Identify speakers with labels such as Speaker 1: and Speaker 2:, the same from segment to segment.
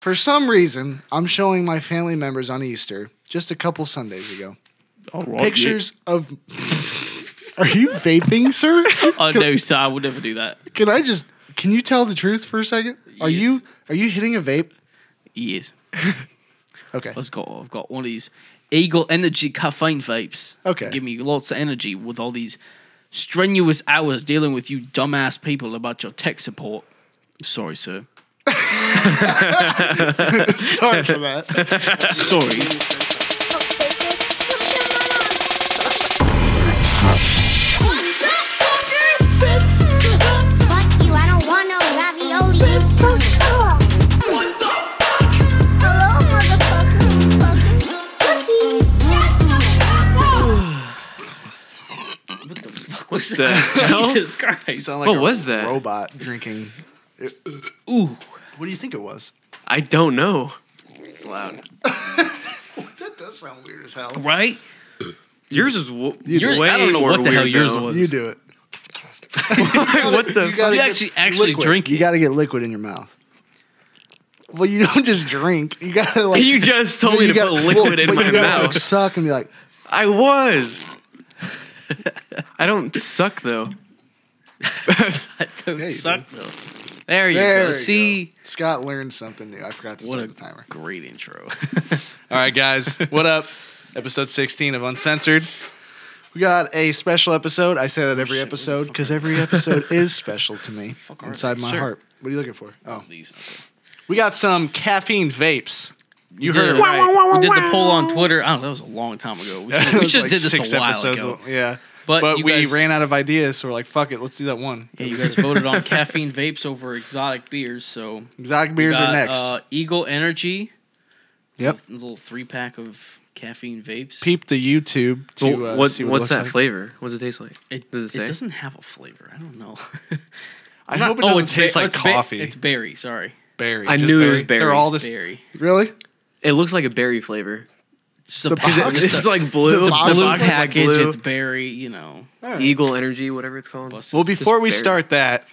Speaker 1: For some reason, I'm showing my family members on Easter just a couple Sundays ago
Speaker 2: All right,
Speaker 1: pictures of. Are you vaping, sir?
Speaker 2: yeah. Oh no, sir, I would never do that.
Speaker 1: Can I just? Can you tell the truth for a second? Are
Speaker 2: Yes.
Speaker 1: you are you hitting a vape?
Speaker 2: Years.
Speaker 1: Okay.
Speaker 2: I've got I've got one of these Eagle Energy caffeine vapes.
Speaker 1: Okay.
Speaker 2: Give me lots of energy with all these strenuous hours dealing with you dumbass people about your tech support. Sorry, sir.
Speaker 1: Sorry for that.
Speaker 2: Sorry.
Speaker 3: Fuck you, I don't want no ravioli. Hello, motherfucker. Fucking pussy.
Speaker 2: What's
Speaker 4: The hell?
Speaker 2: Jesus Christ.
Speaker 1: Sound
Speaker 4: What was that?
Speaker 1: Robot drinking.
Speaker 2: Ooh.
Speaker 1: What do you think it was?
Speaker 4: I don't know. It's loud.
Speaker 1: That does sound weird as hell.
Speaker 2: Right?
Speaker 4: Yours is w-
Speaker 2: Yours-
Speaker 4: way
Speaker 2: I don't know
Speaker 4: more
Speaker 2: what the hell
Speaker 4: weird,
Speaker 2: yours
Speaker 4: though.
Speaker 2: was.
Speaker 1: You do it.
Speaker 4: what the?
Speaker 1: You, gotta
Speaker 2: You
Speaker 1: get
Speaker 2: actually- actually
Speaker 1: liquid.
Speaker 2: drink
Speaker 1: You
Speaker 2: it.
Speaker 1: got to get liquid in your mouth. Well, you don't just drink. You got to like.
Speaker 4: f- you just told me to
Speaker 1: gotta-
Speaker 4: put liquid
Speaker 1: well,
Speaker 4: in
Speaker 1: but
Speaker 4: my
Speaker 1: you gotta, like,
Speaker 4: mouth.
Speaker 1: suck and be like,
Speaker 4: I was. I don't suck though.
Speaker 2: I don't
Speaker 1: There you
Speaker 2: suck though. There you
Speaker 1: there.
Speaker 2: go.
Speaker 1: we
Speaker 2: See?
Speaker 1: go. Scott learned something new. I forgot to
Speaker 2: What
Speaker 1: start
Speaker 2: a
Speaker 1: the timer.
Speaker 2: great intro.
Speaker 1: All right, guys. What up? episode 16 of Uncensored. We got a special episode. I say that every episode because every episode is special to me inside my heart. What are you looking for? Oh,
Speaker 2: These-
Speaker 1: we got some caffeine vapes. You heard it
Speaker 2: Yeah.
Speaker 1: right.
Speaker 2: we did the poll on Twitter. I don't know, that was a long time ago. We should,
Speaker 1: It
Speaker 2: we
Speaker 1: was
Speaker 2: should
Speaker 1: like
Speaker 2: have did this
Speaker 1: six
Speaker 2: a while
Speaker 1: episodes
Speaker 2: ago.
Speaker 1: of- Yeah.
Speaker 2: But
Speaker 1: But,
Speaker 2: you
Speaker 1: we
Speaker 2: guys-
Speaker 1: ran out of ideas, so we're like, fuck it, let's do that one.
Speaker 2: Yeah, you guys voted on caffeine vapes over exotic beers, so
Speaker 1: Exotic beers
Speaker 2: got,
Speaker 1: are next.
Speaker 2: Uh, Eagle Energy,
Speaker 1: yep.
Speaker 2: a little three pack of caffeine vapes.
Speaker 1: Peep the YouTube to uh,
Speaker 4: what,
Speaker 1: see what it
Speaker 4: what's
Speaker 1: looks
Speaker 4: that
Speaker 1: like.
Speaker 4: flavor? What does it taste like?
Speaker 2: it,
Speaker 4: does it say?
Speaker 2: doesn't have a flavor. I don't know.
Speaker 1: I hope it
Speaker 2: Oh,
Speaker 1: doesn't
Speaker 2: it's
Speaker 1: taste
Speaker 2: ba-
Speaker 1: like
Speaker 2: it's ba-
Speaker 1: coffee.
Speaker 2: it's berry. Sorry,
Speaker 1: berry.
Speaker 4: I
Speaker 1: just
Speaker 4: knew it was
Speaker 1: They're
Speaker 4: berry.
Speaker 1: all this.
Speaker 2: berry.
Speaker 1: Really?
Speaker 4: it looks like a berry flavor.
Speaker 2: It's just a
Speaker 1: The
Speaker 2: box.
Speaker 1: box-
Speaker 2: It's
Speaker 4: It's
Speaker 2: a
Speaker 4: like blue.
Speaker 1: the
Speaker 4: the
Speaker 1: box
Speaker 4: blue
Speaker 1: looks like
Speaker 4: package.
Speaker 2: package. It's
Speaker 4: Blue,
Speaker 2: berry. You know.
Speaker 4: Eagle Energy, whatever it's called.
Speaker 2: buses.
Speaker 1: Well, before we
Speaker 4: berry.
Speaker 1: start that,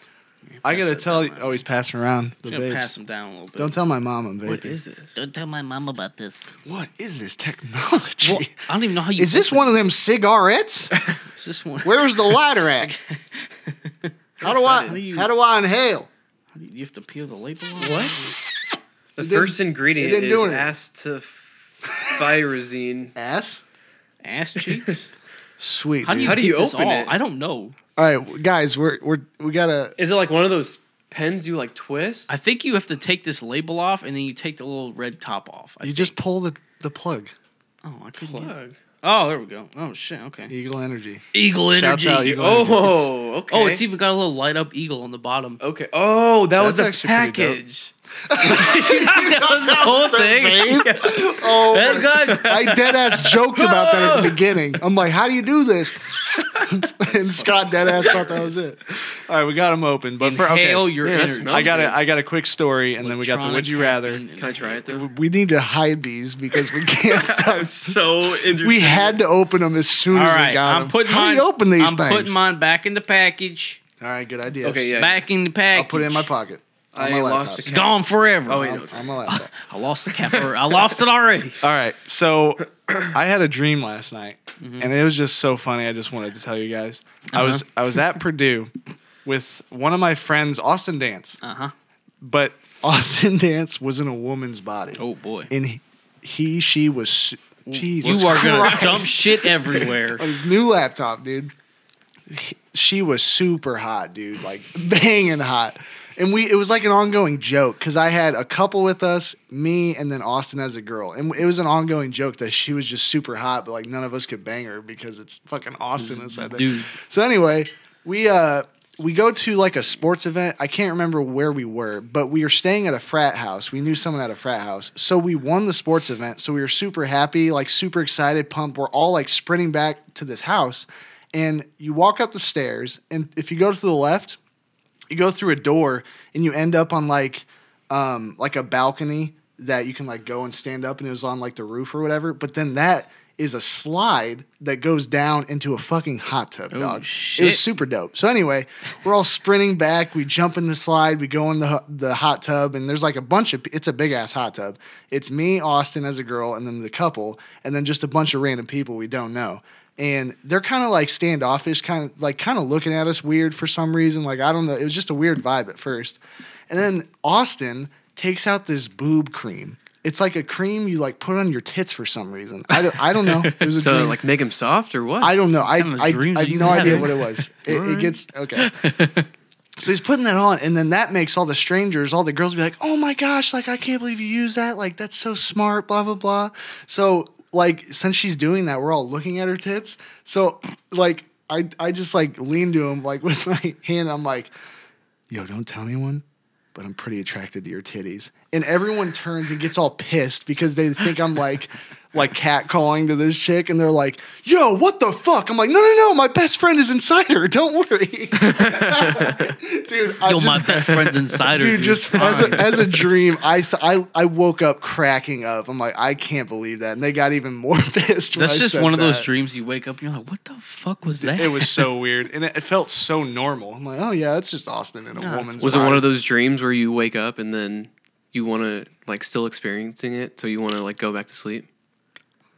Speaker 1: I gotta
Speaker 2: that
Speaker 1: tell
Speaker 2: down,
Speaker 1: you. Oh, he's passing around the
Speaker 2: I'm gonna
Speaker 1: vapes.
Speaker 2: pass them down a little bit.
Speaker 1: Don't tell my mom I'm vaping.
Speaker 4: what is this?
Speaker 2: Don't tell my mom about this.
Speaker 1: What is this technology?
Speaker 2: Well, I don't even know how you.
Speaker 1: is this
Speaker 2: open
Speaker 1: one of them cigarettes?
Speaker 2: it. Is this one?
Speaker 1: Where's the lighter at? How do I?
Speaker 2: How do you-
Speaker 1: How do I inhale?
Speaker 2: You have to peel the label.
Speaker 4: What? The
Speaker 1: didn't-
Speaker 4: first ingredient
Speaker 1: it didn't do
Speaker 4: is
Speaker 1: it.
Speaker 4: acetophyrazine.
Speaker 1: Ass.
Speaker 2: Ass cheeks.
Speaker 1: Sweet.
Speaker 2: How do you?
Speaker 1: dude.
Speaker 4: do you
Speaker 2: get this
Speaker 4: open
Speaker 2: all?
Speaker 4: it?
Speaker 2: I don't know.
Speaker 1: All right, guys, we're we're we gotta.
Speaker 4: Is it like one of those pens you like twist?
Speaker 2: I think you have to take this label off, and then you take the little red top off. I
Speaker 1: You
Speaker 2: think.
Speaker 1: just pull the the plug.
Speaker 2: Oh, I could plug. Oh, there we go. Oh shit. Okay.
Speaker 1: Eagle Energy.
Speaker 2: Eagle
Speaker 1: Shouts
Speaker 2: energy.
Speaker 1: out Eagle Energy.
Speaker 4: Oh, okay.
Speaker 2: Oh, it's even got a little light up eagle on the bottom.
Speaker 4: okay. Oh, that was
Speaker 1: That's
Speaker 4: a
Speaker 1: actually pretty dope.
Speaker 4: package.
Speaker 2: that was the whole thing.
Speaker 1: Oh,
Speaker 2: Hey guys,
Speaker 1: I dead ass joked about that at the beginning. I'm like, how do you do this? and Scott dead ass thought that was it. All right, we got them open, but for okay,
Speaker 2: Inhale your
Speaker 4: Yeah, that
Speaker 2: energy.
Speaker 4: smells
Speaker 1: I got a I got a quick story, and then we got the
Speaker 2: Electronic
Speaker 1: would you rather.
Speaker 2: caffeine in
Speaker 4: Can I try it though?
Speaker 1: We need to hide these because we can't stop.
Speaker 4: So interesting.
Speaker 1: We had to open them as soon
Speaker 2: All
Speaker 1: as
Speaker 2: right,
Speaker 1: we got
Speaker 2: I'm
Speaker 1: them.
Speaker 2: putting
Speaker 1: how
Speaker 2: mine.
Speaker 1: do you open these
Speaker 2: I'm
Speaker 1: things?
Speaker 2: putting mine back in the package.
Speaker 1: All right, good idea.
Speaker 4: Okay, yeah.
Speaker 2: Back in the package.
Speaker 1: I'll put it in my pocket. On
Speaker 4: I
Speaker 1: my
Speaker 4: lost
Speaker 1: laptop.
Speaker 4: the
Speaker 2: It's gone forever.
Speaker 4: Oh, wait,
Speaker 1: I'm- I'm a laptop.
Speaker 2: I lost the cap. already. I lost it already.
Speaker 1: All right. So I had a dream last night,
Speaker 2: Mm-hmm.
Speaker 1: and it was just so funny. I just wanted to tell you guys. I was
Speaker 2: Uh-huh.
Speaker 1: I was at Purdue with one of my friends, Austin Dance,
Speaker 2: Uh huh.
Speaker 1: but Austin Dance was in a woman's body,
Speaker 2: Oh boy.
Speaker 1: and he- he she was su- Jesus.
Speaker 2: You are gonna
Speaker 1: Christ.
Speaker 2: dump shit everywhere.
Speaker 1: on his new laptop, dude. He- She was super hot, dude, like banging hot. And we it was like an ongoing joke cuz I had a couple with us, me and then Austin as a girl. And it was an ongoing joke that she was just super hot, but like none of us could bang her because it's fucking Austin inside there.
Speaker 2: Dude.
Speaker 1: So anyway, we uh we go to like a sports event. I can't remember where we were, but we were staying at a frat house. We knew someone at a frat house. So we won the sports event. So we were super happy, like super excited, pumped. We're all like sprinting back to this house. And you walk up the stairs, and if you go to the left, you go through a door and you end up on like um like a balcony that you can like go and stand up and it was on like the roof or whatever but then that is a slide that goes down into a fucking hot tub, dog. It
Speaker 2: shit.
Speaker 1: was super dope. So anyway, we're all sprinting back. We jump in the slide. We go in the the hot tub, and there's like a bunch of. It's a big ass hot tub. It's me, Austin as a girl, and then the couple, and then just a bunch of random people we don't know. And they're kind of like standoffish, kind of like kind of looking at us weird for some reason. Like I don't know. It was just a weird vibe at first. And then Austin takes out this boob cream. It's like a cream you like put on your tits for some reason. I don't, I don't know. It was a
Speaker 4: To
Speaker 1: dream.
Speaker 4: like make him soft or what?
Speaker 1: I don't know. I,
Speaker 2: kind of
Speaker 1: I,
Speaker 2: dreams
Speaker 1: I
Speaker 2: are
Speaker 1: have
Speaker 2: you
Speaker 1: no idea
Speaker 2: having?
Speaker 1: what it was. It, it gets okay. So he's putting that on, and then that makes all the strangers, all the girls, be like, "Oh my gosh! Like I can't believe you use that! Like that's so smart!" Blah blah blah. So like since she's doing that, we're all looking at her tits. So like I I just like lean to him like with my hand. I'm like, "Yo, don't tell anyone." But I'm pretty attracted to your titties, and everyone turns and gets all pissed because they think I'm like, like catcalling to this chick, and they're like, "Yo, what the fuck?" I'm like, "No, no, no, my best friend is inside her. Don't worry." dude. I
Speaker 2: Yo,
Speaker 1: just,
Speaker 2: my best friend's insider.
Speaker 1: dude, just as a, as a dream, I, th- I I woke up cracking up. I'm like, I can't believe that, and they got even more pissed. when
Speaker 2: That's
Speaker 1: I
Speaker 2: just
Speaker 1: said
Speaker 2: one of those
Speaker 1: that.
Speaker 2: dreams you wake up and you're like, what the fuck was that?
Speaker 1: It was so weird, and it, it felt so normal. I'm like, oh yeah, that's just Austin in a
Speaker 2: that's
Speaker 1: woman's.
Speaker 4: Was it one
Speaker 1: body."
Speaker 4: of those dreams where you wake up and then you want to like still experiencing it, so you want to like go back to sleep?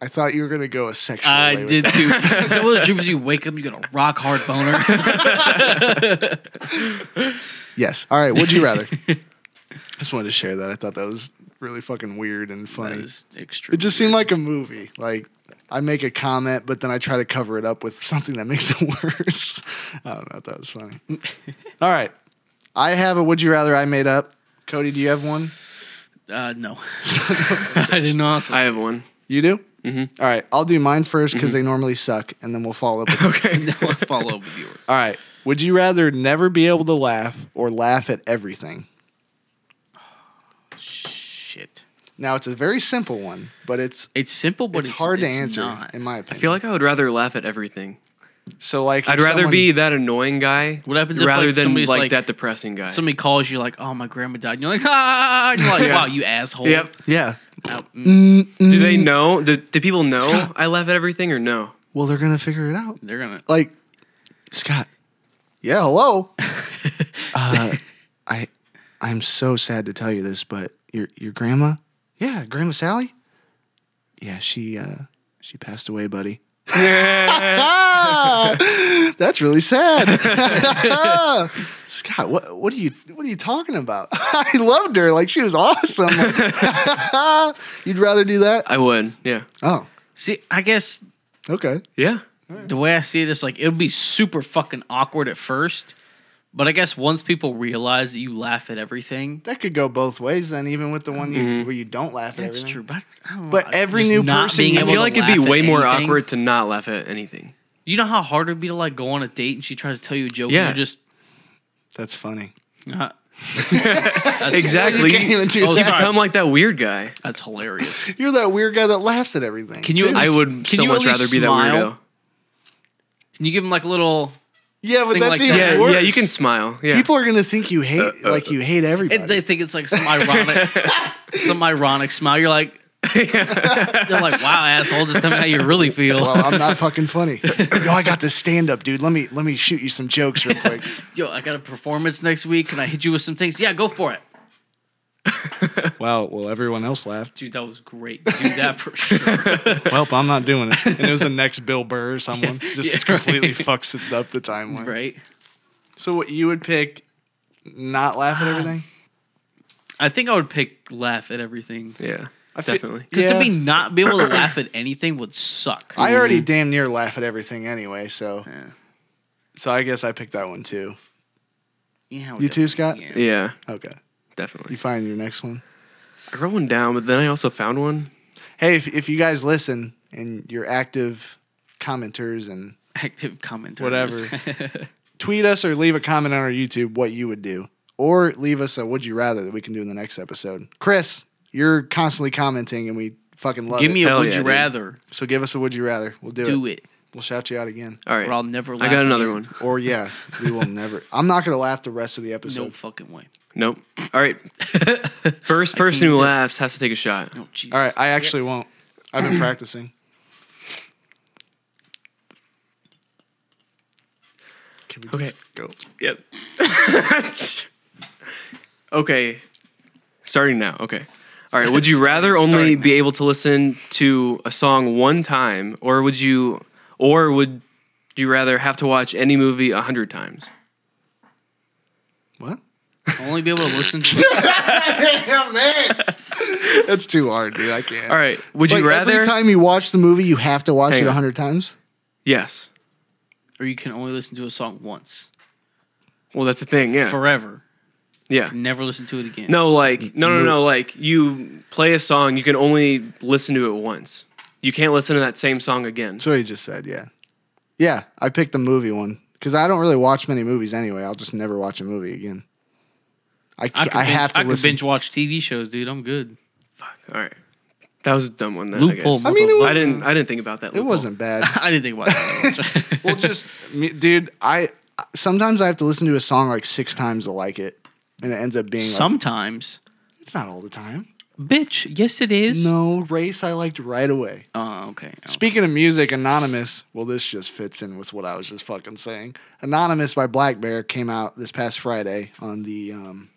Speaker 1: I thought you were gonna go a sexual.
Speaker 2: I
Speaker 1: way with
Speaker 2: did
Speaker 1: that.
Speaker 2: too. Some of those dreams you wake up, you got a rock hard boner.
Speaker 1: Yes. All right. Would you rather? I just wanted to share that. I thought that was really fucking weird and funny.
Speaker 2: that is extreme.
Speaker 1: It just seemed like a movie. Like I make a comment, but then I try to cover it up with something that makes it worse. I don't know if that was funny. All right. I have a would you rather I made up. Cody, do you have one?
Speaker 2: Uh, no, I didn't know.
Speaker 4: I have one.
Speaker 1: You do? Mm-hmm. right. I'll do mine first because
Speaker 2: Mm-hmm.
Speaker 1: they normally suck, and then we'll follow up with
Speaker 2: Okay, now I follow up with yours.
Speaker 1: All right. Would you rather never be able to laugh or laugh at everything?
Speaker 2: Shit,
Speaker 1: Now, it's a very simple one, but it's.
Speaker 2: it's simple, but
Speaker 1: It's,
Speaker 2: it's,
Speaker 1: hard
Speaker 2: it's
Speaker 1: to answer,
Speaker 2: not.
Speaker 1: in my
Speaker 4: I
Speaker 1: opinion.
Speaker 4: feel like I would rather laugh at everything.
Speaker 1: so, like,
Speaker 4: I'd
Speaker 1: if
Speaker 4: rather
Speaker 1: someone-
Speaker 4: be that annoying guy
Speaker 2: What happens if,
Speaker 4: rather
Speaker 2: like,
Speaker 4: than like,
Speaker 2: somebody's, like-
Speaker 4: that depressing guy.
Speaker 2: Somebody calls you like, "Oh, my grandma died." And you're like, "Ah!" And you're like,
Speaker 4: Yeah.
Speaker 2: "Wow, you asshole."
Speaker 4: Yep.
Speaker 1: Yeah.
Speaker 2: Now, mm,
Speaker 4: Do they know? Do, do people know I laugh at everything or no?
Speaker 1: Well, they're going to figure it out.
Speaker 2: they're gonna.
Speaker 1: like Scott. Yeah, hello. uh, I I'm so sad to tell you this, but your your grandma? Yeah, Grandma Sally? Yeah, she uh she passed away, buddy. That's really sad. Scott, what what are you what are you talking about? I loved her. Like she was awesome. You'd rather do that?
Speaker 4: I would. Yeah.
Speaker 1: Oh,
Speaker 2: See, I guess
Speaker 1: okay.
Speaker 4: Yeah.
Speaker 2: the way I see it is like it would be super fucking awkward at first, but I guess once people realize that you laugh at everything,
Speaker 1: That could go both ways then, even with the one you, where you don't laugh at
Speaker 2: that's
Speaker 1: everything.
Speaker 2: true. But, I don't know,
Speaker 1: But
Speaker 2: I-
Speaker 1: every
Speaker 2: just
Speaker 1: new
Speaker 2: not
Speaker 1: person
Speaker 2: being
Speaker 1: you-
Speaker 4: I
Speaker 2: able
Speaker 4: feel
Speaker 2: to
Speaker 4: like it'd be
Speaker 2: laugh at
Speaker 4: way more
Speaker 2: anything-
Speaker 4: awkward to not laugh at anything.
Speaker 2: You know how hard it'd be to like go on a date and she tries to tell you a joke
Speaker 4: Yeah.
Speaker 2: and you're just
Speaker 1: That's funny.
Speaker 2: uh,
Speaker 4: Exactly.
Speaker 1: You can't even do
Speaker 2: Oh,
Speaker 1: that.
Speaker 2: sorry.
Speaker 4: I'm like that weird guy.
Speaker 2: that's hilarious.
Speaker 1: You're that weird guy that laughs at everything.
Speaker 2: Can you-
Speaker 1: too.
Speaker 2: I
Speaker 4: I
Speaker 2: s-
Speaker 4: would
Speaker 2: can
Speaker 4: so
Speaker 2: you
Speaker 4: much
Speaker 2: at least
Speaker 4: rather be that
Speaker 2: smile?
Speaker 4: weirdo.
Speaker 2: Can you give him like a little?
Speaker 1: yeah, but
Speaker 2: thing
Speaker 1: that's
Speaker 2: like
Speaker 1: even
Speaker 2: that?
Speaker 4: Yeah,
Speaker 1: worse.
Speaker 4: yeah, you can smile. Yeah.
Speaker 1: People are gonna think you hate, like you hate everybody.
Speaker 2: It, they think it's like some ironic, some ironic smile. You're like, they're like, wow, asshole, just tell me how you really feel.
Speaker 1: well, I'm not fucking funny. Yo, I got this stand up, dude. Let me let me shoot you some jokes real quick.
Speaker 2: Yo, I got a performance next week. Can I hit you with some things? Yeah, go for it.
Speaker 1: wow. Well, everyone else laughed.
Speaker 2: Dude, that was great. Do that for sure.
Speaker 1: Well, I'm not doing it. And it was the next Bill Burr or someone just
Speaker 2: Yeah, right.
Speaker 1: completely fucks it up the timeline.
Speaker 2: right?
Speaker 1: So what you would pick? Not laugh at everything.
Speaker 2: I think I would pick laugh at everything.
Speaker 4: Yeah.
Speaker 1: feel-
Speaker 4: Definitely.
Speaker 2: Because
Speaker 1: Yeah.
Speaker 2: to be not be able to laugh at anything would suck.
Speaker 1: I already damn near laugh at everything anyway. So so I guess I picked that one too.
Speaker 2: yeah,
Speaker 1: You too, Scott?
Speaker 2: Yeah.
Speaker 4: Yeah.
Speaker 1: Okay.
Speaker 4: Definitely.
Speaker 1: You find your next one.
Speaker 4: I wrote one down, but then I also found one.
Speaker 1: hey, if, if you guys listen and you're active commenters and
Speaker 2: Active commenters.
Speaker 1: Whatever. tweet us or leave a comment on our YouTube what you would do, or leave us a would you rather that we can do in the next episode. Chris, you're constantly commenting and we fucking love
Speaker 2: Give me
Speaker 1: it.
Speaker 2: a
Speaker 4: Hell
Speaker 2: would
Speaker 4: yeah,
Speaker 2: you
Speaker 4: dude.
Speaker 2: rather.
Speaker 1: so give us a would you rather. We'll do,
Speaker 2: Do
Speaker 1: it.
Speaker 2: it.
Speaker 1: We'll shout you out again.
Speaker 4: All right.
Speaker 2: Or I'll never
Speaker 4: I
Speaker 2: laugh
Speaker 4: got another
Speaker 2: again.
Speaker 4: one.
Speaker 1: Or yeah, we will never. I'm not gonna laugh the rest of the episode.
Speaker 2: No fucking way.
Speaker 4: Nope. All right. First person who laughs has to take a shot.
Speaker 2: Oh, jeez.
Speaker 1: All right, I actually won't. I've been practicing. Can we
Speaker 4: Okay.
Speaker 1: just go?
Speaker 4: Yep. okay. Starting now. Okay. All right. Would you rather
Speaker 2: Starting
Speaker 4: only
Speaker 2: now.
Speaker 4: be able to listen to a song one time, or would you, or would you rather have to watch any movie a hundred times?
Speaker 1: What?
Speaker 2: Only be able to listen to
Speaker 1: Damn it! That's too hard, dude. I can't.
Speaker 4: All right. Would you
Speaker 1: Like,
Speaker 4: rather?
Speaker 1: every time you watch the movie, you have to watch
Speaker 4: Hang
Speaker 1: it a
Speaker 4: on.
Speaker 1: hundred times?
Speaker 4: yes.
Speaker 2: or you can only listen to a song once.
Speaker 4: Well, that's the thing. Yeah.
Speaker 2: Forever.
Speaker 4: yeah.
Speaker 2: Never listen to it again.
Speaker 4: No, like no, no, no. Like you play a song, you can only listen to it once. You can't listen to that same song again.
Speaker 1: That's what you just said. Yeah, yeah. I picked the movie one because I don't really watch many movies anyway. I'll just never watch a movie again. I
Speaker 2: I,
Speaker 1: can't,
Speaker 2: could
Speaker 1: I,
Speaker 2: binge-
Speaker 1: have to
Speaker 2: I could
Speaker 1: listen.
Speaker 2: binge watch TV shows, dude. I'm good.
Speaker 4: All right. That was a dumb one. Then, I,
Speaker 2: Loophole.
Speaker 4: guess.
Speaker 1: I mean, it
Speaker 2: motherfucker.
Speaker 1: was-
Speaker 4: I didn't. I didn't think about that.
Speaker 1: It wasn't bad.
Speaker 2: I didn't think about that. much.
Speaker 1: well, just me- dude, I sometimes I have to listen to a song like six times to like it, and it ends up being like,
Speaker 2: Sometimes,
Speaker 1: it's not all the time.
Speaker 2: bitch. Yes, it is.
Speaker 1: No race, I liked right away.
Speaker 2: Oh, okay. Oh.
Speaker 1: Speaking of music, Anonymous, well, this just fits in with what I was just fucking saying. Anonymous by Black Bear came out this past Friday on the um,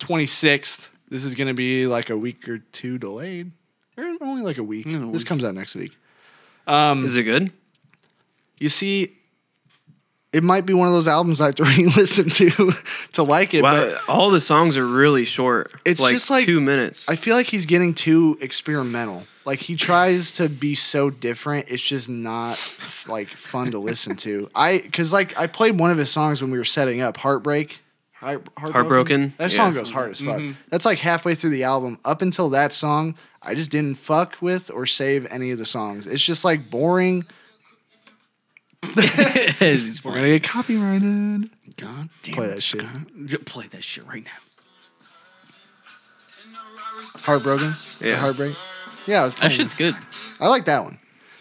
Speaker 1: 26th. This is going to be like a week or two delayed, or only like a week.
Speaker 2: Mm, a
Speaker 1: this
Speaker 2: week.
Speaker 1: comes out next week.
Speaker 4: Is it good?
Speaker 1: You see, it might be one of those albums I have to re listen to to like it. But
Speaker 4: Wow, all the songs are really short.
Speaker 1: It's just like-
Speaker 4: two minutes.
Speaker 1: I feel like he's getting too experimental. Like he tries to be so different, it's just not like fun to listen to. I because like I played one of his songs when we were setting up Heartbreak. Heart, heartbroken?
Speaker 4: Heartbroken,
Speaker 1: That song
Speaker 4: yeah.
Speaker 1: goes hard as fuck. That's like halfway through the album. Up until that song, I just didn't fuck with or save any of the songs. It's just like boring.
Speaker 2: He's
Speaker 1: We're
Speaker 2: fine.
Speaker 1: gonna get copyrighted.
Speaker 2: God damn
Speaker 1: Play
Speaker 2: it,
Speaker 1: that shit.
Speaker 2: Scott. J- Play that shit right now.
Speaker 1: Heartbroken.
Speaker 4: Yeah.
Speaker 1: Heartbreak. Yeah, I was.
Speaker 2: That
Speaker 1: playing
Speaker 2: shit's
Speaker 1: this.
Speaker 2: good.
Speaker 1: I like that one.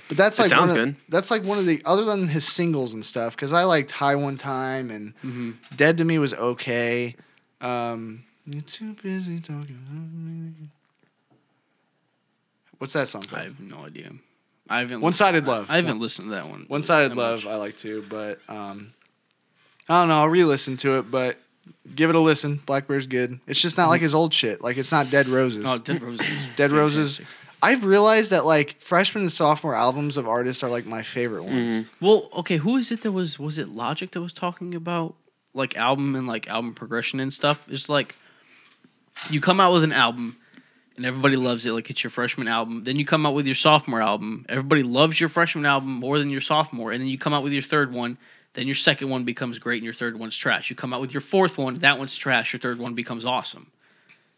Speaker 1: But that's like
Speaker 4: sounds
Speaker 1: one of,
Speaker 4: good.
Speaker 1: That's like one of the other than his singles and stuff because I liked High One Time and Dead to Me was okay. Um, You're too busy talking. about me. What's that song?
Speaker 2: I
Speaker 1: Called?
Speaker 2: have no idea. I haven't.
Speaker 1: One Sided
Speaker 2: listened-
Speaker 1: Love.
Speaker 2: I haven't listened to that one.
Speaker 1: One Sided
Speaker 2: that
Speaker 1: Love
Speaker 2: much.
Speaker 1: I like too, but um, I don't know. I'll re-listen to it, but give it a listen. Black Bear's good. It's just not like his old shit. Like it's not Dead Roses.
Speaker 2: Oh, Dead Roses.
Speaker 1: Dead Roses. I've realized that like freshman and sophomore albums of artists are like my favorite ones.
Speaker 4: Mm-hmm.
Speaker 2: Well, okay. Who is it that was? Was it Logic that was talking about like album and like album progression and stuff? It's like you come out with an album and everybody loves it, like it's your freshman album. Then you come out with your sophomore album. Everybody loves your freshman album more than your sophomore. And then you come out with your third one. Then your second one becomes great and your third one's trash. You come out with your fourth one. That one's trash. Your third one becomes awesome.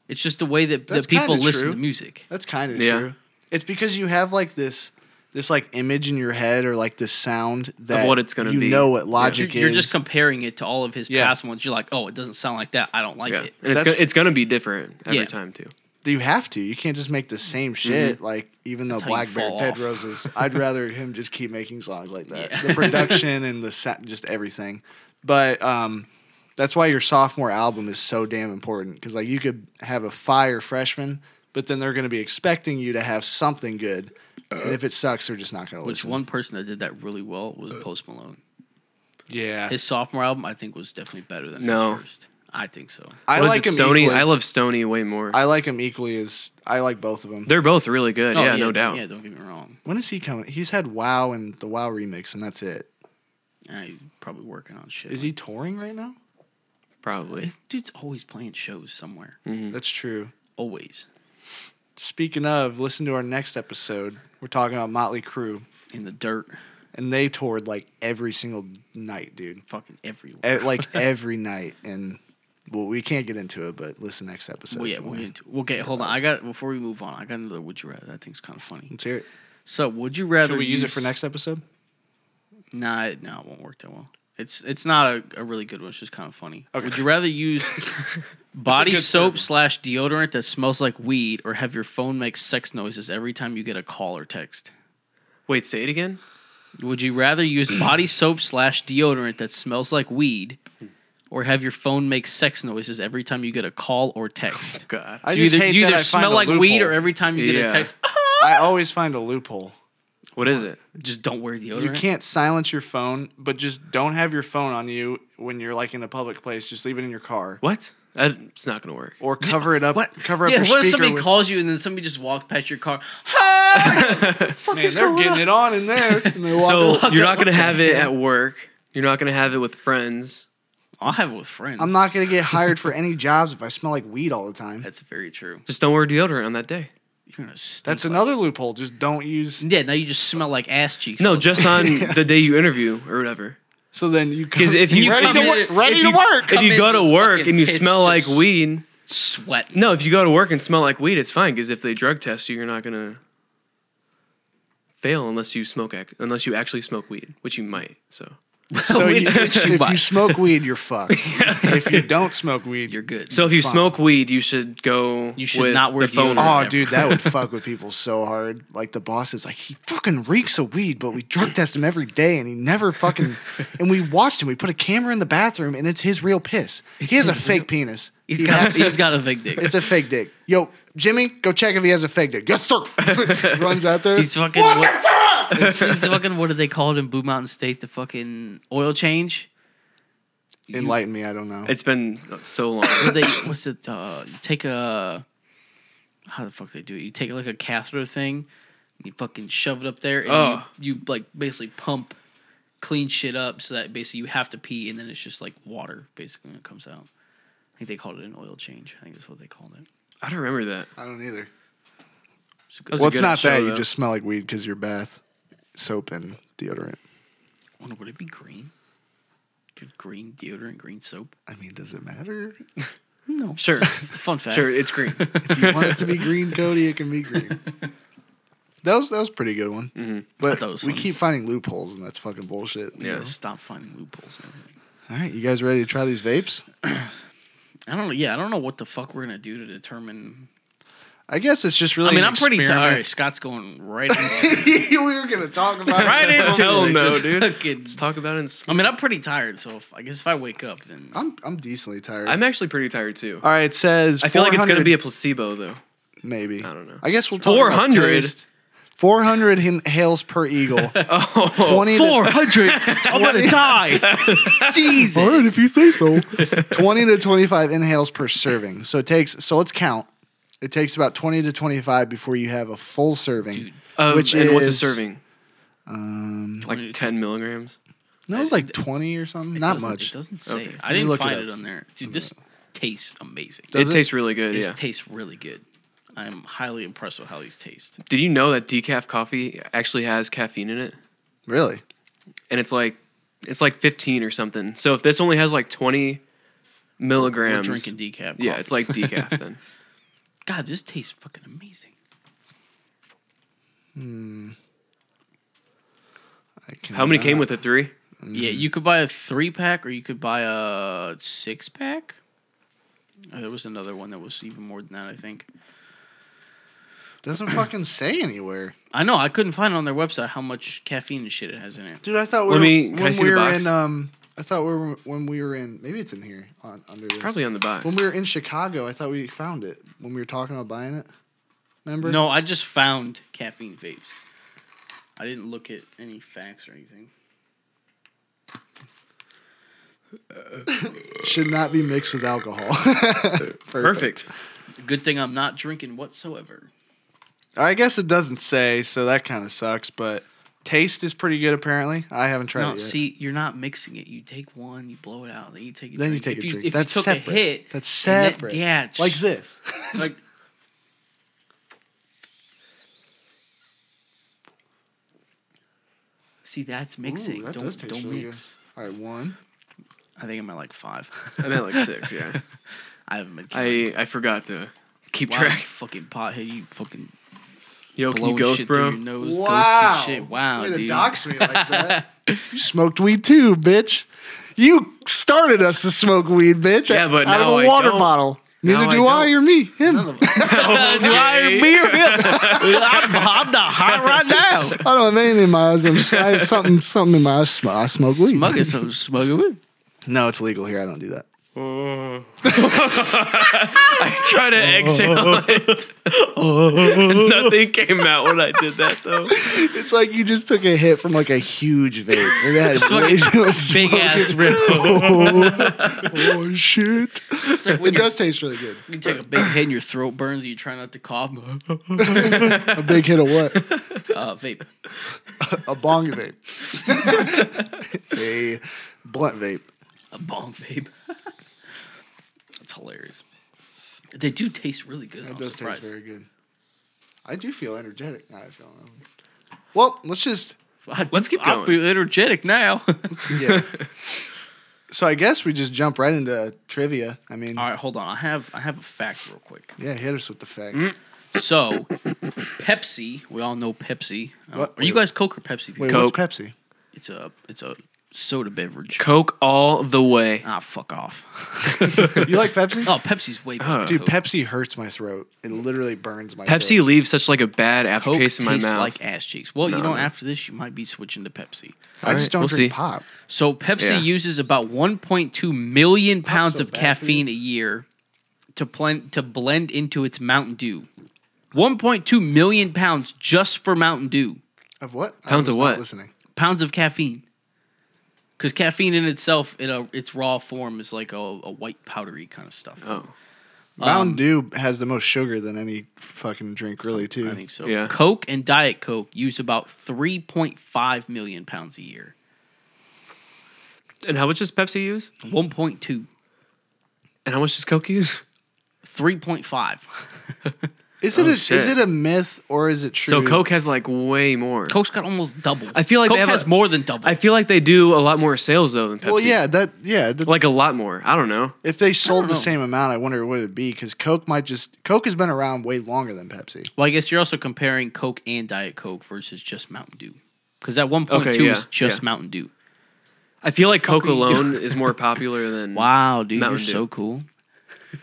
Speaker 2: It's just the way that,
Speaker 1: That's
Speaker 2: that people
Speaker 1: kinda
Speaker 2: listen
Speaker 1: true.
Speaker 2: to music.
Speaker 1: That's kind of
Speaker 4: Yeah.
Speaker 1: true. It's because you have like this this like image in your head or like this sound that
Speaker 4: what it's gonna
Speaker 1: you
Speaker 4: be.
Speaker 1: know what
Speaker 2: You're,
Speaker 1: logic
Speaker 2: you're
Speaker 1: is.
Speaker 2: just comparing it to all of his
Speaker 1: Yeah.
Speaker 2: past ones. You're like, oh, it doesn't sound like that. I don't like
Speaker 4: yeah,
Speaker 2: it.
Speaker 4: and it's
Speaker 1: That's-
Speaker 4: gonna, it's gonna be different every
Speaker 2: Yeah.
Speaker 4: time too.
Speaker 1: you have to. You can't just make the same shit. Like even though
Speaker 2: Mm-hmm. That's how you
Speaker 1: Black Bear,
Speaker 2: fall
Speaker 1: Dead
Speaker 2: off.
Speaker 1: Roses, I'd rather him just keep making songs like that.
Speaker 2: Yeah.
Speaker 1: The production and the sa- just everything. But um, that's why your sophomore album is so damn important because like you could have a fire freshman, but then they're going to be expecting you to have something good. And if it sucks, they're just not going to
Speaker 2: Which
Speaker 1: listen.
Speaker 2: one person that did that really well was
Speaker 1: Uh,
Speaker 2: Post Malone.
Speaker 1: Yeah,
Speaker 2: His sophomore album, I think, was definitely better than
Speaker 4: No.
Speaker 2: his first. I think so.
Speaker 1: I
Speaker 4: What is
Speaker 1: like
Speaker 4: it,
Speaker 1: him.
Speaker 4: Stony.
Speaker 1: equally.
Speaker 4: I love Stony way more.
Speaker 1: I like him equally as I like both of them.
Speaker 4: They're both really good.
Speaker 2: Oh,
Speaker 4: yeah, no doubt.
Speaker 2: Yeah, don't get me wrong.
Speaker 1: when is he coming? He's had WoW and the WoW remix, and that's it.
Speaker 2: I probably working on shit.
Speaker 1: Is he touring right now?
Speaker 4: Probably.
Speaker 2: This dude's always playing shows somewhere.
Speaker 1: That's true.
Speaker 2: Always
Speaker 1: Speaking of, listen to our next episode. We're talking about Motley Crue,
Speaker 2: in the dirt,
Speaker 1: and they toured like every single night, dude.
Speaker 2: fucking everywhere.
Speaker 1: E- like every night, and well, we can't get into it, but listen next episode.
Speaker 2: well, yeah,
Speaker 1: if you
Speaker 2: we'll
Speaker 1: want.
Speaker 2: get into- okay, hold on. I got before we move on. I got another. Would you rather? That thing's kind of funny.
Speaker 1: Let's hear it.
Speaker 2: So, would you rather?
Speaker 1: Can we use it for next episode?
Speaker 2: Nah, it- no, it won't work that well. It's it's not a, a really good one. It's just kind of funny.
Speaker 1: Okay.
Speaker 2: Would you rather use body
Speaker 1: good
Speaker 2: soap
Speaker 1: term.
Speaker 2: slash deodorant that smells like weed, or have your phone make sex noises every time you get a call or text?
Speaker 4: Wait, say it again.
Speaker 2: Would you rather use body soap slash deodorant that smells like weed, or have your phone make sex noises every time you get a call or text?
Speaker 4: God.
Speaker 1: I
Speaker 2: you
Speaker 1: just
Speaker 2: either,
Speaker 1: hate
Speaker 2: you
Speaker 1: that
Speaker 2: either
Speaker 1: I find a
Speaker 2: smell like weed,
Speaker 1: loophole.
Speaker 2: or every time you get
Speaker 4: Yeah.
Speaker 2: a text.
Speaker 1: I always find a loophole.
Speaker 4: What is it?
Speaker 2: Just don't wear deodorant.
Speaker 1: You can't silence your phone, but just don't have your phone on you when you're like in a public place. Just leave it in your car
Speaker 4: What? That, it's not gonna work.
Speaker 1: or cover it up. Cover up
Speaker 2: yeah,
Speaker 1: your
Speaker 2: what if
Speaker 1: speaker.
Speaker 2: somebody
Speaker 1: with-
Speaker 2: calls you and then somebody just walked past your car?
Speaker 1: Man, they're getting it on in there. And they walk
Speaker 4: So
Speaker 1: over.
Speaker 4: you're not gonna have it at work. You're not gonna have it with friends.
Speaker 2: I'll have it with friends.
Speaker 1: I'm not gonna get hired for any jobs if I smell like weed all the time.
Speaker 2: That's very true.
Speaker 4: Just don't wear deodorant on that day.
Speaker 2: You're gonna stink
Speaker 1: That's
Speaker 2: like-
Speaker 1: another loophole. Just don't use.
Speaker 2: Yeah, now you just smell like ass cheeks.
Speaker 4: No, just on the day you interview or whatever.
Speaker 1: So then you
Speaker 4: Because if you
Speaker 1: ready
Speaker 4: come
Speaker 1: to
Speaker 4: in-
Speaker 1: work,
Speaker 2: if
Speaker 1: ready to
Speaker 2: you
Speaker 1: work.
Speaker 4: if
Speaker 2: come
Speaker 4: you
Speaker 2: in
Speaker 4: go to
Speaker 2: with
Speaker 4: work
Speaker 2: fucking
Speaker 4: and you
Speaker 2: piss
Speaker 4: smell like
Speaker 2: just
Speaker 4: weed,
Speaker 2: sweat.
Speaker 4: no, if you go to work and smell like weed, it's fine. Because if they drug test you, you're not gonna fail unless you smoke ac- unless you actually smoke weed, which you might. So
Speaker 1: So
Speaker 2: Which-
Speaker 1: you-
Speaker 2: which you
Speaker 1: if
Speaker 2: buy.
Speaker 1: you smoke weed, you're fucked. if you don't smoke weed,
Speaker 2: You're good.
Speaker 4: so if you
Speaker 1: Fine.
Speaker 4: smoke weed, you should go.
Speaker 2: You should
Speaker 4: with
Speaker 2: not wear
Speaker 4: the phone.
Speaker 2: deodorant.
Speaker 1: Oh,
Speaker 2: never.
Speaker 1: dude, that would fuck with people so hard. Like the boss is like, he fucking reeks of weed, but we drug test him every day, and he never fucking. and we watched him. We put a camera in the bathroom, and it's his real piss. He has a fake penis.
Speaker 2: He's
Speaker 1: You
Speaker 2: got
Speaker 1: have to-
Speaker 2: he's got a big dick.
Speaker 1: it's a fake dick. Yo, Jimmy, go check if he has a fake dick. Yes, sir. Runs out there.
Speaker 2: He's fucking what, It's- he's fucking what do they call it in Blue Mountain State? The fucking oil change?
Speaker 1: Enlighten me. I don't know.
Speaker 4: It's been uh, so long.
Speaker 2: What they what's it uh you take a how the fuck they do it? You take like a catheter thing, and you fucking shove it up there and
Speaker 4: Oh.
Speaker 2: you, you like basically pump clean shit up so that basically you have to pee and then it's just like water basically when it comes out. I think they called it an oil change. I think that's what they called it.
Speaker 4: I don't remember that.
Speaker 1: I don't either.
Speaker 2: It's a
Speaker 4: That
Speaker 2: good-
Speaker 4: was a
Speaker 1: Well, it's
Speaker 4: good
Speaker 1: not
Speaker 4: show,
Speaker 1: that. You
Speaker 4: though.
Speaker 1: just smell like weed because your bath, soap, and deodorant.
Speaker 2: wonder, would it be green? Good green deodorant, green soap.
Speaker 1: I mean, does it matter?
Speaker 2: No.
Speaker 4: sure,
Speaker 2: Fun fact.
Speaker 4: sure. It's green.
Speaker 1: If you want it to be green, Cody, it can be green. That was that was a pretty good one.
Speaker 4: Mm-hmm.
Speaker 1: But
Speaker 2: thought it was
Speaker 1: we
Speaker 2: fun.
Speaker 1: keep finding loopholes, and that's fucking bullshit.
Speaker 4: Yeah.
Speaker 2: So Stop finding loopholes and everything.
Speaker 1: All right, you guys ready to try these vapes?
Speaker 2: I don't know. Yeah, I don't know what the fuck we're gonna do to determine.
Speaker 1: I guess it's just really.
Speaker 2: I mean,
Speaker 1: an
Speaker 2: I'm pretty tired.
Speaker 1: experiment.
Speaker 2: Scott's going right into
Speaker 1: we were gonna talk about
Speaker 2: right
Speaker 1: it.
Speaker 2: into
Speaker 4: Hell
Speaker 2: it.
Speaker 4: no,
Speaker 2: Just
Speaker 4: dude.
Speaker 2: fucking-
Speaker 4: Let's talk about it. In s-
Speaker 2: I mean, I'm pretty tired, so if, I guess if I wake up, then
Speaker 1: I'm I'm decently tired.
Speaker 4: I'm actually pretty tired too.
Speaker 1: All right, it says.
Speaker 4: I feel like it's gonna
Speaker 1: 400
Speaker 4: be a placebo though.
Speaker 1: maybe.
Speaker 4: I don't know.
Speaker 1: I guess we'll talk
Speaker 4: Four
Speaker 1: 400.
Speaker 4: hundred.
Speaker 1: Four hundred hails per eagle.
Speaker 4: Oh,
Speaker 1: Twenty. to-
Speaker 2: hundred. I'm gonna die.
Speaker 1: All right, if you say so. 20 to 25 inhales per serving. So it takes, so let's count. It takes about 20 to 25 before you have a full serving.
Speaker 2: Dude.
Speaker 4: Of-
Speaker 1: Which
Speaker 4: and what's a
Speaker 1: is-
Speaker 4: serving?
Speaker 2: Twenty-
Speaker 4: Like ten milligrams.
Speaker 1: That was like 20 or something. Not
Speaker 2: doesn't-
Speaker 1: much.
Speaker 2: It doesn't say.
Speaker 4: Okay.
Speaker 2: I
Speaker 1: Let me
Speaker 2: didn't
Speaker 1: look it
Speaker 2: find
Speaker 1: up.
Speaker 2: it, on there, dude. This tastes amazing.
Speaker 1: Does
Speaker 4: it,
Speaker 1: it?
Speaker 4: tastes really good.
Speaker 2: This
Speaker 4: Uh, Yeah.
Speaker 2: tastes really good. I'm highly impressed with how these taste.
Speaker 4: Did you know that decaf coffee actually has caffeine in it?
Speaker 1: Really?
Speaker 4: And it's like it's like fifteen or something. So if this only has like twenty
Speaker 2: We're
Speaker 4: milligrams,
Speaker 2: drinking decaf.
Speaker 4: yeah,
Speaker 2: coffee.
Speaker 4: it's like decaf then.
Speaker 2: God, this tastes fucking amazing.
Speaker 1: I can-
Speaker 4: How many came with a three?
Speaker 2: Yeah, you could buy a three pack or you could buy a six pack. Uh, There was another one that was even more than that, I think.
Speaker 1: Doesn't fucking say anywhere.
Speaker 2: I know I couldn't find on their website how much caffeine and shit it has in it.
Speaker 1: Dude, I thought we
Speaker 4: Let
Speaker 1: were,
Speaker 4: me- can I
Speaker 1: when
Speaker 4: see
Speaker 1: we
Speaker 4: the
Speaker 1: were
Speaker 4: box?
Speaker 1: in, um, I thought we were, when we were in, maybe it's in here on, under this.
Speaker 4: Probably on the box.
Speaker 1: When we were in Chicago, I thought we found it when we were talking about buying it. Remember?
Speaker 2: No, I just found caffeine vapes. I didn't look at any facts or anything.
Speaker 1: Should not be mixed with alcohol.
Speaker 4: Perfect.
Speaker 2: Good thing I'm not drinking whatsoever.
Speaker 1: I guess it doesn't say, so that kind of sucks. But taste is pretty good, apparently. I haven't tried
Speaker 2: No,
Speaker 1: it yet.
Speaker 2: see, you're not mixing it. You take one, you blow it out, then you take. A
Speaker 1: then you
Speaker 2: drink.
Speaker 1: take a
Speaker 2: If
Speaker 1: drink.
Speaker 2: If
Speaker 1: That's
Speaker 2: you took
Speaker 1: separate.
Speaker 2: a hit,
Speaker 1: That's
Speaker 2: and that-
Speaker 1: separate.
Speaker 2: yeah,
Speaker 1: like
Speaker 2: sh-
Speaker 1: this.
Speaker 2: Like See, that's mixing.
Speaker 1: that
Speaker 2: don't
Speaker 1: does taste
Speaker 2: don't
Speaker 1: really good.
Speaker 2: mix.
Speaker 1: All right, one.
Speaker 2: I think I'm at like five.
Speaker 4: I meant like six. Yeah.
Speaker 2: I haven't been. keeping-
Speaker 4: I I forgot to keep
Speaker 2: wow, you
Speaker 4: track.
Speaker 2: fucking pothead, you fucking
Speaker 4: Yo, can you
Speaker 2: blowing
Speaker 4: ghost,
Speaker 2: shit
Speaker 4: bro?
Speaker 2: through your nose, ghosts and shit. Wow,
Speaker 1: Way to
Speaker 2: dude.
Speaker 1: dox me like that. you smoked weed too, bitch. You started us to smoke weed, bitch.
Speaker 4: Yeah, but
Speaker 1: out
Speaker 4: now
Speaker 1: of
Speaker 4: I
Speaker 1: a water
Speaker 4: don't.
Speaker 1: bottle.
Speaker 4: Now
Speaker 1: Neither
Speaker 4: I
Speaker 1: do I,
Speaker 4: don't.
Speaker 1: or me. Him.
Speaker 2: None of us.
Speaker 4: Okay.
Speaker 2: me or him. I'm, I'm not hot right now.
Speaker 1: I don't have anything in my eyes. I'm, I have something, something in my eyes. Sm- I smoke weed.
Speaker 2: Smug is so smug.
Speaker 1: No, it's legal here. I don't do that.
Speaker 4: I tried to exhale it. Nothing came out when I did that though.
Speaker 1: It's like you just took a hit from like a huge vape. And that has way too
Speaker 2: Big ass rip.
Speaker 1: Oh shit!
Speaker 2: It's like when
Speaker 1: It
Speaker 2: you're-
Speaker 1: does taste really good.
Speaker 2: you take a big hit and your throat burns and you try not to cough. Uh,
Speaker 1: A big hit of what?
Speaker 2: vape.
Speaker 1: A bong vape. a blunt vape.
Speaker 2: A bong vape. That's hilarious. They do taste really good.
Speaker 1: It
Speaker 2: I'm
Speaker 1: does
Speaker 2: surprised.
Speaker 1: taste very good. I do feel energetic now. I feel. that way. Well, let's just
Speaker 2: I do-
Speaker 4: Let's keep
Speaker 2: I
Speaker 4: going.
Speaker 2: feel energetic now. All
Speaker 1: yeah. so I guess we just jump right into trivia. I mean,
Speaker 2: right, hold on. I have I have a fact real quick.
Speaker 1: yeah, hit us with the fact.
Speaker 2: So, Pepsi. We all know Pepsi. Uh,
Speaker 1: What?
Speaker 2: Are you guys Coke or Pepsi? people?
Speaker 1: Wait,
Speaker 4: Coke.
Speaker 1: what's Pepsi?
Speaker 2: It's a it's a soda beverage.
Speaker 4: Coke all the way.
Speaker 2: Ah, fuck off.
Speaker 1: You like Pepsi?
Speaker 2: Oh, Pepsi's way better. than
Speaker 1: Dude,
Speaker 2: Coke.
Speaker 1: Pepsi hurts my throat. It literally burns my
Speaker 4: Pepsi
Speaker 1: Throat.
Speaker 4: leaves such like a bad
Speaker 2: Coke
Speaker 4: aftertaste in my
Speaker 2: tastes
Speaker 4: mouth.
Speaker 2: like ass cheeks. Well, you
Speaker 4: No,
Speaker 2: know,
Speaker 4: no.
Speaker 2: after this, you might be switching to Pepsi.
Speaker 1: I just
Speaker 4: Alright,
Speaker 1: don't
Speaker 4: we'll
Speaker 1: drink
Speaker 4: see.
Speaker 1: pop.
Speaker 2: So Pepsi
Speaker 4: Yeah.
Speaker 2: uses about 1.2 million pounds
Speaker 1: so
Speaker 2: of
Speaker 1: bad for you.
Speaker 2: caffeine a year to blend to blend into its Mountain Dew. 1.2 million pounds just for Mountain Dew.
Speaker 1: Of what? I
Speaker 4: Pounds
Speaker 1: was
Speaker 4: of
Speaker 1: not
Speaker 4: what?
Speaker 1: Listening.
Speaker 2: Pounds of caffeine. Because caffeine in itself, in a, its raw form, is like a, a white powdery kind of stuff.
Speaker 4: oh.
Speaker 1: Mountain Dew has the most sugar than any fucking drink, really. Too.
Speaker 2: I think so.
Speaker 4: Yeah.
Speaker 2: Coke and Diet Coke use about 3.5 million pounds a year.
Speaker 4: And how much does Pepsi use?
Speaker 2: 1.2.
Speaker 4: And how much does Coke use?
Speaker 2: 3.5.
Speaker 1: Is it
Speaker 4: Oh,
Speaker 1: a,
Speaker 4: shit.
Speaker 1: is it a myth or is it true?
Speaker 4: So Coke has like way more.
Speaker 2: Coke's got almost double.
Speaker 4: I feel like
Speaker 2: Coke
Speaker 4: they have
Speaker 2: has
Speaker 4: a-
Speaker 2: more than double.
Speaker 4: I feel like they do a lot more sales though than Pepsi.
Speaker 1: Well, yeah, that yeah. the-
Speaker 4: Like a lot more. I don't know.
Speaker 1: if they sold the
Speaker 2: know.
Speaker 1: same amount, I wonder what it'd be because Coke might just Coke has been around way longer than Pepsi.
Speaker 2: Well, I guess you're also comparing Coke and Diet Coke versus just Mountain Dew. Because that 1.2
Speaker 4: Okay, yeah,
Speaker 2: is just
Speaker 4: yeah.
Speaker 2: Mountain Dew.
Speaker 4: I feel like Coke
Speaker 2: are you
Speaker 4: alone is more popular than
Speaker 2: Wow, dude,
Speaker 4: Mountain
Speaker 2: you're
Speaker 4: Dew.
Speaker 2: so cool.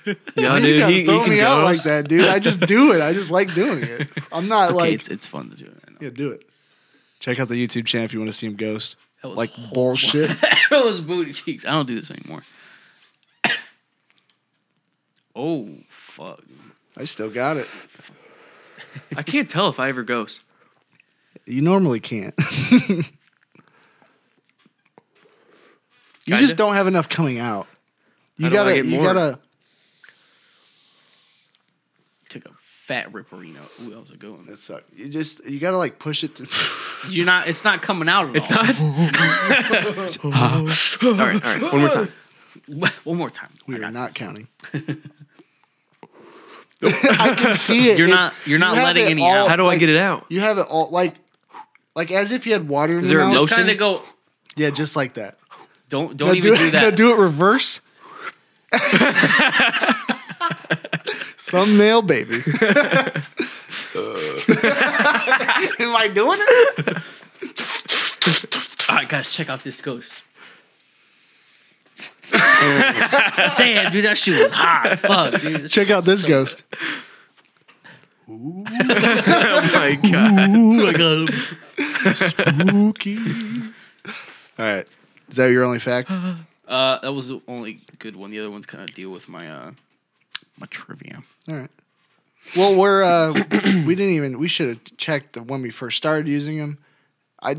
Speaker 4: Yeah,
Speaker 1: you
Speaker 4: Oh, dude,
Speaker 1: gotta
Speaker 4: he, he
Speaker 1: throw
Speaker 4: can
Speaker 1: me
Speaker 4: go.
Speaker 1: out like that, dude. I just do it. I just like doing it. I'm not
Speaker 2: Okay,
Speaker 1: like
Speaker 2: it's, it's fun to do it. I know.
Speaker 1: yeah, do it. Check out the YouTube channel if you want to see him ghost.
Speaker 2: That was
Speaker 1: Like
Speaker 2: horrible.
Speaker 1: bullshit.
Speaker 2: that was booty cheeks. I don't do this anymore. oh fuck!
Speaker 1: I still got it.
Speaker 4: I can't tell if I ever ghost.
Speaker 1: You normally can't. you
Speaker 4: Kinda.
Speaker 1: just don't have enough coming out. You
Speaker 4: How do I
Speaker 1: gotta.
Speaker 4: get
Speaker 1: You
Speaker 4: more?
Speaker 1: gotta.
Speaker 2: Took a fat ripperino. Ooh, that was a good one.
Speaker 1: That sucked. You just. You gotta like push it to.
Speaker 2: You're not. It's not coming out at
Speaker 4: It's
Speaker 2: all.
Speaker 4: not. all right, all right. One more time.
Speaker 2: one more time. I
Speaker 1: We are
Speaker 2: got
Speaker 1: not counting. I can see it.
Speaker 2: You're
Speaker 1: It-
Speaker 2: not- you're not
Speaker 1: have
Speaker 2: letting
Speaker 1: it
Speaker 2: any
Speaker 1: all-
Speaker 2: out.
Speaker 4: How do I
Speaker 1: like,
Speaker 4: get it out?
Speaker 1: You have it all like, like as if you had water. in
Speaker 4: Is
Speaker 1: your
Speaker 4: there a
Speaker 1: mouth.
Speaker 2: this.
Speaker 4: motion?
Speaker 2: Just kind of go.
Speaker 1: Yeah, just like that.
Speaker 2: Don't don't
Speaker 1: Now
Speaker 2: even do,
Speaker 1: it, now
Speaker 2: that.
Speaker 1: do it reverse. Thumbnail, baby. Am I doing it?
Speaker 2: All right, guys, check out this ghost. Damn, dude, that shit was hot. Fuck, dude. This-
Speaker 1: Check out this ghost.
Speaker 4: Oh my god.
Speaker 1: Spooky. All right. Is that your only fact?
Speaker 2: Uh, that was the only good one. The other ones kind of deal with my uh, my trivia.
Speaker 1: All right. Well, we're uh, we didn't even we should have checked when we first started using them. I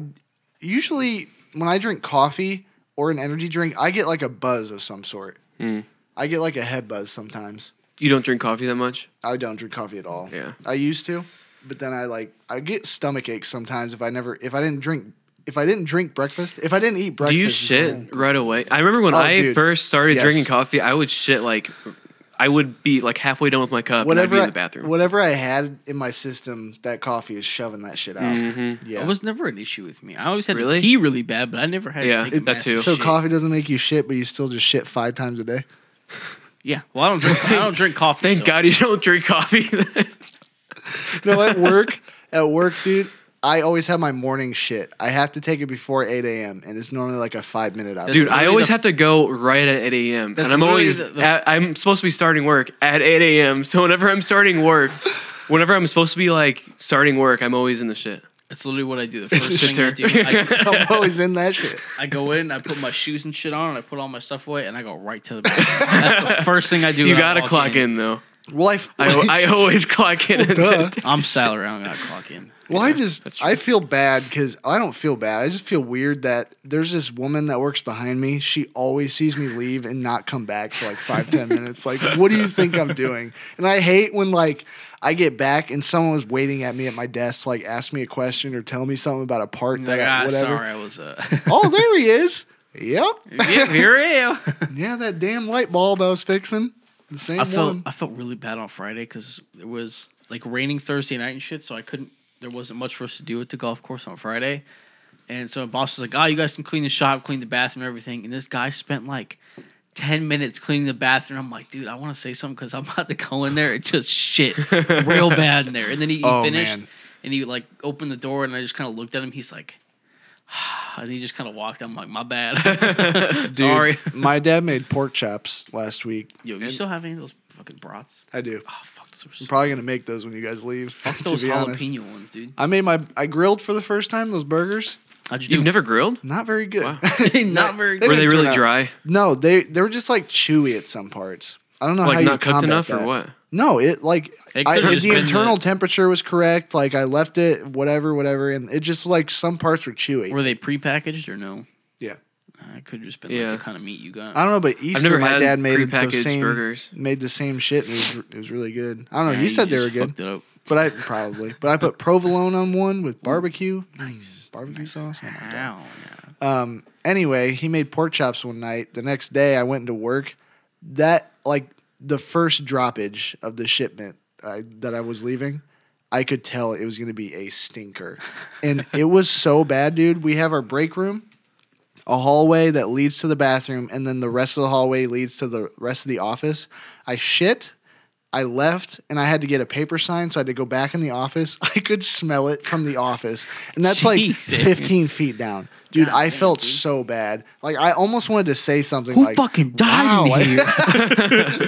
Speaker 1: usually when I drink coffee or an energy drink, I get like a buzz of some sort.
Speaker 4: Hmm.
Speaker 1: I get like a head buzz sometimes.
Speaker 4: You don't drink coffee that much?
Speaker 1: I don't drink coffee at all.
Speaker 4: Yeah.
Speaker 1: I used to, but then I like I get stomach aches sometimes if I never if I didn't drink if I didn't drink breakfast if I didn't eat breakfast.
Speaker 4: Do you
Speaker 1: oh,
Speaker 4: shit right away? I remember when
Speaker 1: Oh,
Speaker 4: I
Speaker 1: dude.
Speaker 4: first started
Speaker 1: Yes.
Speaker 4: drinking coffee, I would shit like I would be like halfway done with my cup
Speaker 1: Whatever I,
Speaker 4: and I'd be in the bathroom.
Speaker 1: whatever I had in my system, that coffee is shoving that shit out.
Speaker 4: Mm-hmm.
Speaker 1: Yeah.
Speaker 2: It was never an issue with me. I always had to
Speaker 4: Really?
Speaker 2: pee really bad, but I never had
Speaker 4: Yeah,
Speaker 2: to take a
Speaker 4: that
Speaker 2: massive
Speaker 4: too.
Speaker 1: So
Speaker 2: shit.
Speaker 1: coffee doesn't make you shit, but you still just shit five times a day.
Speaker 2: Yeah, well, I don't drink. I don't drink coffee.
Speaker 4: Thank
Speaker 2: so-
Speaker 4: God you don't drink coffee.
Speaker 1: No, at work, at work, dude, I always have my morning shit. I have to take it before eight a.m. and it's normally like a five minute out.
Speaker 4: Dude,
Speaker 2: That's
Speaker 4: I
Speaker 2: literally
Speaker 4: always
Speaker 2: the-
Speaker 4: have to go right at 8 a.m.
Speaker 2: That's
Speaker 4: And I'm
Speaker 2: literally
Speaker 4: always,
Speaker 2: the- the-
Speaker 4: at, I'm supposed to be starting work at 8 a.m. So whenever I'm starting work, whenever I'm supposed to be like starting work, I'm always in the shit.
Speaker 2: It's literally what I do. The first thing I
Speaker 4: Sister.
Speaker 2: do, I,
Speaker 1: I'm always in that shit.
Speaker 2: I go in, I put my shoes and shit on, and I put all my stuff away, and I go right to the bathroom. That's the first thing I do.
Speaker 4: You
Speaker 2: when I
Speaker 4: gotta
Speaker 2: walk
Speaker 4: clock in, though.
Speaker 1: Well, I, f-
Speaker 4: I, I always clock in. at
Speaker 1: duh.
Speaker 4: that time.
Speaker 2: I'm salary. I don't gotta clock in.
Speaker 1: Well, I just I feel bad because I don't feel bad. I just feel weird that there's this woman that works behind me. She always sees me leave and not come back for like five ten minutes. Like, what do you think I'm doing? And I hate when like I get back and someone was waiting at me at my desk, to, like ask me a question or tell me something about a part that
Speaker 2: Like,
Speaker 1: I,
Speaker 2: ah,
Speaker 1: whatever.
Speaker 2: sorry, I was. Uh,
Speaker 1: Oh, there he is. Yep.
Speaker 2: yeah, here I am.
Speaker 1: yeah, that damn light bulb I was fixing. The same
Speaker 2: I felt
Speaker 1: one.
Speaker 2: I felt really bad on Friday because it was like raining Thursday night and shit, so I couldn't. There wasn't much for us to do at the golf course on Friday, and so my boss was like, "Oh, you guys can clean the shop, clean the bathroom, and everything." And this guy spent like ten minutes cleaning the bathroom. I'm like, "Dude, I want to say something because I'm about to go in there and just shit real bad in there." And then he, he
Speaker 1: Oh,
Speaker 2: finished
Speaker 1: man.
Speaker 2: and he like opened the door, and I just kind of looked at him. He's like. And he just kind of walked. I'm like, my bad. Sorry.
Speaker 1: my dad made pork chops last week.
Speaker 2: Yo, you still have any of those fucking brats?
Speaker 1: I do.
Speaker 2: Oh, fuck, those were so
Speaker 1: I'm probably gonna make those when you guys leave. to
Speaker 2: those
Speaker 1: be
Speaker 2: jalapeno
Speaker 1: honest.
Speaker 2: ones, dude.
Speaker 1: I made my I grilled for the first time those burgers.
Speaker 2: How'd you
Speaker 4: You've
Speaker 2: do?
Speaker 4: never grilled?
Speaker 1: Not very good.
Speaker 2: not very
Speaker 1: They
Speaker 4: Were
Speaker 2: good.
Speaker 4: they
Speaker 1: didn't turn
Speaker 4: really
Speaker 1: out-
Speaker 4: dry?
Speaker 1: no, they they were just like chewy at some parts. I don't know
Speaker 4: Like
Speaker 1: how you
Speaker 4: not cooked
Speaker 1: combat
Speaker 4: enough or
Speaker 1: that.
Speaker 4: what?
Speaker 1: No, it like
Speaker 2: It
Speaker 1: I,
Speaker 2: could've just
Speaker 1: the
Speaker 2: been
Speaker 1: internal
Speaker 2: the-
Speaker 1: temperature was correct. Like I left it whatever, whatever, and it just like some parts were chewy.
Speaker 2: Were they prepackaged or no?
Speaker 1: yeah,
Speaker 2: I could just been
Speaker 4: Yeah.
Speaker 2: like the kind of meat you got.
Speaker 1: I don't know, but Easter
Speaker 4: never
Speaker 1: my
Speaker 4: had
Speaker 1: dad made the
Speaker 4: prepackaged
Speaker 1: same
Speaker 4: burgers.
Speaker 1: made the same shit. And it, was, it was really good. I don't know.
Speaker 2: Yeah,
Speaker 1: you said they
Speaker 2: just
Speaker 1: were good,
Speaker 2: Fucked it up.
Speaker 1: but I probably but I put provolone on one with barbecue. Nice barbecue sauce. Oh my God.
Speaker 2: Ow, yeah.
Speaker 1: Um, anyway, he made pork chops one night. The next day, I went into work. That like the first droppage of the shipment uh, that I was leaving, I could tell it was going to be a stinker, and it was so bad, dude. We have our break room, a hallway that leads to the bathroom, and then the rest of the hallway leads to the rest of the office. I shit. I left and I had to get a paper sign, so I had to go back in the office. I could smell it from the office, and that's like
Speaker 2: Jesus.
Speaker 1: 15 feet down. Dude,
Speaker 2: God
Speaker 1: I
Speaker 2: damn,
Speaker 1: felt
Speaker 2: dude.
Speaker 1: so bad. Like I almost wanted to say something
Speaker 2: Who
Speaker 1: like
Speaker 2: fucking died
Speaker 1: wow,
Speaker 2: in here?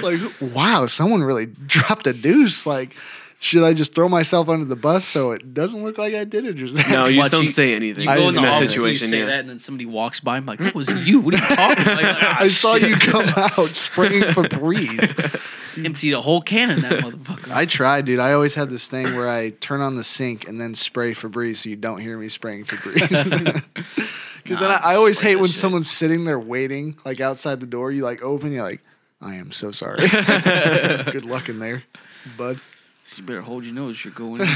Speaker 1: like wow, someone really dropped a deuce. Like should I just throw myself under the bus so it doesn't look like I did it or something?
Speaker 4: No, you
Speaker 2: Watch,
Speaker 4: just don't
Speaker 2: you-
Speaker 4: say anything
Speaker 2: You go
Speaker 1: I-
Speaker 2: in the
Speaker 1: in that
Speaker 2: office,
Speaker 4: situation.
Speaker 2: you say
Speaker 4: yeah.
Speaker 2: that, and then somebody walks by. I'm like, that was you. What are you talking? about? Like, ah,
Speaker 1: I saw
Speaker 2: shit.
Speaker 1: you come out springing for breeze.
Speaker 2: emptied a whole can in that motherfucker.
Speaker 1: I try, dude. I always have this thing where I turn on the sink and then spray Febreze so you don't hear me spraying Febreze. Because then
Speaker 2: Nah,
Speaker 1: I, I always
Speaker 2: spray
Speaker 1: hate
Speaker 2: that
Speaker 1: when
Speaker 2: shit.
Speaker 1: someone's sitting there waiting, like outside the door. You like open, you're like, I am so sorry. Good luck in there, bud.
Speaker 2: So you better hold your nose. You're going. in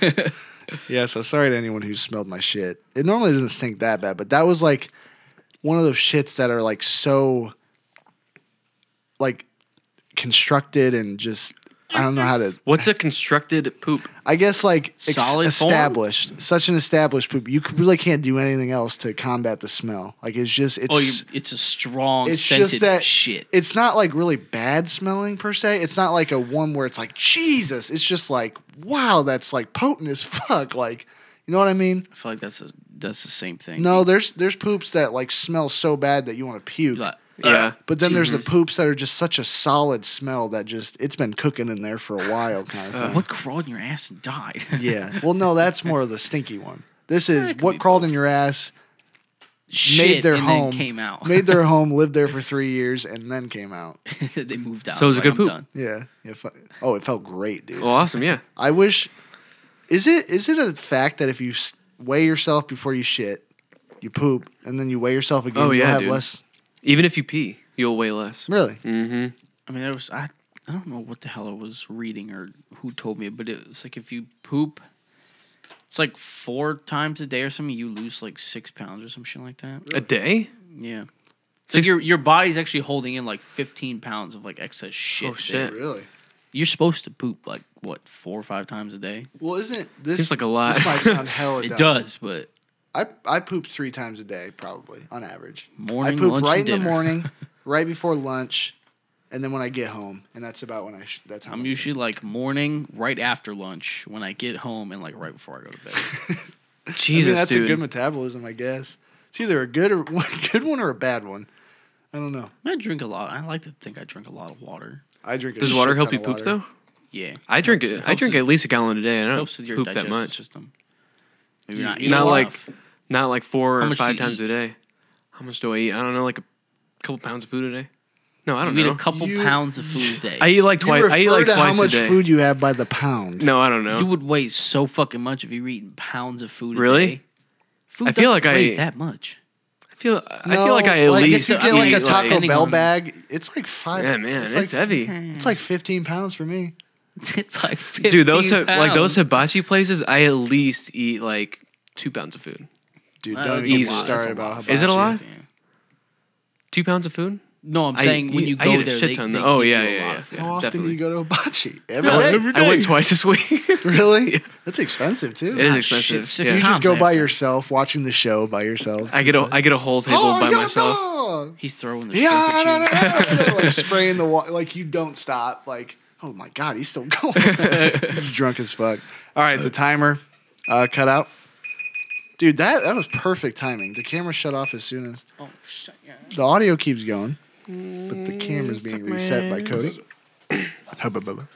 Speaker 2: there.
Speaker 1: Yeah, so sorry to anyone who smelled my shit. It normally doesn't stink that bad, but that was like one of those shits that are like so like constructed and just I don't know how to
Speaker 4: What's a constructed poop?
Speaker 1: I guess like ex-
Speaker 2: Solid form?
Speaker 1: established, such an established poop. You c- really can't do anything else to combat the smell. Like it's just it's
Speaker 2: oh, you, it's a strong
Speaker 1: it's
Speaker 2: scented
Speaker 1: just that
Speaker 2: shit.
Speaker 1: It's not like really bad smelling per se. It's not like a one where it's like Jesus. It's just like wow, that's like potent as fuck. Like you know what I mean?
Speaker 2: I feel like that's a that's the same thing.
Speaker 1: No, there's there's poops that like smell so bad that you want to puke.
Speaker 2: You're like, "Uh, mm-hmm.
Speaker 4: Yeah.
Speaker 1: but then there's the poops that are just such a solid smell that just it's been cooking in there for a while kind of thing.
Speaker 2: what crawled in your ass and died?
Speaker 1: Yeah. Well, no, that's more of the stinky one. This is
Speaker 2: it could
Speaker 1: what
Speaker 2: be
Speaker 1: crawled in your ass,
Speaker 2: Shit,
Speaker 1: made their
Speaker 2: and
Speaker 1: home,
Speaker 2: then came out.
Speaker 1: made their home, lived there for three years, and then came out.
Speaker 2: they moved out.
Speaker 4: So it was a
Speaker 2: Like,
Speaker 4: good
Speaker 2: I'm
Speaker 4: poop.
Speaker 2: done.
Speaker 1: Yeah. yeah fu- oh, it felt great, dude.
Speaker 4: Well, awesome. Yeah.
Speaker 1: I wish. Is it is it a fact that if you s- weigh yourself before you shit, you poop, and then you weigh yourself again,
Speaker 4: Oh,
Speaker 1: you'll
Speaker 4: yeah,
Speaker 1: have
Speaker 4: dude.
Speaker 1: less?
Speaker 4: Even if you pee, you'll weigh less.
Speaker 1: Really?
Speaker 2: Mm. I mean, there was I, I don't know what the hell I was reading or who told me, but it was like if you poop, it's like four times a day or something, you lose like six pounds or some shit like that.
Speaker 4: A day?
Speaker 2: Yeah, it's like your your body's actually holding in like fifteen pounds of like excess shit.
Speaker 4: Oh,
Speaker 2: there.
Speaker 4: shit.
Speaker 1: Really?
Speaker 2: You're supposed to poop like what four or five times a day.
Speaker 1: Well, isn't this
Speaker 4: Seems like a lot.
Speaker 1: This might sound hella.
Speaker 2: It
Speaker 1: dumb.
Speaker 2: does, but
Speaker 1: I I poop three times a day, probably on average.
Speaker 2: Morning,
Speaker 1: I poop
Speaker 2: lunch,
Speaker 1: right in
Speaker 2: and
Speaker 1: the
Speaker 2: dinner.
Speaker 1: morning, right before lunch, and then when I get home, and that's about when I. Sh- that's how
Speaker 2: I'm
Speaker 1: much I-
Speaker 2: usually like morning, right after lunch, when I get home, and like right before I go to bed.
Speaker 1: I mean,
Speaker 4: Jesus,
Speaker 1: that's
Speaker 4: dude.
Speaker 1: a good metabolism, I guess. It's either a good or good one or a bad one. I don't know.
Speaker 2: I drink a lot. I like to think I drink a lot of water.
Speaker 1: I drink. A
Speaker 4: Does water
Speaker 1: shit
Speaker 4: help
Speaker 1: ton
Speaker 4: you
Speaker 1: of
Speaker 4: poop
Speaker 1: water.
Speaker 4: though?
Speaker 2: Yeah,
Speaker 4: I drink it. I
Speaker 2: helps
Speaker 4: drink
Speaker 2: with-
Speaker 4: at least a gallon a day. and I don't
Speaker 2: helps with your
Speaker 4: poop that
Speaker 2: digestive
Speaker 4: much.
Speaker 2: system. Maybe
Speaker 1: You-
Speaker 2: not
Speaker 1: you
Speaker 2: eat
Speaker 4: not
Speaker 2: a lot.
Speaker 4: like not like four
Speaker 2: How
Speaker 4: or
Speaker 2: much do
Speaker 4: five
Speaker 2: you
Speaker 4: times
Speaker 2: eat?
Speaker 4: a day. How much do I eat? I don't know, like a couple pounds of food a day. No, I
Speaker 2: you
Speaker 4: don't
Speaker 2: eat
Speaker 4: know.
Speaker 2: a couple
Speaker 1: You-
Speaker 2: pounds of food a day.
Speaker 4: I eat like twice.
Speaker 1: You refer
Speaker 4: I eat like
Speaker 1: to
Speaker 4: twice
Speaker 1: how much
Speaker 4: a day.
Speaker 1: food you have by the pound.
Speaker 4: No, I don't know.
Speaker 2: you would weigh so fucking much if you were eating pounds of food. A
Speaker 4: Really?
Speaker 2: Day. Food
Speaker 4: I feel
Speaker 2: doesn't
Speaker 4: like I-
Speaker 2: weigh that much.
Speaker 4: I feel. I feel like I at
Speaker 1: like,
Speaker 4: least
Speaker 1: if you get like
Speaker 4: eat
Speaker 1: a Taco
Speaker 2: like-
Speaker 1: Bell bag, it's like five.
Speaker 4: yeah, man, it's,
Speaker 1: it's, like,
Speaker 4: heavy.
Speaker 1: It's like fifteen pounds for me.
Speaker 2: it's like 15
Speaker 4: Dude, those hi- like those
Speaker 2: pounds.
Speaker 4: hibachi places, I at least eat like two pounds of food.
Speaker 1: Dude,
Speaker 2: Uh,
Speaker 1: don't
Speaker 2: that's
Speaker 1: even
Speaker 2: a lot,
Speaker 1: start
Speaker 2: that's a
Speaker 1: about
Speaker 2: lot.
Speaker 1: hibachi.
Speaker 4: Is it a lot? Two pounds of food?
Speaker 2: No, I'm
Speaker 4: I
Speaker 2: saying when
Speaker 4: eat-
Speaker 2: you
Speaker 4: I
Speaker 2: go
Speaker 4: eat a
Speaker 2: there,
Speaker 4: shit
Speaker 2: they,
Speaker 4: ton,
Speaker 2: they
Speaker 4: though. Oh,
Speaker 2: give
Speaker 4: yeah,
Speaker 2: you a
Speaker 4: yeah,
Speaker 2: lot
Speaker 4: yeah.
Speaker 2: of food.
Speaker 1: How often do
Speaker 4: definitely.
Speaker 1: you go to hibachi? Every
Speaker 4: I
Speaker 1: day?
Speaker 4: went- I went twice this week. it
Speaker 1: Really? That's expensive too.
Speaker 4: is
Speaker 2: Ah,
Speaker 4: expensive.
Speaker 2: shit, six
Speaker 4: yeah.
Speaker 1: you
Speaker 2: times
Speaker 1: just go by
Speaker 2: after.
Speaker 1: yourself, watching the show by yourself. Oh,
Speaker 4: I get a Oh, I get a whole table by
Speaker 1: yeah,
Speaker 4: myself.
Speaker 1: dog.
Speaker 2: He's throwing the
Speaker 1: Yeah,
Speaker 2: stuff
Speaker 1: no,
Speaker 2: at you.
Speaker 1: no, no, no, like spraying the water, like you don't stop. Like, oh my god, he's still going. You're drunk as fuck. All right, the timer uh, cut out. Dude, that that was perfect timing. The camera shut off as soon as
Speaker 2: Oh, shit, yeah.
Speaker 1: the audio keeps going, but the camera's being reset by Cody. Hubba bubba.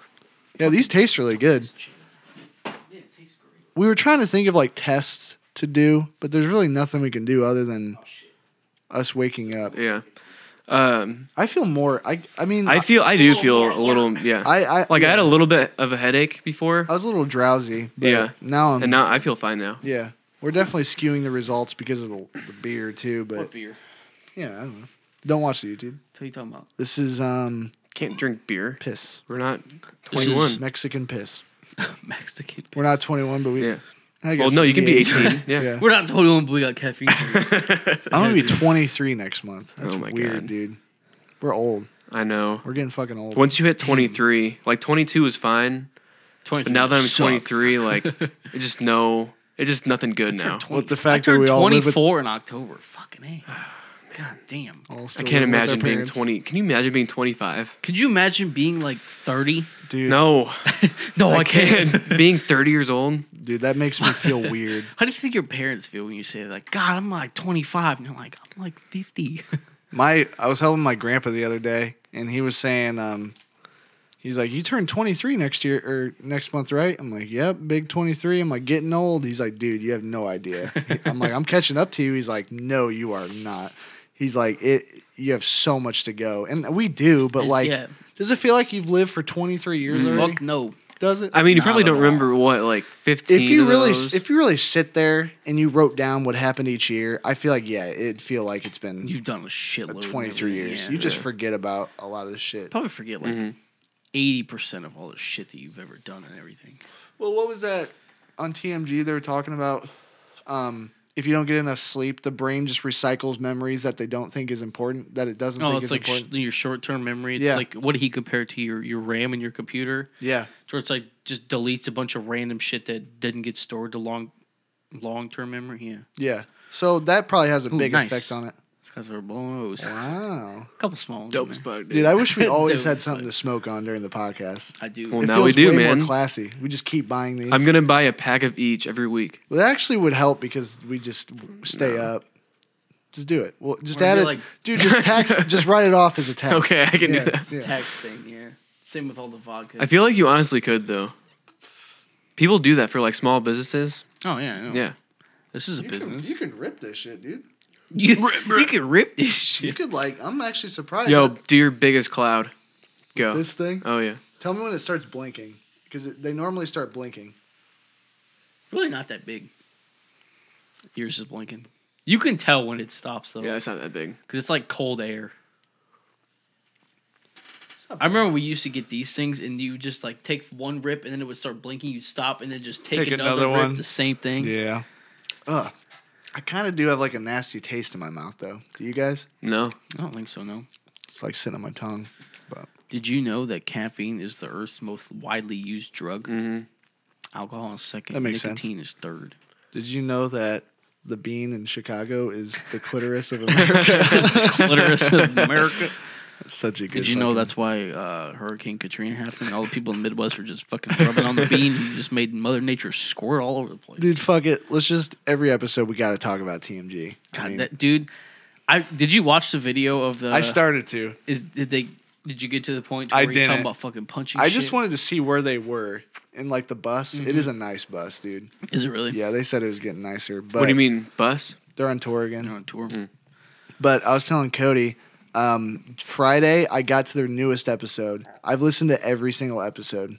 Speaker 1: yeah, these taste really good. We were trying to think of like tests to do, but there's really nothing we can do other than us waking up.
Speaker 4: Yeah. Um,
Speaker 1: I feel more. I I mean,
Speaker 4: I feel I do feel a little yeah.
Speaker 1: I, I
Speaker 4: like I
Speaker 1: yeah.
Speaker 4: had a little bit of a headache before,
Speaker 1: I was a little drowsy. But
Speaker 4: Yeah.
Speaker 1: Now I'm.
Speaker 4: and now I feel fine now.
Speaker 1: yeah. We're definitely skewing the results because of the, the beer too. But
Speaker 2: beer?
Speaker 1: yeah, I don't know. Don't watch the YouTube.
Speaker 2: What are you talking about?
Speaker 1: This is um
Speaker 4: Can't drink beer.
Speaker 1: piss.
Speaker 4: We're not
Speaker 2: This is-
Speaker 4: twenty one.
Speaker 1: Mexican piss.
Speaker 2: Mexican.
Speaker 1: We're not 21, but we.
Speaker 4: Yeah.
Speaker 1: I
Speaker 4: Well,
Speaker 1: guess
Speaker 4: no, you can be
Speaker 1: we-
Speaker 4: eighteen. Yeah.
Speaker 1: Yeah.
Speaker 2: We're not totally on, but we got caffeine.
Speaker 1: I'm gonna be 23 next month. That's
Speaker 4: Oh my
Speaker 1: weird,
Speaker 4: God.
Speaker 1: dude. We're old.
Speaker 4: I know.
Speaker 1: We're getting fucking old.
Speaker 4: Once you hit twenty three, like twenty two is fine, but
Speaker 2: 23
Speaker 4: now that I'm
Speaker 2: sucks.
Speaker 4: twenty three, like I just know it's just nothing good now.
Speaker 1: With the
Speaker 2: I
Speaker 1: fact that
Speaker 2: turned
Speaker 1: we all live with.
Speaker 2: 24 in October. Fucking A. God damn.
Speaker 1: all
Speaker 4: I
Speaker 1: still
Speaker 4: can't
Speaker 1: living with our
Speaker 4: imagine being
Speaker 1: parents.
Speaker 4: twenty. Can you imagine being twenty five?
Speaker 2: Could you imagine being like 30?
Speaker 1: Dude,
Speaker 4: No,
Speaker 2: No,
Speaker 4: I can't. being thirty years old.
Speaker 1: dude, that makes me feel weird.
Speaker 2: How do you think your parents feel when you say like, God, I'm like 25, and you're like, I'm like 50.
Speaker 1: My I was helping my grandpa the other day, and he was saying, um, he's like, "You turn 23 next year or next month, right?" I'm like, "Yep, big 23." I'm like, "Getting old." He's like, "Dude, you have no idea." I'm like, "I'm catching up to you." He's like, "No, you are not." He's like, "It, you have so much to go," and we do, but like,
Speaker 2: Yeah.
Speaker 1: does it feel like you've lived for 23 years already?
Speaker 2: Fuck no.
Speaker 1: Does it?
Speaker 4: Mm. I mean, you
Speaker 2: Not
Speaker 4: probably
Speaker 2: at
Speaker 4: don't
Speaker 2: all.
Speaker 4: remember what like fifteen.
Speaker 1: if you
Speaker 4: of
Speaker 1: really
Speaker 4: those-
Speaker 1: if you really sit there and you wrote down what happened each year, I feel like yeah, it'd feel like it's been
Speaker 2: You've done a shitload. and
Speaker 1: 23
Speaker 2: everything,
Speaker 1: years.
Speaker 2: yeah.
Speaker 1: You just Mm-hmm. forget about a lot of the shit.
Speaker 2: probably forget like 80 percent of all the shit that you've ever done and everything.
Speaker 1: Well, what was that on TMG they were talking about? Um, if you don't get enough sleep, the brain just recycles memories that they don't think is important, that it doesn't
Speaker 2: Oh,
Speaker 1: think
Speaker 2: it's
Speaker 1: is
Speaker 2: like sh-
Speaker 1: important.
Speaker 2: your short term memory. It's
Speaker 1: Yeah.
Speaker 2: like what did he compare it to your your RAM in your computer?
Speaker 1: yeah.
Speaker 2: Where it's like just deletes a bunch of random shit that didn't get stored to long long term memory. Yeah,
Speaker 1: Yeah. So that probably has a
Speaker 2: Ooh,
Speaker 1: big
Speaker 2: nice.
Speaker 1: effect on it.
Speaker 2: because we're blows. A
Speaker 1: Wow.
Speaker 2: couple small ones.
Speaker 4: dope
Speaker 2: in
Speaker 4: as
Speaker 2: there.
Speaker 4: fuck, dude.
Speaker 1: Dude, I wish we always
Speaker 2: Dude.
Speaker 1: had something to smoke on during the podcast.
Speaker 2: I do.
Speaker 4: Well,
Speaker 1: It
Speaker 4: now we
Speaker 1: feels
Speaker 4: do,
Speaker 1: way
Speaker 4: man.
Speaker 1: More classy. We just keep buying these.
Speaker 4: I'm gonna buy a pack of each every week.
Speaker 1: Well, that actually would help because we just w- stay up. Just do it. Well, just
Speaker 2: Or
Speaker 1: add
Speaker 2: be
Speaker 1: it,
Speaker 2: like-
Speaker 1: dude. Just tax. just write it off as a tax.
Speaker 4: Okay, I can do
Speaker 1: Yeah,
Speaker 4: that.
Speaker 1: yeah.
Speaker 2: Tax thing. Yeah. Same with all the vodka.
Speaker 4: I feel like you honestly could though. People do that for like small businesses.
Speaker 2: oh yeah. I know.
Speaker 4: Yeah.
Speaker 2: This is a
Speaker 1: You
Speaker 2: business.
Speaker 1: can, you can rip this shit, dude.
Speaker 2: You, you could rip this
Speaker 1: You
Speaker 2: shit.
Speaker 1: could like. I'm actually surprised.
Speaker 4: Yo,
Speaker 1: that
Speaker 4: do your biggest cloud. Go.
Speaker 1: this thing.
Speaker 4: oh yeah.
Speaker 1: Tell me when it starts blinking because they normally start blinking.
Speaker 2: Really not that big. Yours is blinking. You can tell when it stops though,
Speaker 4: Yeah,
Speaker 2: because
Speaker 4: it's not that big.
Speaker 2: it's like cold air.
Speaker 1: not
Speaker 2: I remember we used to get these things, and you just like take one rip, and then it would start blinking. You stop, and then just take,
Speaker 4: Take
Speaker 2: another,
Speaker 4: another
Speaker 2: rip,
Speaker 4: one.
Speaker 2: the same thing.
Speaker 1: Yeah. Ugh. I kind of do have like a nasty taste in my mouth though. Do you guys?
Speaker 4: No.
Speaker 2: I don't think so. No.
Speaker 1: It's like sitting on my tongue.
Speaker 2: Did you know that caffeine is the Earth's most widely used drug? Mm-hmm. Alcohol is second.
Speaker 1: That makes sense.
Speaker 2: Nicotine is third.
Speaker 1: Did you know that the bean in Chicago is the clitoris of America?
Speaker 2: Clitoris of America.
Speaker 1: Such a good.
Speaker 2: Did you know
Speaker 1: fucking-
Speaker 2: that's why uh, Hurricane Katrina happened? All the people in the Midwest were just fucking rubbing on the bean. You just made Mother Nature squirt all over the place.
Speaker 1: Dude, fuck it. Let's just every episode we got to talk about TMG. I
Speaker 2: God,
Speaker 1: mean,
Speaker 2: that dude. I did you watch the video of the?
Speaker 1: I started to.
Speaker 2: Is did they? Did you get to the point
Speaker 1: I
Speaker 2: where you're
Speaker 1: didn't.
Speaker 2: talking about fucking punching?
Speaker 1: I just
Speaker 2: shit?
Speaker 1: wanted to see where they were in like the bus. It
Speaker 4: Mm-hmm.
Speaker 1: is a nice bus, dude.
Speaker 2: Is it really?
Speaker 1: Yeah, they said it was getting nicer. But
Speaker 4: What do you mean, bus?
Speaker 1: They're on tour again.
Speaker 2: They're on tour.
Speaker 1: But I was telling Cody, um, Friday I got to their newest episode. I've listened to every single episode.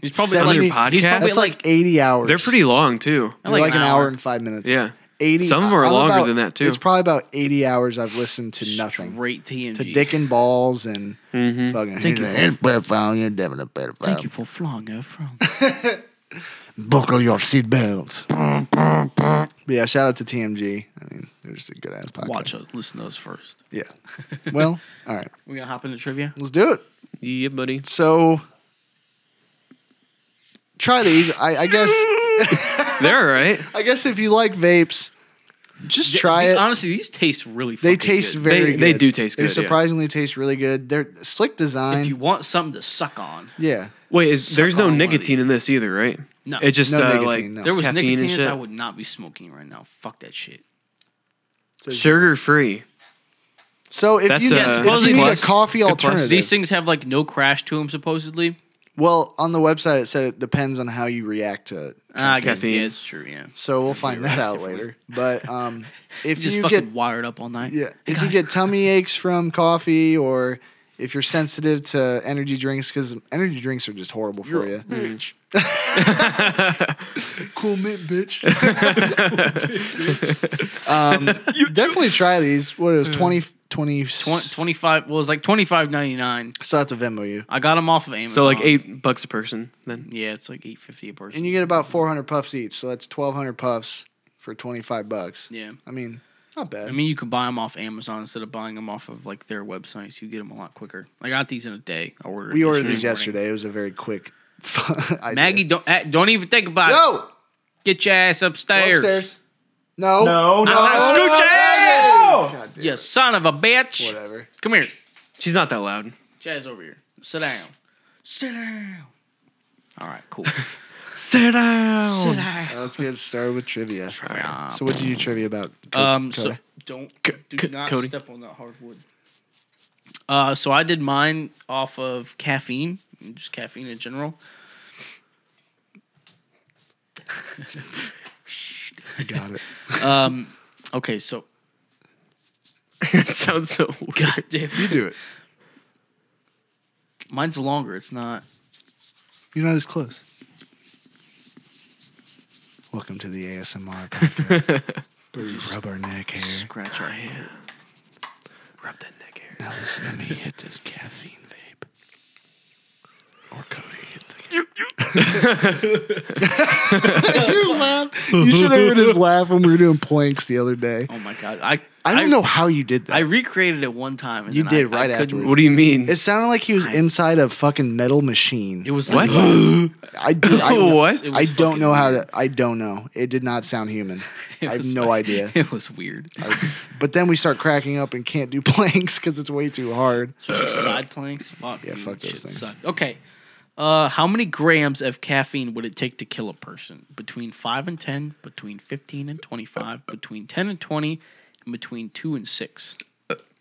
Speaker 2: He's
Speaker 1: Seventy-
Speaker 2: like-
Speaker 1: Other
Speaker 4: podcasts?
Speaker 2: He's probably
Speaker 1: That's like,
Speaker 2: like,
Speaker 1: eighty hours.
Speaker 4: They're pretty long too.
Speaker 1: They're like, an, hour. and five minutes.
Speaker 4: Yeah.
Speaker 1: eighty.
Speaker 4: Some of 'em are
Speaker 1: I'm
Speaker 4: longer
Speaker 1: about-
Speaker 4: than that, too.
Speaker 1: It's probably about eighty hours I've listened to nothing.
Speaker 2: Straight TMG.
Speaker 1: To dick and balls and
Speaker 4: Mm-hmm.
Speaker 1: fucking.
Speaker 2: Thank you.
Speaker 1: It's pedophile. You're definitely a pedophile.
Speaker 2: Thank you for flying us from.
Speaker 1: Buckle your seatbelts. but yeah, shout out to TMG. I mean, they're just a good ass podcast.
Speaker 2: Watch us. Listen to us first.
Speaker 1: Yeah. well, all right.
Speaker 2: We're gonna hop into trivia.
Speaker 1: Let's do it.
Speaker 4: Yeah, buddy.
Speaker 1: So try these. I, I guess.
Speaker 4: They're all right.
Speaker 1: I guess if you like vapes, just try
Speaker 2: The-
Speaker 1: it.
Speaker 2: Honestly, these taste really.
Speaker 1: they
Speaker 2: fucking
Speaker 1: taste
Speaker 2: good.
Speaker 1: very.
Speaker 4: They-
Speaker 1: good.
Speaker 4: they do taste
Speaker 1: They
Speaker 4: good, yeah.
Speaker 1: surprisingly taste really good. They're slick design.
Speaker 2: If you want something to suck on,
Speaker 1: yeah.
Speaker 4: Wait, is,
Speaker 2: Suck
Speaker 4: there's no
Speaker 2: on one of
Speaker 4: nicotine
Speaker 2: these.
Speaker 4: in this either, right?
Speaker 2: No.
Speaker 4: It's just
Speaker 1: No
Speaker 4: uh,
Speaker 1: nicotine,
Speaker 4: like
Speaker 1: no.
Speaker 2: there was
Speaker 4: caffeine
Speaker 2: nicotine in
Speaker 4: and
Speaker 2: this,
Speaker 4: shit.
Speaker 2: I would not be smoking right now. Fuck that shit.
Speaker 4: Sugar free.
Speaker 1: So if
Speaker 4: That's
Speaker 1: you,
Speaker 4: a-
Speaker 1: if you
Speaker 2: supposedly
Speaker 1: need
Speaker 2: plus-
Speaker 1: a coffee
Speaker 4: good plus.
Speaker 1: alternative,
Speaker 2: These things have like no crash to them, supposedly.
Speaker 1: well, on the website it said it depends on how you react to it.
Speaker 2: Ah, I guess
Speaker 4: Caffeine.
Speaker 2: yeah, it's true. Yeah.
Speaker 1: So we'll find that out later. But um, if
Speaker 2: Just
Speaker 1: you
Speaker 2: fucking
Speaker 1: get
Speaker 2: wired up all night.
Speaker 1: Yeah.
Speaker 2: Hey,
Speaker 1: If you
Speaker 2: guys.
Speaker 1: get tummy aches from coffee or if you're sensitive to energy drinks, because energy drinks are just horrible for you.
Speaker 2: Hmm.
Speaker 1: cool mint, bitch. um, definitely try these. What it was, 20, 20,
Speaker 2: Hmm. Twen- 25 well, it was like 25.99.
Speaker 1: So that's a Venmo you.
Speaker 2: I got them off of Amazon.
Speaker 4: So like eight bucks a person. Then
Speaker 2: Yeah, it's like 8.50 a person.
Speaker 1: And you get about 400 puffs each. So that's 1,200 puffs for 25 bucks.
Speaker 2: yeah.
Speaker 1: I mean, not bad.
Speaker 2: I mean, you can buy them off Amazon instead of buying them off of like their websites. You get them a lot quicker. I got these in a day. I ordered.
Speaker 1: we
Speaker 2: them
Speaker 1: ordered these
Speaker 2: morning.
Speaker 1: yesterday. It was a very quick idea.
Speaker 2: Maggie, don't act- don't even think about it.
Speaker 1: Yo!
Speaker 2: Get your ass upstairs.
Speaker 1: Upstairs. Oh, No. No.
Speaker 2: I'm not
Speaker 1: no,
Speaker 2: Scooch ass!
Speaker 1: God damn
Speaker 2: You son of a bitch.
Speaker 1: Whatever.
Speaker 2: Come here.
Speaker 4: she's not that loud.
Speaker 2: Jazz over here. Sit down. Sit down. All right, cool.
Speaker 4: Sit down.
Speaker 2: Sit down.
Speaker 1: Let's get started with trivia. So, what did you do trivia about? Co-
Speaker 2: uh, Um, so
Speaker 1: Coda?
Speaker 2: don't
Speaker 4: C-
Speaker 2: do
Speaker 4: C-
Speaker 2: not
Speaker 4: Cody.
Speaker 2: step on that hardwood. Uh, so I did mine off of caffeine, just caffeine in general.
Speaker 1: got it.
Speaker 2: Um, okay, so
Speaker 4: it sounds so weird.
Speaker 2: God damn,
Speaker 1: You do it.
Speaker 2: mine's longer. It's not.
Speaker 1: You're not as close. Welcome to the ASMR podcast. where we rub our neck hair.
Speaker 2: Scratch our head.
Speaker 4: Rub that neck hair.
Speaker 1: Now listen to me hit this caffeine vape. Or Cody hit the. you laugh. You should have heard his laugh when we were doing planks the other day.
Speaker 2: Oh my god, I
Speaker 1: I don't know how you did that.
Speaker 2: I recreated it one time. And
Speaker 1: You
Speaker 2: then I-
Speaker 1: did right
Speaker 2: I couldn't-
Speaker 1: afterwards.
Speaker 4: What do you mean?
Speaker 1: It sounded like he was inside a fucking metal machine.
Speaker 2: It was
Speaker 4: What?
Speaker 2: Like,
Speaker 1: I do. I,
Speaker 4: What?
Speaker 2: It
Speaker 1: I
Speaker 2: was
Speaker 1: don't know
Speaker 2: fucking
Speaker 1: how to. I don't know. It did not sound human. I
Speaker 2: It
Speaker 1: have
Speaker 2: was
Speaker 1: no
Speaker 2: like-
Speaker 1: idea.
Speaker 2: It was weird.
Speaker 1: But then we start cracking up and can't do planks because it's way too hard.
Speaker 2: Side planks. Fuck.
Speaker 1: Yeah,
Speaker 2: dude,
Speaker 1: fuck
Speaker 2: that
Speaker 1: those
Speaker 2: shit
Speaker 1: things.
Speaker 2: sucked. Okay. Uh, how many grams of caffeine would it take to kill a person? Between five and ten, between fifteen and twenty-five, between ten and twenty, and between two and six.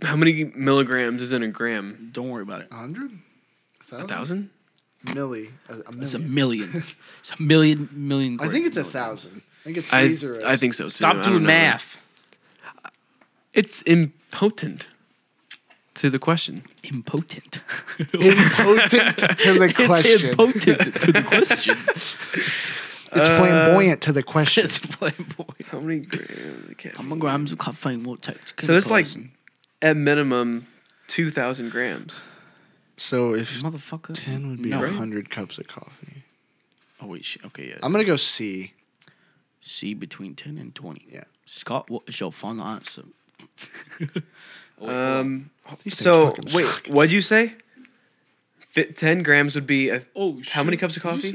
Speaker 4: How many milligrams is in a gram?
Speaker 2: Don't worry about it.
Speaker 1: Hundred,
Speaker 4: A thousand?
Speaker 1: milli, a, a
Speaker 2: It's a
Speaker 1: million.
Speaker 2: million. It's a million million.
Speaker 1: Oh, I think it's a
Speaker 2: grams.
Speaker 1: thousand. I think it's
Speaker 4: I,
Speaker 1: three zeros.
Speaker 4: I think so too. I
Speaker 2: Stop
Speaker 4: don't
Speaker 2: doing
Speaker 4: know.
Speaker 2: math.
Speaker 4: It's impotent to the question.
Speaker 2: Impotent.
Speaker 1: impotent to the
Speaker 2: It's
Speaker 1: question.
Speaker 2: impotent to the question.
Speaker 1: it's flamboyant to the question.
Speaker 2: it's flamboyant.
Speaker 4: How many grams?
Speaker 2: How many grams of caffeine will it take to kill a
Speaker 4: So that's like
Speaker 2: person?
Speaker 4: at minimum two thousand grams.
Speaker 1: So if
Speaker 2: motherfucker.
Speaker 1: ten would be
Speaker 2: no.
Speaker 1: a hundred cups of coffee,
Speaker 2: Oh wait, shit. Okay, yeah.
Speaker 1: I'm gonna go C.
Speaker 2: C between 10 and 20.
Speaker 1: Yeah.
Speaker 2: Scott, what is your final answer?
Speaker 4: Um.
Speaker 1: These things
Speaker 4: So
Speaker 1: fucking
Speaker 4: wait,
Speaker 1: suck.
Speaker 4: what'd you say? Fi ten grams would be a,
Speaker 2: Oh,
Speaker 4: how many
Speaker 2: shoot.
Speaker 4: cups of coffee?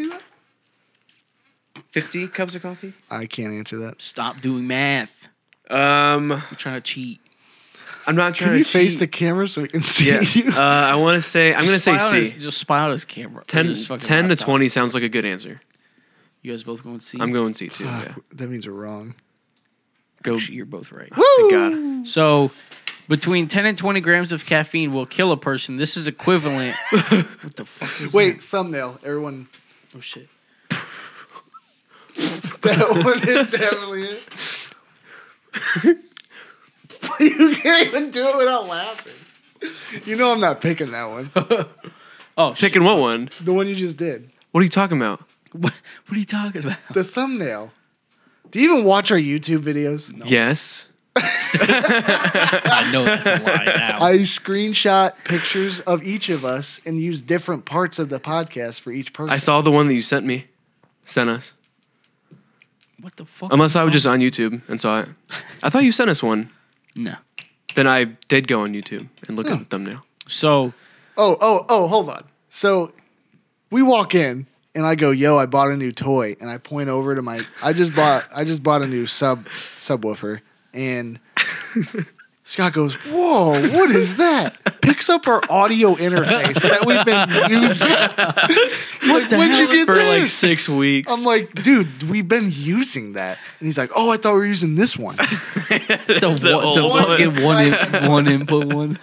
Speaker 4: Fifty cups of coffee.
Speaker 1: I can't answer that.
Speaker 2: Stop doing math.
Speaker 4: Um,
Speaker 2: You're trying to cheat.
Speaker 4: I'm not trying
Speaker 1: Can
Speaker 4: to
Speaker 1: you face the
Speaker 4: cheat.
Speaker 1: camera so we can see
Speaker 4: Yeah.
Speaker 1: you?
Speaker 4: Uh, I want to say I'm gonna
Speaker 2: Just
Speaker 4: say
Speaker 2: spy on
Speaker 4: C.
Speaker 2: his- just spy out his camera.
Speaker 4: 10,
Speaker 2: His fucking
Speaker 4: 10 to
Speaker 2: laptop.
Speaker 4: twenty sounds like a good answer.
Speaker 2: You guys both going to see?
Speaker 4: I'm going C
Speaker 1: Ah,
Speaker 4: too. Yeah.
Speaker 1: Fuck, That means we're wrong.
Speaker 4: Go.
Speaker 2: Actually, You're both right.
Speaker 4: Thank God.
Speaker 2: So Between 10 and 20 grams of caffeine will kill a person. This is equivalent. what the fuck is
Speaker 1: Wait, thumbnail. Everyone,
Speaker 2: that? Oh, shit.
Speaker 1: that one is definitely it. you can't even do it without laughing. You know I'm not picking that one.
Speaker 2: Oh, shit.
Speaker 4: Picking what one?
Speaker 1: The one you just did.
Speaker 4: What are you talking about?
Speaker 2: What, what are you talking about?
Speaker 1: The thumbnail. Do you even watch our YouTube videos?
Speaker 4: Yes.
Speaker 2: I know that's a lie now.
Speaker 1: I screenshot pictures of each of us and use different parts of the podcast for each person.
Speaker 4: I saw the one that you sent me. Sent us.
Speaker 2: what the fuck?
Speaker 4: Unless
Speaker 2: are you
Speaker 4: I was just
Speaker 2: talking-
Speaker 4: on YouTube and saw it. I thought you sent us one.
Speaker 2: No.
Speaker 4: Then I did go on YouTube and look at the thumbnail.
Speaker 2: So,
Speaker 1: Oh, oh, oh, hold on. So we walk in and I go, "Yo, I bought a new toy." And I point over to my I just bought I just bought a new sub subwoofer and Scott goes, "Whoa, what is that?" Picks up our audio interface that we've been using. Like, when'd you get
Speaker 4: For
Speaker 1: this?
Speaker 4: like six weeks.
Speaker 1: I'm like, dude, we've been using that. And he's like, oh, I thought we were using this one.
Speaker 2: the,
Speaker 4: the
Speaker 2: one- the
Speaker 4: old one.
Speaker 2: fucking one, in, one input one.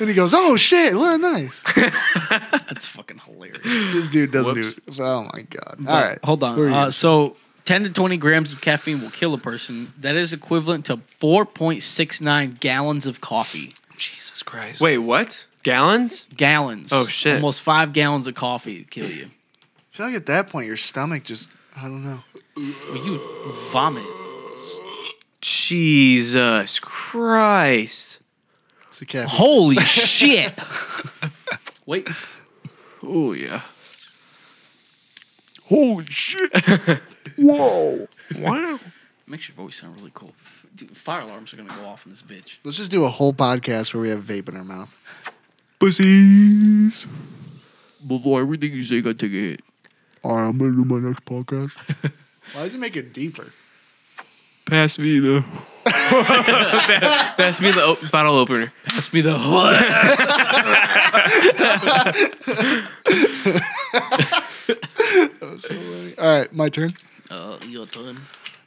Speaker 1: And he goes, oh, shit, what nice.
Speaker 2: that's fucking hilarious.
Speaker 1: This dude doesn't
Speaker 4: Whoops.
Speaker 1: do Oh, my God. All right.
Speaker 2: Hold
Speaker 1: Who are
Speaker 2: on.
Speaker 1: you?
Speaker 2: Uh, so, 10 to 20 grams of caffeine will kill a person. That is equivalent to 4.69 gallons of coffee.
Speaker 1: Jesus Christ.
Speaker 4: Wait, what? Gallons?
Speaker 2: Gallons.
Speaker 4: Oh, shit.
Speaker 2: Almost five gallons of coffee to kill you.
Speaker 1: I feel like at that point, your stomach just, I don't know.
Speaker 2: You vomit.
Speaker 4: Jesus Christ.
Speaker 1: It's a cat.
Speaker 2: Holy shit. Wait.
Speaker 4: Oh yeah. Holy shit.
Speaker 1: Whoa.
Speaker 4: wow.
Speaker 2: Makes your voice sound really cool. Dude, fire alarms are gonna go off in this bitch.
Speaker 1: Let's just do a whole podcast where we have vape in our mouth.
Speaker 4: Pussies.
Speaker 2: Before everything you say, I take a hit.
Speaker 1: I'm going to do my next podcast. Why does it make it deeper?
Speaker 4: Pass me the Pass me the o- bottle opener.
Speaker 2: Pass me the hood.
Speaker 1: All right, my turn.
Speaker 2: uh, your turn.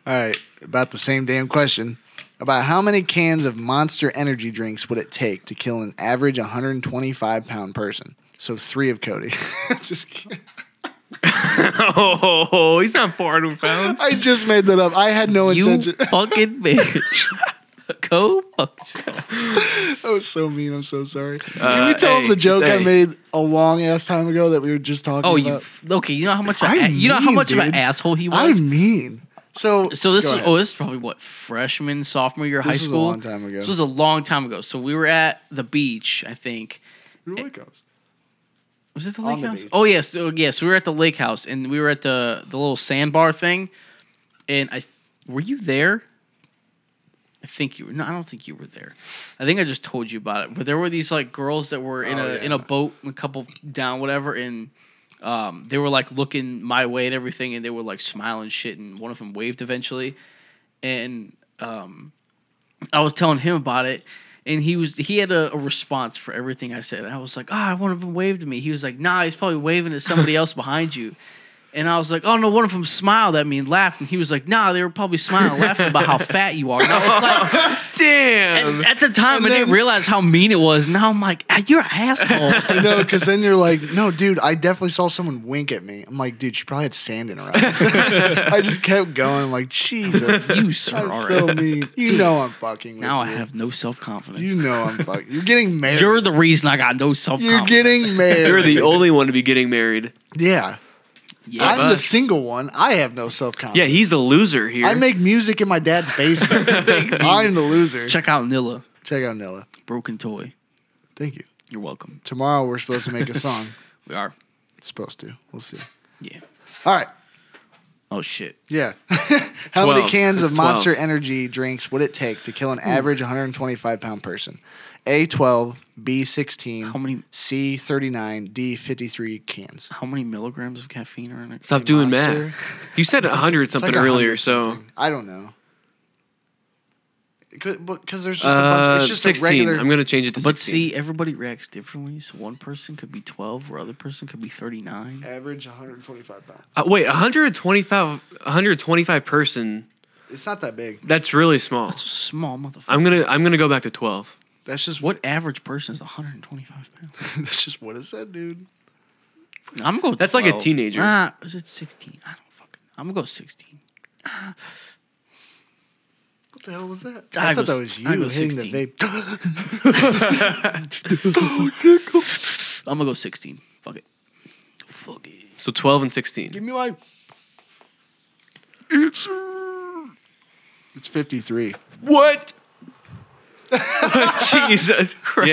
Speaker 1: All right, about the same damn question. About how many cans of monster energy drinks would it take to kill an average 125 pound person? So three of Cody. just kidding.
Speaker 4: Oh, he's not 400 pounds.
Speaker 1: I just made that up. I had no
Speaker 2: You
Speaker 1: intention.
Speaker 2: fucking bitch. Go fuck yourself.
Speaker 1: that was so mean. I'm so sorry. Can we tell
Speaker 4: Uh, hey,
Speaker 1: him the joke
Speaker 4: it's
Speaker 1: I
Speaker 4: A.
Speaker 1: made a long ass time ago that we were just talking
Speaker 2: Oh, you
Speaker 1: about?
Speaker 2: f- okay? You know how much of a-
Speaker 1: I
Speaker 2: you know how
Speaker 1: mean,
Speaker 2: much of an
Speaker 1: dude.
Speaker 2: asshole he
Speaker 1: I
Speaker 2: was.
Speaker 1: mean, so
Speaker 2: so this
Speaker 1: go
Speaker 2: was
Speaker 1: ahead.
Speaker 2: oh this is probably what freshman sophomore year of high
Speaker 1: was a
Speaker 2: school.
Speaker 1: long time ago.
Speaker 2: This was a long time ago. So we were at the beach, I think, Was it the lake
Speaker 1: the
Speaker 2: house?
Speaker 1: beach.
Speaker 2: Oh yes, oh, yes. We were at the lake house, and we were at the the little sandbar thing. And I th- were you there? I think you were. No, I don't think you were there. I think I just told you about it. But there were these like girls that were in
Speaker 1: Oh,
Speaker 2: a
Speaker 1: yeah.
Speaker 2: in a boat, a couple down, whatever, and um, they were like looking my way and everything, and they were like smiling shit, and one of them waved eventually, and I was telling him about it, and he was he had a, a response for everything I said. And I was like, ah, one of them waved at me. He was like, nah, he's probably waving at somebody else behind you. And I was like, oh no, one of them smiled at me and laughed. And he was like, nah, they were probably smiling, and laughing about how fat you are. And I was like,
Speaker 4: Damn.
Speaker 2: and at the time, I didn't
Speaker 1: then-
Speaker 2: realize how mean it was. Now I'm like, ah, you're an asshole.
Speaker 1: No, because then you're like, no, dude, I definitely saw someone wink at me. I'm like, dude, she probably had sand in her eyes. I just kept going, like, Jesus.
Speaker 2: you sir
Speaker 1: I'm
Speaker 2: are
Speaker 1: so
Speaker 2: a-
Speaker 1: mean. You know I'm fucking with
Speaker 2: Now I
Speaker 1: you.
Speaker 2: have no self confidence.
Speaker 1: You know I'm fucking. You're getting married.
Speaker 2: You're
Speaker 1: You're,
Speaker 2: the reason I got no self confidence.
Speaker 1: getting married.
Speaker 4: You're the only one to be getting married.
Speaker 1: Yeah.
Speaker 2: Yeah.
Speaker 1: I'm the
Speaker 4: us.
Speaker 1: single one. I have no self confidence.
Speaker 4: Yeah, he's the loser here.
Speaker 1: I make music in my dad's basement. I'm the loser. Check,
Speaker 2: Check out Nilla,
Speaker 1: out Nilla.
Speaker 2: broken toy.
Speaker 1: Thank you.
Speaker 2: You're welcome.
Speaker 1: Tomorrow we're supposed to make a song.
Speaker 2: We are.
Speaker 1: supposed to. We'll see.
Speaker 2: Yeah.
Speaker 1: All right.
Speaker 2: Oh shit.
Speaker 1: Yeah. How many
Speaker 4: Twelve.
Speaker 1: cans
Speaker 4: It's
Speaker 1: of Monster
Speaker 4: twelve.
Speaker 1: Energy drinks would it take to kill an average 125 pound person? A 12, B 16,
Speaker 2: How many-
Speaker 1: C 39, D 53 cans.
Speaker 2: How many milligrams of caffeine are in it?
Speaker 4: Stop doing
Speaker 1: Monster.
Speaker 4: math. You said 100
Speaker 1: It's
Speaker 4: something
Speaker 1: like a
Speaker 4: earlier,
Speaker 1: hundred
Speaker 4: so.
Speaker 1: something. I don't know. Because there's just a bunch.
Speaker 4: Uh,
Speaker 1: It's just
Speaker 4: 16.
Speaker 1: a regular.
Speaker 4: I'm going to change it to
Speaker 2: But
Speaker 4: 16.
Speaker 2: see, everybody reacts differently. So one person could be twelve, or other person could be thirty-nine.
Speaker 1: average 125 pound.
Speaker 4: Uh, wait, 125, 125 person.
Speaker 1: It's not that big.
Speaker 4: That's really small.
Speaker 2: Small motherfucker.
Speaker 4: I'm gonna I'm gonna go back to 12.
Speaker 1: That's just
Speaker 2: What average person is 125 pounds?
Speaker 1: That's just what it said, dude.
Speaker 2: I'm gonna go.
Speaker 4: That's like a
Speaker 2: 12.
Speaker 4: teenager.
Speaker 2: Ah, is it 16? I don't fucking. I'm gonna go 16.
Speaker 1: What the hell was that?
Speaker 2: I
Speaker 1: I, thought
Speaker 2: was-
Speaker 1: that was you
Speaker 2: I
Speaker 1: hitting
Speaker 2: was 16.
Speaker 1: the vape.
Speaker 2: I'm gonna go 16. Fuck it. Fuck it.
Speaker 4: So 12 and 16.
Speaker 2: Give me my.
Speaker 1: it's fifty three.
Speaker 4: What? Jesus Christ.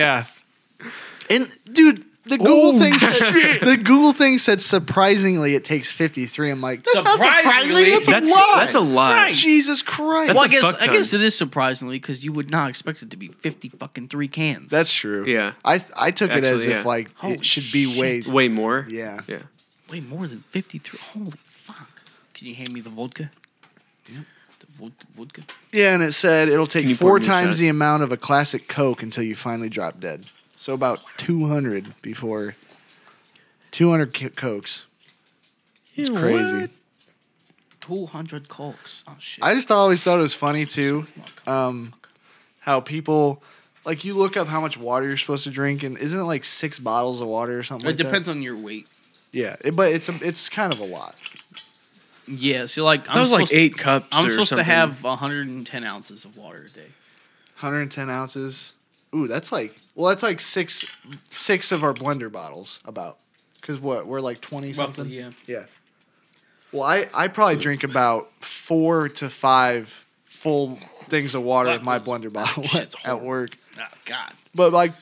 Speaker 1: Yeah. And dude, the Google thing said, the Google thing said surprisingly it takes 53. I'm like, that's not surprising.
Speaker 2: Surprisingly?
Speaker 1: That's,
Speaker 4: That's
Speaker 1: a lot.
Speaker 4: that's a lot.
Speaker 2: Right.
Speaker 1: Jesus Christ.
Speaker 4: That's
Speaker 2: Well,
Speaker 4: a
Speaker 2: I guess
Speaker 4: fuck
Speaker 2: I
Speaker 4: ton.
Speaker 2: guess it is surprisingly because you would not expect it to be 50 fucking three cans.
Speaker 1: That's true.
Speaker 4: Yeah.
Speaker 1: I I took it as
Speaker 4: Actually, yeah.
Speaker 1: if like
Speaker 2: Holy
Speaker 1: it should be way
Speaker 4: Way more.
Speaker 1: Yeah.
Speaker 4: Yeah.
Speaker 2: way more than 53. Holy fuck! Can you hand me the vodka? The vodka, vodka.
Speaker 1: Yeah, and it said it'll take
Speaker 4: Can you
Speaker 1: four
Speaker 4: pour me a
Speaker 1: times
Speaker 4: shot?
Speaker 1: the amount of a classic Coke until you finally drop dead. So about 200 before 200 c- Cokes. It's crazy.
Speaker 2: 200 cokes. Oh shit.
Speaker 1: I just always thought it was funny too, um, how people like you look up how much water you're supposed to drink, and isn't it like six bottles of water or something?
Speaker 2: it depends on your weight.
Speaker 1: Yeah, it, but it's a, it's kind of a lot.
Speaker 2: Yeah, so like
Speaker 4: That was like
Speaker 2: supposed-
Speaker 4: eight cups.
Speaker 2: I'm
Speaker 4: or
Speaker 2: supposed
Speaker 4: something.
Speaker 2: to have 110 ounces of water a day.
Speaker 1: 110 ounces. Ooh, that's like well, that's like six six of our blender bottles about. Because what we're like 20 something.
Speaker 2: yeah.
Speaker 1: Yeah. Well, I I probably drink about four to five full things of water in my blender bottle
Speaker 2: Shit's
Speaker 1: at
Speaker 2: horrible.
Speaker 1: work.
Speaker 2: Oh, God.
Speaker 1: But like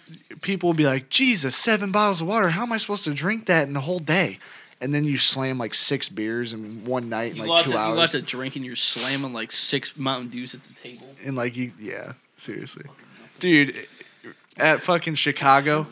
Speaker 1: people will be like, Jesus, seven bottles of water. How am I supposed to drink that in a whole day? And then you slam like six beers in one night in
Speaker 2: You
Speaker 1: like
Speaker 2: like
Speaker 1: two
Speaker 2: to, You
Speaker 1: hours.
Speaker 2: lots of drinking. You're slamming like six Mountain Dews at the table.
Speaker 1: and like you, yeah, seriously, dude. At fucking Chicago,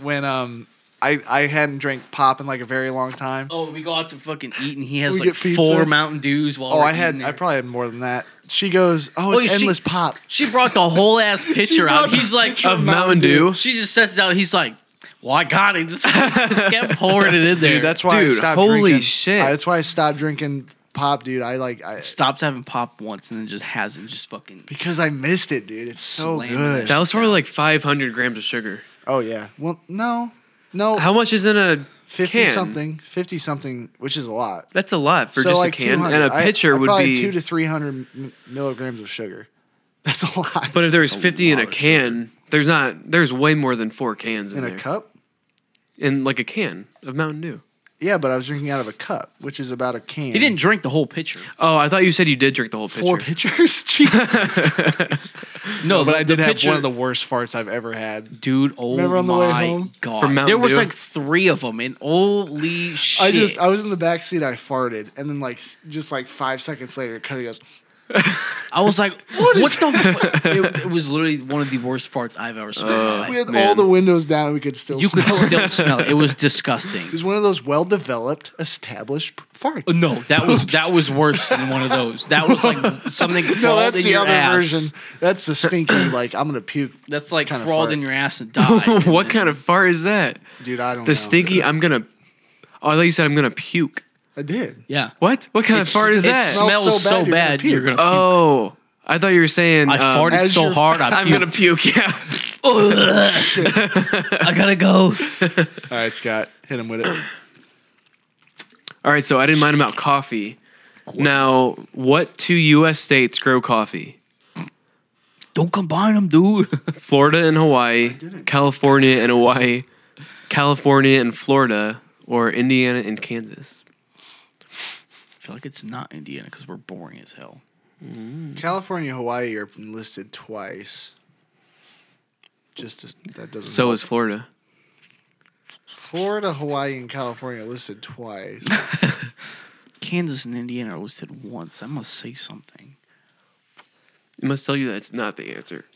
Speaker 1: when um I I hadn't drank pop in like a very long time.
Speaker 2: Oh, we go out to fucking eat, and he has
Speaker 1: We
Speaker 2: like
Speaker 1: get pizza.
Speaker 2: four Mountain Dews while
Speaker 1: Oh,
Speaker 2: we're
Speaker 1: I had
Speaker 2: eating
Speaker 1: I
Speaker 2: there.
Speaker 1: probably had more than that. She goes, oh,
Speaker 2: Oh,
Speaker 1: it's
Speaker 2: yeah, she-
Speaker 1: endless pop.
Speaker 2: She brought the whole ass pitcher out.
Speaker 1: brought the
Speaker 2: He's like,
Speaker 4: of Mountain Dew.
Speaker 2: She just sets it out. He's like, well, I got it. Just, just kept pouring it in there.
Speaker 1: Dude, that's why I
Speaker 4: Dude,
Speaker 1: stopped
Speaker 4: holy
Speaker 1: drinking.
Speaker 4: shit.
Speaker 1: I- that's why I stopped drinking pop, dude. I like I
Speaker 2: stops having pop once and then just hasn't. Just fucking.
Speaker 1: because I missed it, dude. It's so
Speaker 2: Slamming
Speaker 1: good.
Speaker 2: it.
Speaker 4: That was probably like 500 grams of sugar.
Speaker 1: Oh yeah. Well, no, no.
Speaker 4: How much is in a
Speaker 1: 50
Speaker 4: can?
Speaker 1: something, 50 something, which is a lot.
Speaker 4: That's a lot for just a can,
Speaker 1: 200
Speaker 4: and a
Speaker 1: I-
Speaker 4: pitcher
Speaker 1: I
Speaker 4: would
Speaker 1: probably
Speaker 4: be.
Speaker 1: two to 300 m- milligrams of sugar. That's a lot.
Speaker 4: but if there was
Speaker 2: That's a
Speaker 4: 50 in
Speaker 2: lot
Speaker 4: a
Speaker 2: of
Speaker 4: can, there's not. There's way more than four cans in,
Speaker 1: in
Speaker 4: there.
Speaker 1: a cup,
Speaker 4: in like a can of Mountain Dew.
Speaker 1: yeah, but I was drinking out of a cup, which is about a can.
Speaker 2: He didn't drink the whole pitcher.
Speaker 4: Oh, I thought you said you did drink the whole pitcher.
Speaker 1: four pitchers. Jesus.
Speaker 2: No,
Speaker 1: but I did have
Speaker 2: pitcher-
Speaker 1: one of the worst farts I've ever had.
Speaker 2: Dude, oh
Speaker 1: Remember on the way
Speaker 2: my
Speaker 1: home?
Speaker 2: god!
Speaker 4: From Mountain
Speaker 2: there was
Speaker 4: Dew?
Speaker 2: like three of them, and holy shit!
Speaker 1: I just I was in the back seat. I farted, and then like just like five seconds later, Cody goes,
Speaker 2: I was like, what, the? Fu-? It, it was literally one of the worst farts I've ever smelled. in my life.
Speaker 1: "We had all
Speaker 4: man.
Speaker 1: the windows down, and Uh, we could still
Speaker 2: you
Speaker 1: smell."
Speaker 2: could
Speaker 1: it.
Speaker 2: still smell it. It was
Speaker 1: It
Speaker 2: disgusting.
Speaker 1: was one of those well-developed, established farts.
Speaker 4: Uh,
Speaker 2: No, that was that was worse than one of those. That was like something crawled
Speaker 1: no, that's
Speaker 2: in
Speaker 1: the
Speaker 2: your
Speaker 1: other
Speaker 2: ass.
Speaker 1: version. That's the stinky. Like I'm gonna puke,
Speaker 2: That's like
Speaker 1: Kinda
Speaker 2: crawled
Speaker 1: fart.
Speaker 2: in your ass and died.
Speaker 4: what kind of fart is that?
Speaker 1: dude. I don't. know.
Speaker 4: The stinky. I'm gonna. Oh, I thought you said I'm gonna puke.
Speaker 1: I did.
Speaker 2: Yeah.
Speaker 4: What? What kind
Speaker 2: It's-
Speaker 4: of fart is
Speaker 2: it
Speaker 4: that?
Speaker 1: smell-
Speaker 2: smells
Speaker 1: so
Speaker 2: so
Speaker 1: bad, you're gonna puke.
Speaker 2: bad, you're gonna.
Speaker 4: oh, I thought you were saying
Speaker 2: I
Speaker 4: um,
Speaker 2: farted
Speaker 1: as
Speaker 2: so
Speaker 1: you're-
Speaker 2: hard. I,
Speaker 4: I'm gonna puke. Yeah.
Speaker 2: I gotta go.
Speaker 1: All right, Scott, hit him with it.
Speaker 4: All right. So I didn't mind about coffee. Now, what two U.S. states grow coffee?
Speaker 2: Don't combine them, dude.
Speaker 4: Florida and Hawaii, California and Hawaii, California and Florida, or Indiana and Kansas.
Speaker 2: I feel like it's not Indiana because we're boring as hell.
Speaker 1: California, Hawaii are listed twice. Just as, that doesn't.
Speaker 4: So
Speaker 1: help.
Speaker 4: is Florida.
Speaker 1: Florida, Hawaii, and California are listed twice.
Speaker 2: Kansas and Indiana are listed once. That must say something.
Speaker 4: It must tell you that's not the answer.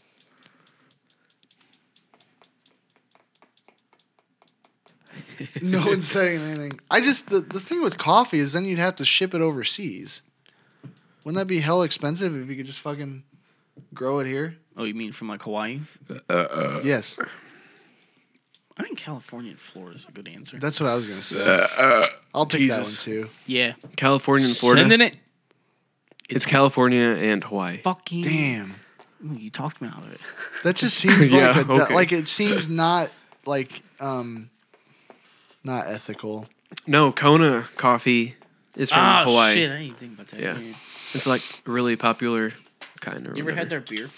Speaker 1: no one's saying anything. I just the, the thing with coffee is then you'd have to ship it overseas. Wouldn't that be hell expensive if you could just fucking grow it here?
Speaker 2: Oh, you mean from like Hawaii?
Speaker 1: Yes,
Speaker 2: I think California and Florida is a good answer.
Speaker 1: that's what I was gonna say. I'll pick
Speaker 4: Jesus.
Speaker 1: that one too.
Speaker 2: yeah.
Speaker 4: California and Florida.
Speaker 2: Sending it.
Speaker 4: It's California and Hawaii.
Speaker 2: Fucking
Speaker 1: Damn,
Speaker 2: You talked me out of it.
Speaker 1: That just seems
Speaker 4: Yeah,
Speaker 1: like a,
Speaker 4: okay.
Speaker 1: like it seems not like um not ethical.
Speaker 4: No, Kona coffee is from
Speaker 2: Ah,
Speaker 4: Hawaii.
Speaker 2: shit! I didn't even think about that.
Speaker 4: Yeah.
Speaker 2: You
Speaker 4: It's like a really popular kind of.
Speaker 2: ever had their beer?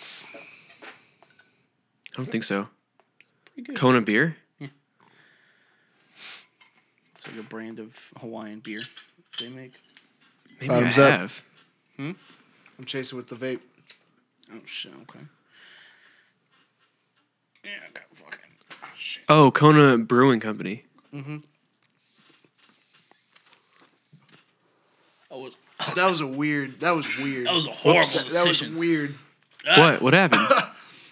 Speaker 4: I don't think so.
Speaker 2: Pretty good.
Speaker 4: Kona beer.
Speaker 2: It's like a brand of Hawaiian beer they make.
Speaker 4: Maybe
Speaker 1: Bottoms
Speaker 4: I
Speaker 1: up.
Speaker 4: have.
Speaker 1: I'm chasing with the vape.
Speaker 2: Oh shit! Okay. Yeah, I got fucking. Oh shit!
Speaker 4: Oh, Kona Brewing Company.
Speaker 2: That was
Speaker 1: That was a weird. That was weird.
Speaker 2: that was a horrible
Speaker 1: that, that was
Speaker 2: decision.
Speaker 1: weird.
Speaker 2: Ah.
Speaker 4: What? What happened?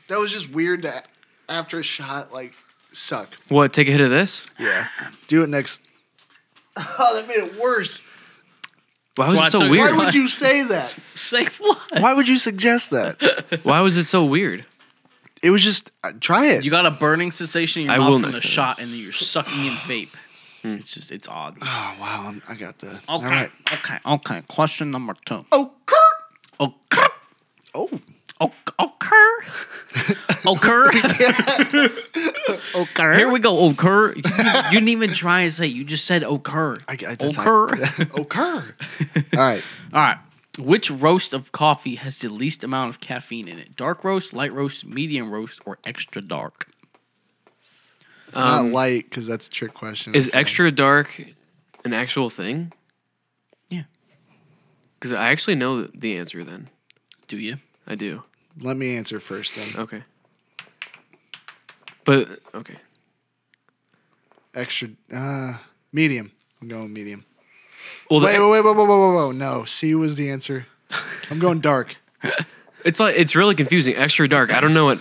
Speaker 1: That was just weird. To, after a shot, like suck.
Speaker 4: what? Take a hit of this?
Speaker 1: Yeah. Do it next. Oh, that made it worse.
Speaker 2: why I
Speaker 4: Why was it so
Speaker 2: took-
Speaker 4: weird?
Speaker 1: Why would you say that?
Speaker 2: Say what?
Speaker 1: Why would you suggest that?
Speaker 4: Why was it so weird?
Speaker 1: It was just uh, try it.
Speaker 2: You got a burning sensation in your
Speaker 4: I will
Speaker 2: mouth from
Speaker 4: not
Speaker 2: the
Speaker 4: say that.
Speaker 2: shot, and then you're sucking in vape. It's just it's odd.
Speaker 1: oh wow, I'm, I got the. All
Speaker 2: Okay,
Speaker 1: right.
Speaker 2: okay, okay. Question number two.
Speaker 1: Oh, Kurt.
Speaker 2: Okay.
Speaker 1: Oh,
Speaker 2: Ok- Occur. Occur. Occur. Here we go. Occur. You, didn't- you didn't even try and say. it. You just said occur.
Speaker 1: I, I, that's
Speaker 2: occur.
Speaker 1: All Kerr. All right.
Speaker 2: All right. Which roast of coffee has the least amount of caffeine in it? Dark roast, light roast, medium roast, or extra dark?
Speaker 1: It's
Speaker 2: Um,
Speaker 1: not light because that's a trick question.
Speaker 4: Is extra dark an actual thing?
Speaker 2: Yeah.
Speaker 4: Because I actually know th- the answer. Then
Speaker 2: Do you?
Speaker 4: I do.
Speaker 1: Let me answer first then.
Speaker 4: Okay. But okay.
Speaker 1: Extra. Uh, medium. I'm going medium.
Speaker 4: Well, the,
Speaker 1: Wait, wait, wait, wait, wait, wait, wait, wait. No, C was the answer. I'm going dark.
Speaker 4: it's like it's really confusing. Extra dark. I don't know what.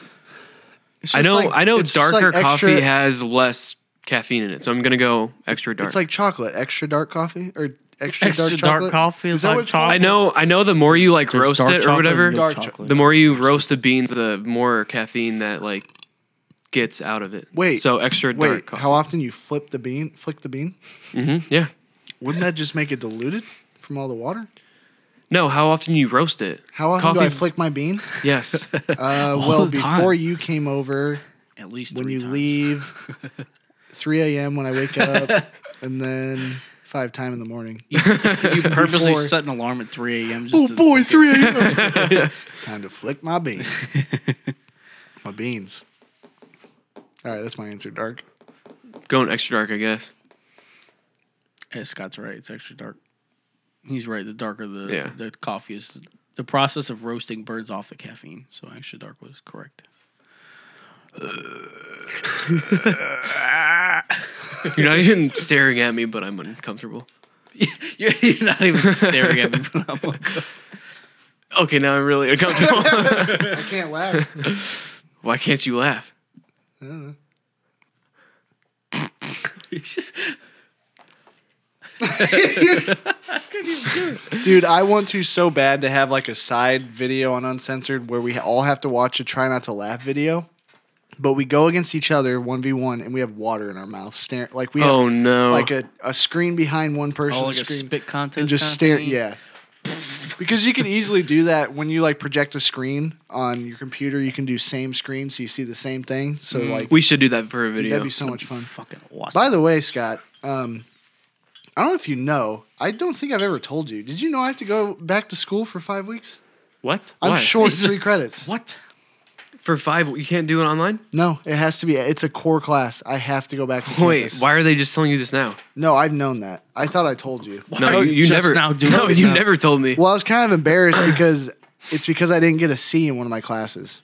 Speaker 1: It's
Speaker 4: I
Speaker 1: just
Speaker 4: know.
Speaker 1: like-
Speaker 4: I know
Speaker 1: it's just
Speaker 4: darker
Speaker 1: like
Speaker 4: coffee
Speaker 1: extra-
Speaker 4: has less caffeine in it, so I'm gonna go extra dark.
Speaker 1: It's like chocolate, extra dark coffee or extra,
Speaker 2: Extra
Speaker 1: dark
Speaker 2: dark,
Speaker 1: chocolate.
Speaker 2: coffee is,
Speaker 1: that
Speaker 2: like
Speaker 1: what it's called?
Speaker 4: I know. I know. The more you like
Speaker 2: There's
Speaker 4: roast
Speaker 2: dark
Speaker 4: it or
Speaker 2: chocolate
Speaker 4: whatever,
Speaker 2: and milk
Speaker 1: Dark
Speaker 2: chocolate.
Speaker 4: the more you roast the beans, the more caffeine that like gets out of it.
Speaker 1: Wait,
Speaker 4: So extra dark
Speaker 1: Wait,
Speaker 4: coffee.
Speaker 1: how often you flip the bean? Flick the bean?
Speaker 4: Mhm, Yeah.
Speaker 1: Wouldn't that just make it diluted from all the water?
Speaker 4: No. How often you roast it?
Speaker 1: How often do I flick my bean?
Speaker 4: Yes.
Speaker 1: Uh, well,
Speaker 2: the time.
Speaker 1: before you came over,
Speaker 2: At least
Speaker 1: when
Speaker 2: three
Speaker 1: you
Speaker 2: times.
Speaker 1: leave, 3 a.m. when I wake up, and then five time in the morning.
Speaker 2: you purposely
Speaker 1: before-
Speaker 2: set an alarm at 3 a.m. just
Speaker 1: Oh
Speaker 2: to-
Speaker 1: boy, 3 a.m. Time to flick my bean. my beans. All right, that's my answer, Dark.
Speaker 4: Going extra dark, I guess.
Speaker 2: Yeah, Scott's right. It's extra dark. He's right. The darker the
Speaker 4: Yeah.
Speaker 2: the coffee is, the process of roasting burns off the caffeine. So extra dark was correct.
Speaker 4: You're not even staring at me, but I'm uncomfortable.
Speaker 2: You're, you're not even staring at me. But I'm like,
Speaker 4: Okay, now I'm really uncomfortable.
Speaker 1: I can't laugh.
Speaker 4: Why can't you laugh?
Speaker 2: it's just
Speaker 1: Dude, I want to so bad to have like a side video on Uncensored where we all have to watch a try not to laugh video. But we go against each other 1v1 and we have water in our mouth. Stare, like we have
Speaker 4: Oh no.
Speaker 1: like a, a screen behind one person.
Speaker 2: all like a
Speaker 1: screen-
Speaker 2: spit contest.
Speaker 1: and just
Speaker 2: kinda
Speaker 1: stare.
Speaker 2: thing.
Speaker 1: Yeah, because you can easily do that when you like project a screen on your computer. You can do same screen, so you see the same thing. So like
Speaker 4: Mm. we should do that for a
Speaker 1: that'd
Speaker 4: video.
Speaker 1: be so much fun.
Speaker 2: Fucking awesome.
Speaker 1: By the way, Scott, um, I don't know if you know. I don't think I've ever told you. Did you know I have to go back to school for five weeks?
Speaker 4: what?
Speaker 1: I'm
Speaker 4: Why?
Speaker 1: short three credits.
Speaker 2: what?
Speaker 4: For five, you can't do it online.
Speaker 1: No, it has to be. It's a core class. I have to go back. To
Speaker 4: Wait,
Speaker 1: campus.
Speaker 4: why are they just telling you this now?
Speaker 1: No, I've known that. I thought I told you.
Speaker 2: Why are you just now doing
Speaker 4: no,
Speaker 2: it
Speaker 4: you
Speaker 2: now?
Speaker 4: never told me.
Speaker 1: Well, I was kind of embarrassed because it's because I didn't get a C in one of my classes.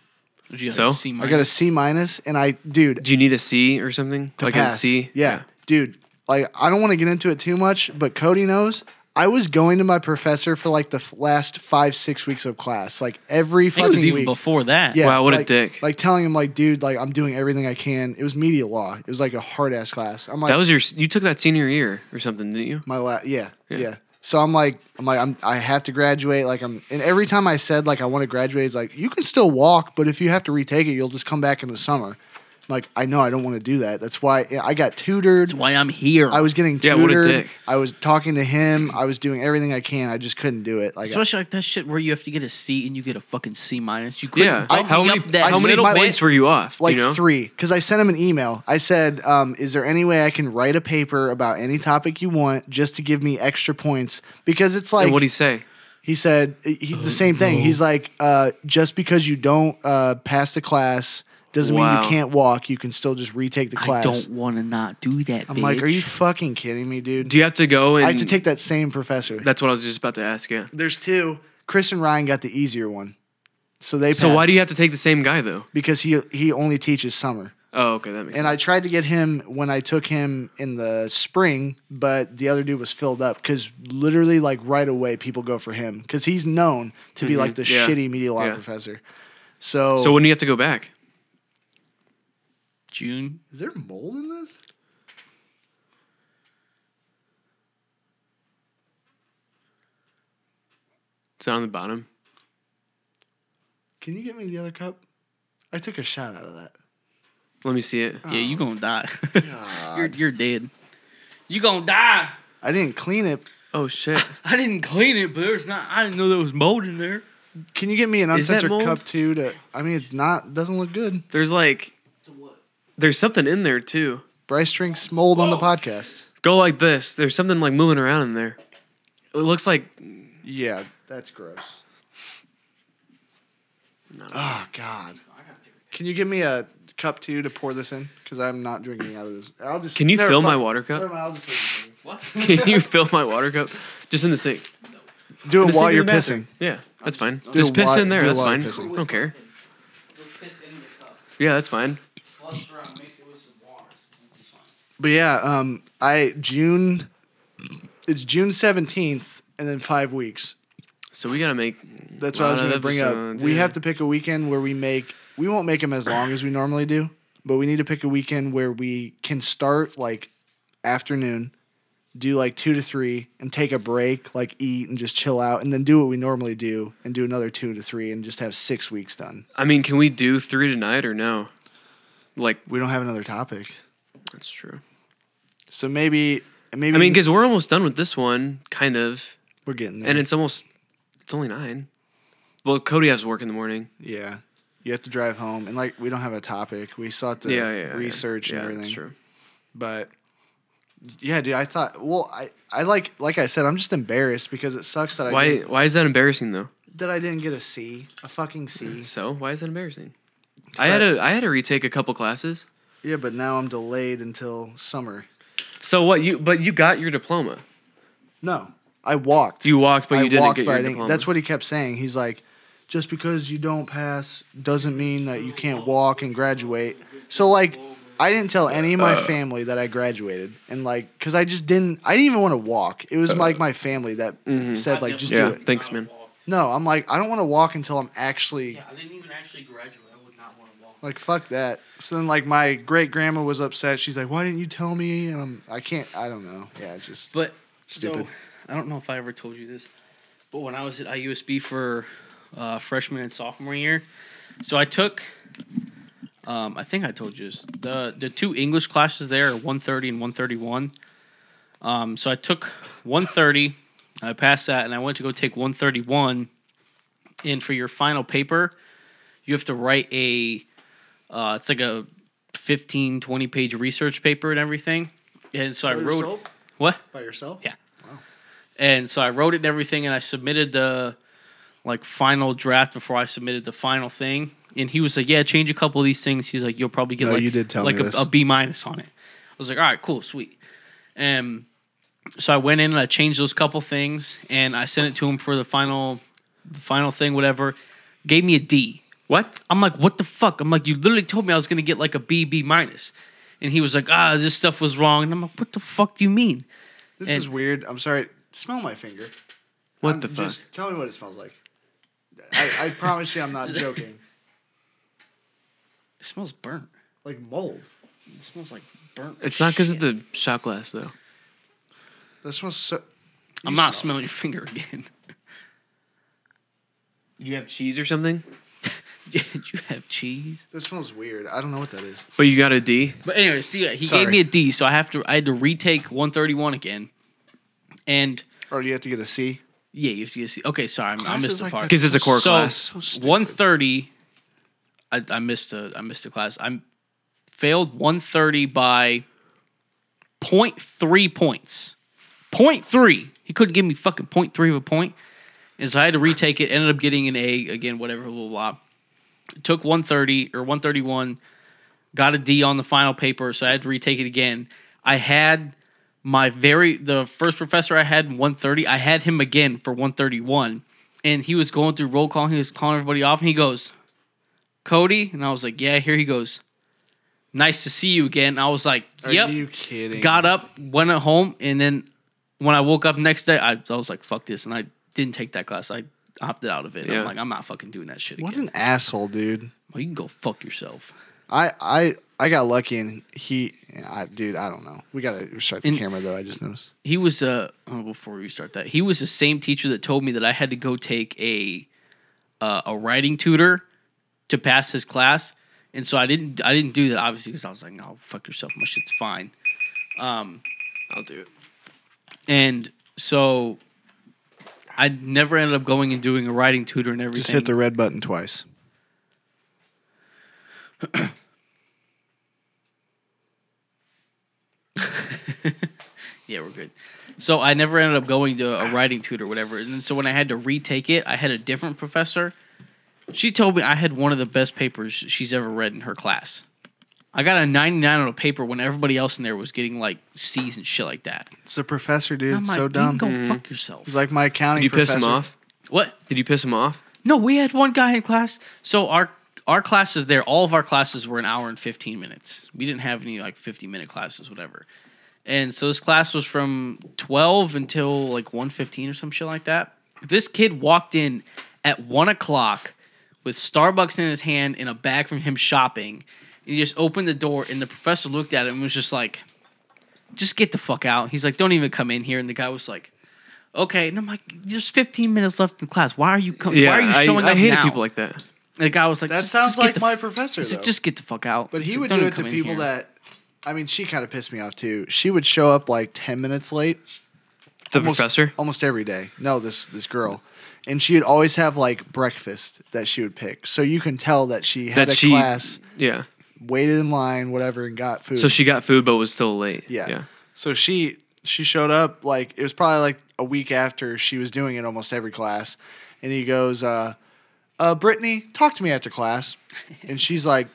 Speaker 2: Did you
Speaker 4: So?
Speaker 2: see my
Speaker 1: I got a C minus, and I, dude,
Speaker 4: Do you need a C or something? like
Speaker 1: pass.
Speaker 4: a C?
Speaker 1: Yeah. Dude, like I don't want to get into it too much, but Cody knows. I was going to my professor for like the f- last five, six weeks of class, like every
Speaker 2: I think
Speaker 1: fucking
Speaker 2: it was even
Speaker 1: week.
Speaker 2: before that.
Speaker 1: Yeah,
Speaker 4: Wow, what a
Speaker 1: like-
Speaker 4: dick.
Speaker 1: Like telling him, like, dude, like I'm doing everything I can. It was media law. It was like a hard ass class. I'm like,
Speaker 4: That was your. You took that senior year or something, didn't you?
Speaker 1: my last, yeah, yeah,
Speaker 4: Yeah.
Speaker 1: So I'm like, I'm like, I'm, I have to graduate. Like I'm, and every time I said like I want to graduate, it's like you can still walk, but if you have to retake it, you'll just come back in the summer. I'm Like I know I don't want to do that. That's why yeah, I got tutored.
Speaker 2: That's why I'm here.
Speaker 1: I was getting
Speaker 4: Yeah,
Speaker 1: tutored.
Speaker 4: what a dick.
Speaker 1: I was talking to him. I was doing everything I can. I just couldn't do it. Like
Speaker 2: Especially like that shit where you have to get a C and you get a fucking C minus. You couldn't
Speaker 4: yeah.
Speaker 2: bump
Speaker 4: how
Speaker 2: me
Speaker 4: many,
Speaker 2: up that
Speaker 4: how many
Speaker 2: middle
Speaker 1: my-
Speaker 4: points
Speaker 2: bit.
Speaker 4: were you off?
Speaker 1: like
Speaker 4: you know?
Speaker 1: three because I sent him an email. I said, um, "Is there any way I can write a paper about any topic you want just to give me extra points?" Because it's like
Speaker 4: And what'd he say?
Speaker 1: he said he,
Speaker 4: Uh,
Speaker 1: the same thing. He's like, uh, "Just because you don't uh, pass the class doesn't mean
Speaker 4: Wow.
Speaker 1: you can't walk. You can still just retake the
Speaker 2: I
Speaker 1: class."
Speaker 2: don't want to not do that.
Speaker 1: I'm like, "Are you
Speaker 2: bitch.
Speaker 1: fucking kidding me, dude?"
Speaker 4: Do you have to go and
Speaker 1: I have to take that same professor.
Speaker 4: That's what I was just about to ask. Yeah.
Speaker 1: There's two. Chris and Ryan got the easier one, so they.
Speaker 4: So why
Speaker 1: passed.
Speaker 4: do you have to take the same guy though?
Speaker 1: Because he he only teaches summer.
Speaker 4: Oh, okay, that makes
Speaker 1: and I tried to get him when I took him in the spring, but the other dude was filled up because literally like right away people go for him because he's known to be like the
Speaker 4: yeah,
Speaker 1: shitty media law
Speaker 4: yeah.
Speaker 1: professor. So,
Speaker 4: sense. So when do you have to go back?
Speaker 2: June?
Speaker 1: is there mold in this?
Speaker 4: It's on the bottom.
Speaker 1: Can you get me the other cup? I took a shot out of that.
Speaker 4: Let me see it.
Speaker 1: Uh.
Speaker 2: Yeah, you gonna die. you're you're dead. You gonna die.
Speaker 1: I didn't clean it.
Speaker 4: Oh shit.
Speaker 2: I didn't clean it, but there's not. I didn't know there was mold in there.
Speaker 1: Can you get me an
Speaker 4: Is that
Speaker 1: uncensored
Speaker 4: mold?
Speaker 1: cup too? To I mean, it's not doesn't look good.
Speaker 4: There's like there's something in there too.
Speaker 1: Bryce drinks mold on the podcast.
Speaker 4: Go like this. There's something like moving around in there. It looks like
Speaker 1: Yeah, that's gross. Oh God. Can you give me a cup too to pour this in? Because I'm not drinking out of this. I'll just.
Speaker 4: Can you
Speaker 1: never
Speaker 4: fill my
Speaker 1: mind.
Speaker 4: water cup?
Speaker 1: Never mind, I'll just leave it.
Speaker 4: Can you fill my water cup? Just in the sink.
Speaker 1: Do
Speaker 4: In
Speaker 1: it
Speaker 4: the sink
Speaker 1: while
Speaker 4: in
Speaker 1: you're
Speaker 4: the bathroom.
Speaker 1: pissing.
Speaker 4: Yeah, that's fine.
Speaker 1: Do
Speaker 4: Just
Speaker 1: a
Speaker 4: piss
Speaker 1: lot-
Speaker 4: in there.
Speaker 1: do a
Speaker 4: That's
Speaker 1: lot
Speaker 4: fine.
Speaker 1: of pissing.
Speaker 4: I don't care. Yeah, that's fine.
Speaker 1: But yeah, um, I June. It's June seventeenth, and then five weeks.
Speaker 4: So we gotta make.
Speaker 1: That's what I was
Speaker 4: lot
Speaker 1: going to
Speaker 4: of
Speaker 1: bring up.
Speaker 4: episodes,
Speaker 1: We
Speaker 4: yeah.
Speaker 1: have to pick a weekend where we make. We won't make them as long as we normally do, but we need to pick a weekend where we can start like afternoon, do like two to three, and take a break, like eat and just chill out, and then do what we normally do and do another two to three, and just have six weeks done.
Speaker 4: I mean, can we do three tonight or no? Like
Speaker 1: We don't have another topic,
Speaker 4: that's true.
Speaker 1: so maybe maybe
Speaker 4: I mean, because we're almost done with this one, kind of,
Speaker 1: we're getting there.
Speaker 4: and it's almost it's only nine. Well, Cody has work in the morning.
Speaker 1: yeah, you have to drive home, and like we don't have a topic. We sought to
Speaker 4: yeah, yeah, yeah,
Speaker 1: research
Speaker 4: yeah,
Speaker 1: and everything.
Speaker 4: That's true.
Speaker 1: but yeah, dude, I thought. Well, I, I like like I said, I'm just embarrassed because it sucks that I
Speaker 4: Why?
Speaker 1: didn't,
Speaker 4: Why is that embarrassing though?
Speaker 1: that I didn't get a C, a fucking C.
Speaker 4: So why is that embarrassing? I had to I had to retake a couple classes.
Speaker 1: Yeah, but now I'm delayed until summer.
Speaker 4: So what you? But you got your diploma.
Speaker 1: No, I walked.
Speaker 4: You walked, but you didn't get
Speaker 1: but
Speaker 4: your
Speaker 1: I didn't-
Speaker 4: diploma.
Speaker 1: That's what he kept saying. He's like, just because you don't pass doesn't mean that you can't walk and graduate. So like. I didn't tell any of my
Speaker 4: Uh.
Speaker 1: family that I graduated, and like, cause I just didn't. I didn't even want to walk. It was like my family that said, like, just
Speaker 4: Uh. Mm-hmm. Yeah.
Speaker 1: do it.
Speaker 4: Thanks, man.
Speaker 1: No, I'm like, I don't want to walk until I'm actually
Speaker 2: I didn't even actually graduate. I would not want to walk.
Speaker 1: like, fuck that. So then, like, my great grandma was upset. She's like, why didn't you tell me? And I'm, I can't, I don't know. Yeah, it's just
Speaker 2: But
Speaker 1: Stupid.
Speaker 2: So, I don't know if I ever told you this, but when I was at IUSB for uh, freshman and sophomore year, so I took. Um, I think I told you this. the the two English classes there are one thirty and one thirty one. Um, so I took one thirty, and I passed that, and I went to go take one thirty one. And for your final paper, you have to write a. Uh, it's like a 15, 20 page research paper and everything. And so I wrote what?
Speaker 1: by yourself.
Speaker 2: Yeah. And so I wrote it and everything, and I submitted the like final draft before I submitted the final thing. And he was like, "Yeah, change a couple of these things." He's like, "You'll probably get
Speaker 1: No,
Speaker 2: like
Speaker 1: you did tell
Speaker 2: like
Speaker 1: me
Speaker 2: a,
Speaker 1: this.
Speaker 2: a B minus on it." I was like, "All right, cool, sweet." And so I went in and I changed those couple things, and I sent it to him for the final, the final thing, whatever. Gave me a D.
Speaker 4: What?
Speaker 2: I'm like, what the fuck? I'm like, you literally told me I was gonna get like a B, B minus, and he was like, ah, this stuff was wrong. And I'm like, what the fuck do you mean?
Speaker 1: This
Speaker 2: And-
Speaker 1: is weird. I'm sorry. Smell my finger.
Speaker 4: What
Speaker 1: I'm-
Speaker 4: the fuck?
Speaker 1: Just tell me what it smells like. I, I promise you, I'm not joking.
Speaker 2: It smells burnt.
Speaker 1: Like mold.
Speaker 2: It smells like burnt.
Speaker 4: It's not because of
Speaker 2: shit.
Speaker 4: the shot glass though.
Speaker 1: This smells so.
Speaker 2: I'm
Speaker 1: you
Speaker 2: not
Speaker 1: smell
Speaker 2: smelling your finger again.
Speaker 4: You have cheese or something?
Speaker 2: Did you have cheese?
Speaker 1: That smells weird. I don't know what that is.
Speaker 4: But you got a D.
Speaker 2: But anyways, so yeah, he
Speaker 1: Sorry.
Speaker 2: gave me a D, so I have to I had to retake 131 again. And
Speaker 1: Or you have to get a C.
Speaker 2: yeah, you have to get a C. Okay, sorry, I- I
Speaker 1: Classes
Speaker 2: missed the
Speaker 1: like
Speaker 2: part.
Speaker 1: that
Speaker 4: Because it's a core
Speaker 2: so
Speaker 4: class.
Speaker 1: stupid.
Speaker 2: 130 I, I missed a I missed a class. I failed 130 by 0.3 points. 0.3. He couldn't give me fucking 0.3 of a point. And so I had to retake it. Ended up getting an A again, whatever, blah, blah, blah. Took 130 or 131, got a D on the final paper, so I had to retake it again. I had my very the first professor I had in 130, I had him again for 131. And he was going through roll call, he was calling everybody off, and he goes, Cody? And I was like, Yeah, here he goes. Nice to see you again. I was like,
Speaker 1: Are
Speaker 2: Yep.
Speaker 1: you kidding?
Speaker 2: Got up, went at home, and then when I woke up next day, I, I was like, "Fuck this," and I didn't take that class. I opted out of it.
Speaker 4: Yeah.
Speaker 2: I'm like, I'm not fucking doing that shit
Speaker 1: What
Speaker 2: again.
Speaker 1: an asshole, dude.
Speaker 2: Well, you can go fuck yourself.
Speaker 1: I I I got lucky and he, I, dude, I don't know. We gotta restart the
Speaker 2: And-
Speaker 1: camera though. I just noticed.
Speaker 2: He was uh oh, before we start that, he was the same teacher that told me that I had to go take a uh, a writing tutor to pass his class, and so I didn't I didn't do that obviously because I was like, "No, fuck yourself. My shit's fine." Um,
Speaker 4: I'll do it.
Speaker 2: And so I never ended up going and doing a writing tutor and everything.
Speaker 1: Just hit the red button twice.
Speaker 2: Yeah, we're good. So I never ended up going to a writing tutor, or whatever. And then, so when I had to retake it, I had a different professor. She told me I had one of the best papers she's ever read in her class. I got a 99 on a paper when everybody else in there was getting like C's and shit like that.
Speaker 1: It's a professor, dude.
Speaker 2: I'm
Speaker 1: It's
Speaker 2: like,
Speaker 1: so
Speaker 2: you
Speaker 1: dumb.
Speaker 2: can Go fuck yourself.
Speaker 1: He's like my accounting.
Speaker 4: Did you piss
Speaker 1: professor.
Speaker 4: him off?
Speaker 2: What?
Speaker 4: Did you piss him off?
Speaker 2: No, we had one guy in class. So our our classes there, all of our classes were an hour and fifteen minutes. We didn't have any like fifty minute classes, whatever. And so this class was from twelve until like one fifteen or some shit like that. This kid walked in at one o'clock with Starbucks in his hand and a bag from him shopping. And he just opened the door and the professor looked at him and was just like, just get the fuck out. He's like, don't even come in here. And the guy was like, okay. And I'm like, there's 15 minutes left in class. Why are you coming? why are you
Speaker 4: I-
Speaker 2: showing
Speaker 4: I,
Speaker 2: up
Speaker 4: hated
Speaker 2: now?
Speaker 4: people like that.
Speaker 2: And the guy was like,
Speaker 1: That
Speaker 2: "Just-
Speaker 1: sounds
Speaker 2: just get
Speaker 1: like
Speaker 2: the
Speaker 1: my
Speaker 2: f-
Speaker 1: professor.
Speaker 2: He's like,
Speaker 1: though.
Speaker 2: just get the fuck out.
Speaker 1: But
Speaker 2: He's
Speaker 1: he would
Speaker 2: like, "Don't
Speaker 1: do
Speaker 2: even
Speaker 1: it to
Speaker 2: come in
Speaker 1: people
Speaker 2: here."
Speaker 1: that, I mean, she kind of pissed me off too. She would show up like ten minutes late.
Speaker 4: The
Speaker 1: almost-
Speaker 4: professor.
Speaker 1: almost every day. No, this this girl, and she would always have like breakfast that she would pick. So you can tell that she had
Speaker 4: That
Speaker 1: a
Speaker 4: she-
Speaker 1: class,
Speaker 4: Yeah.
Speaker 1: waited in line, whatever, and got food.
Speaker 4: So she got food, but was still late.
Speaker 1: yeah.
Speaker 4: Yeah.
Speaker 1: So she she showed up like it was probably like a week after she was doing it almost every class, and he goes, uh, uh, "Brittany, talk to me after class," and she's like,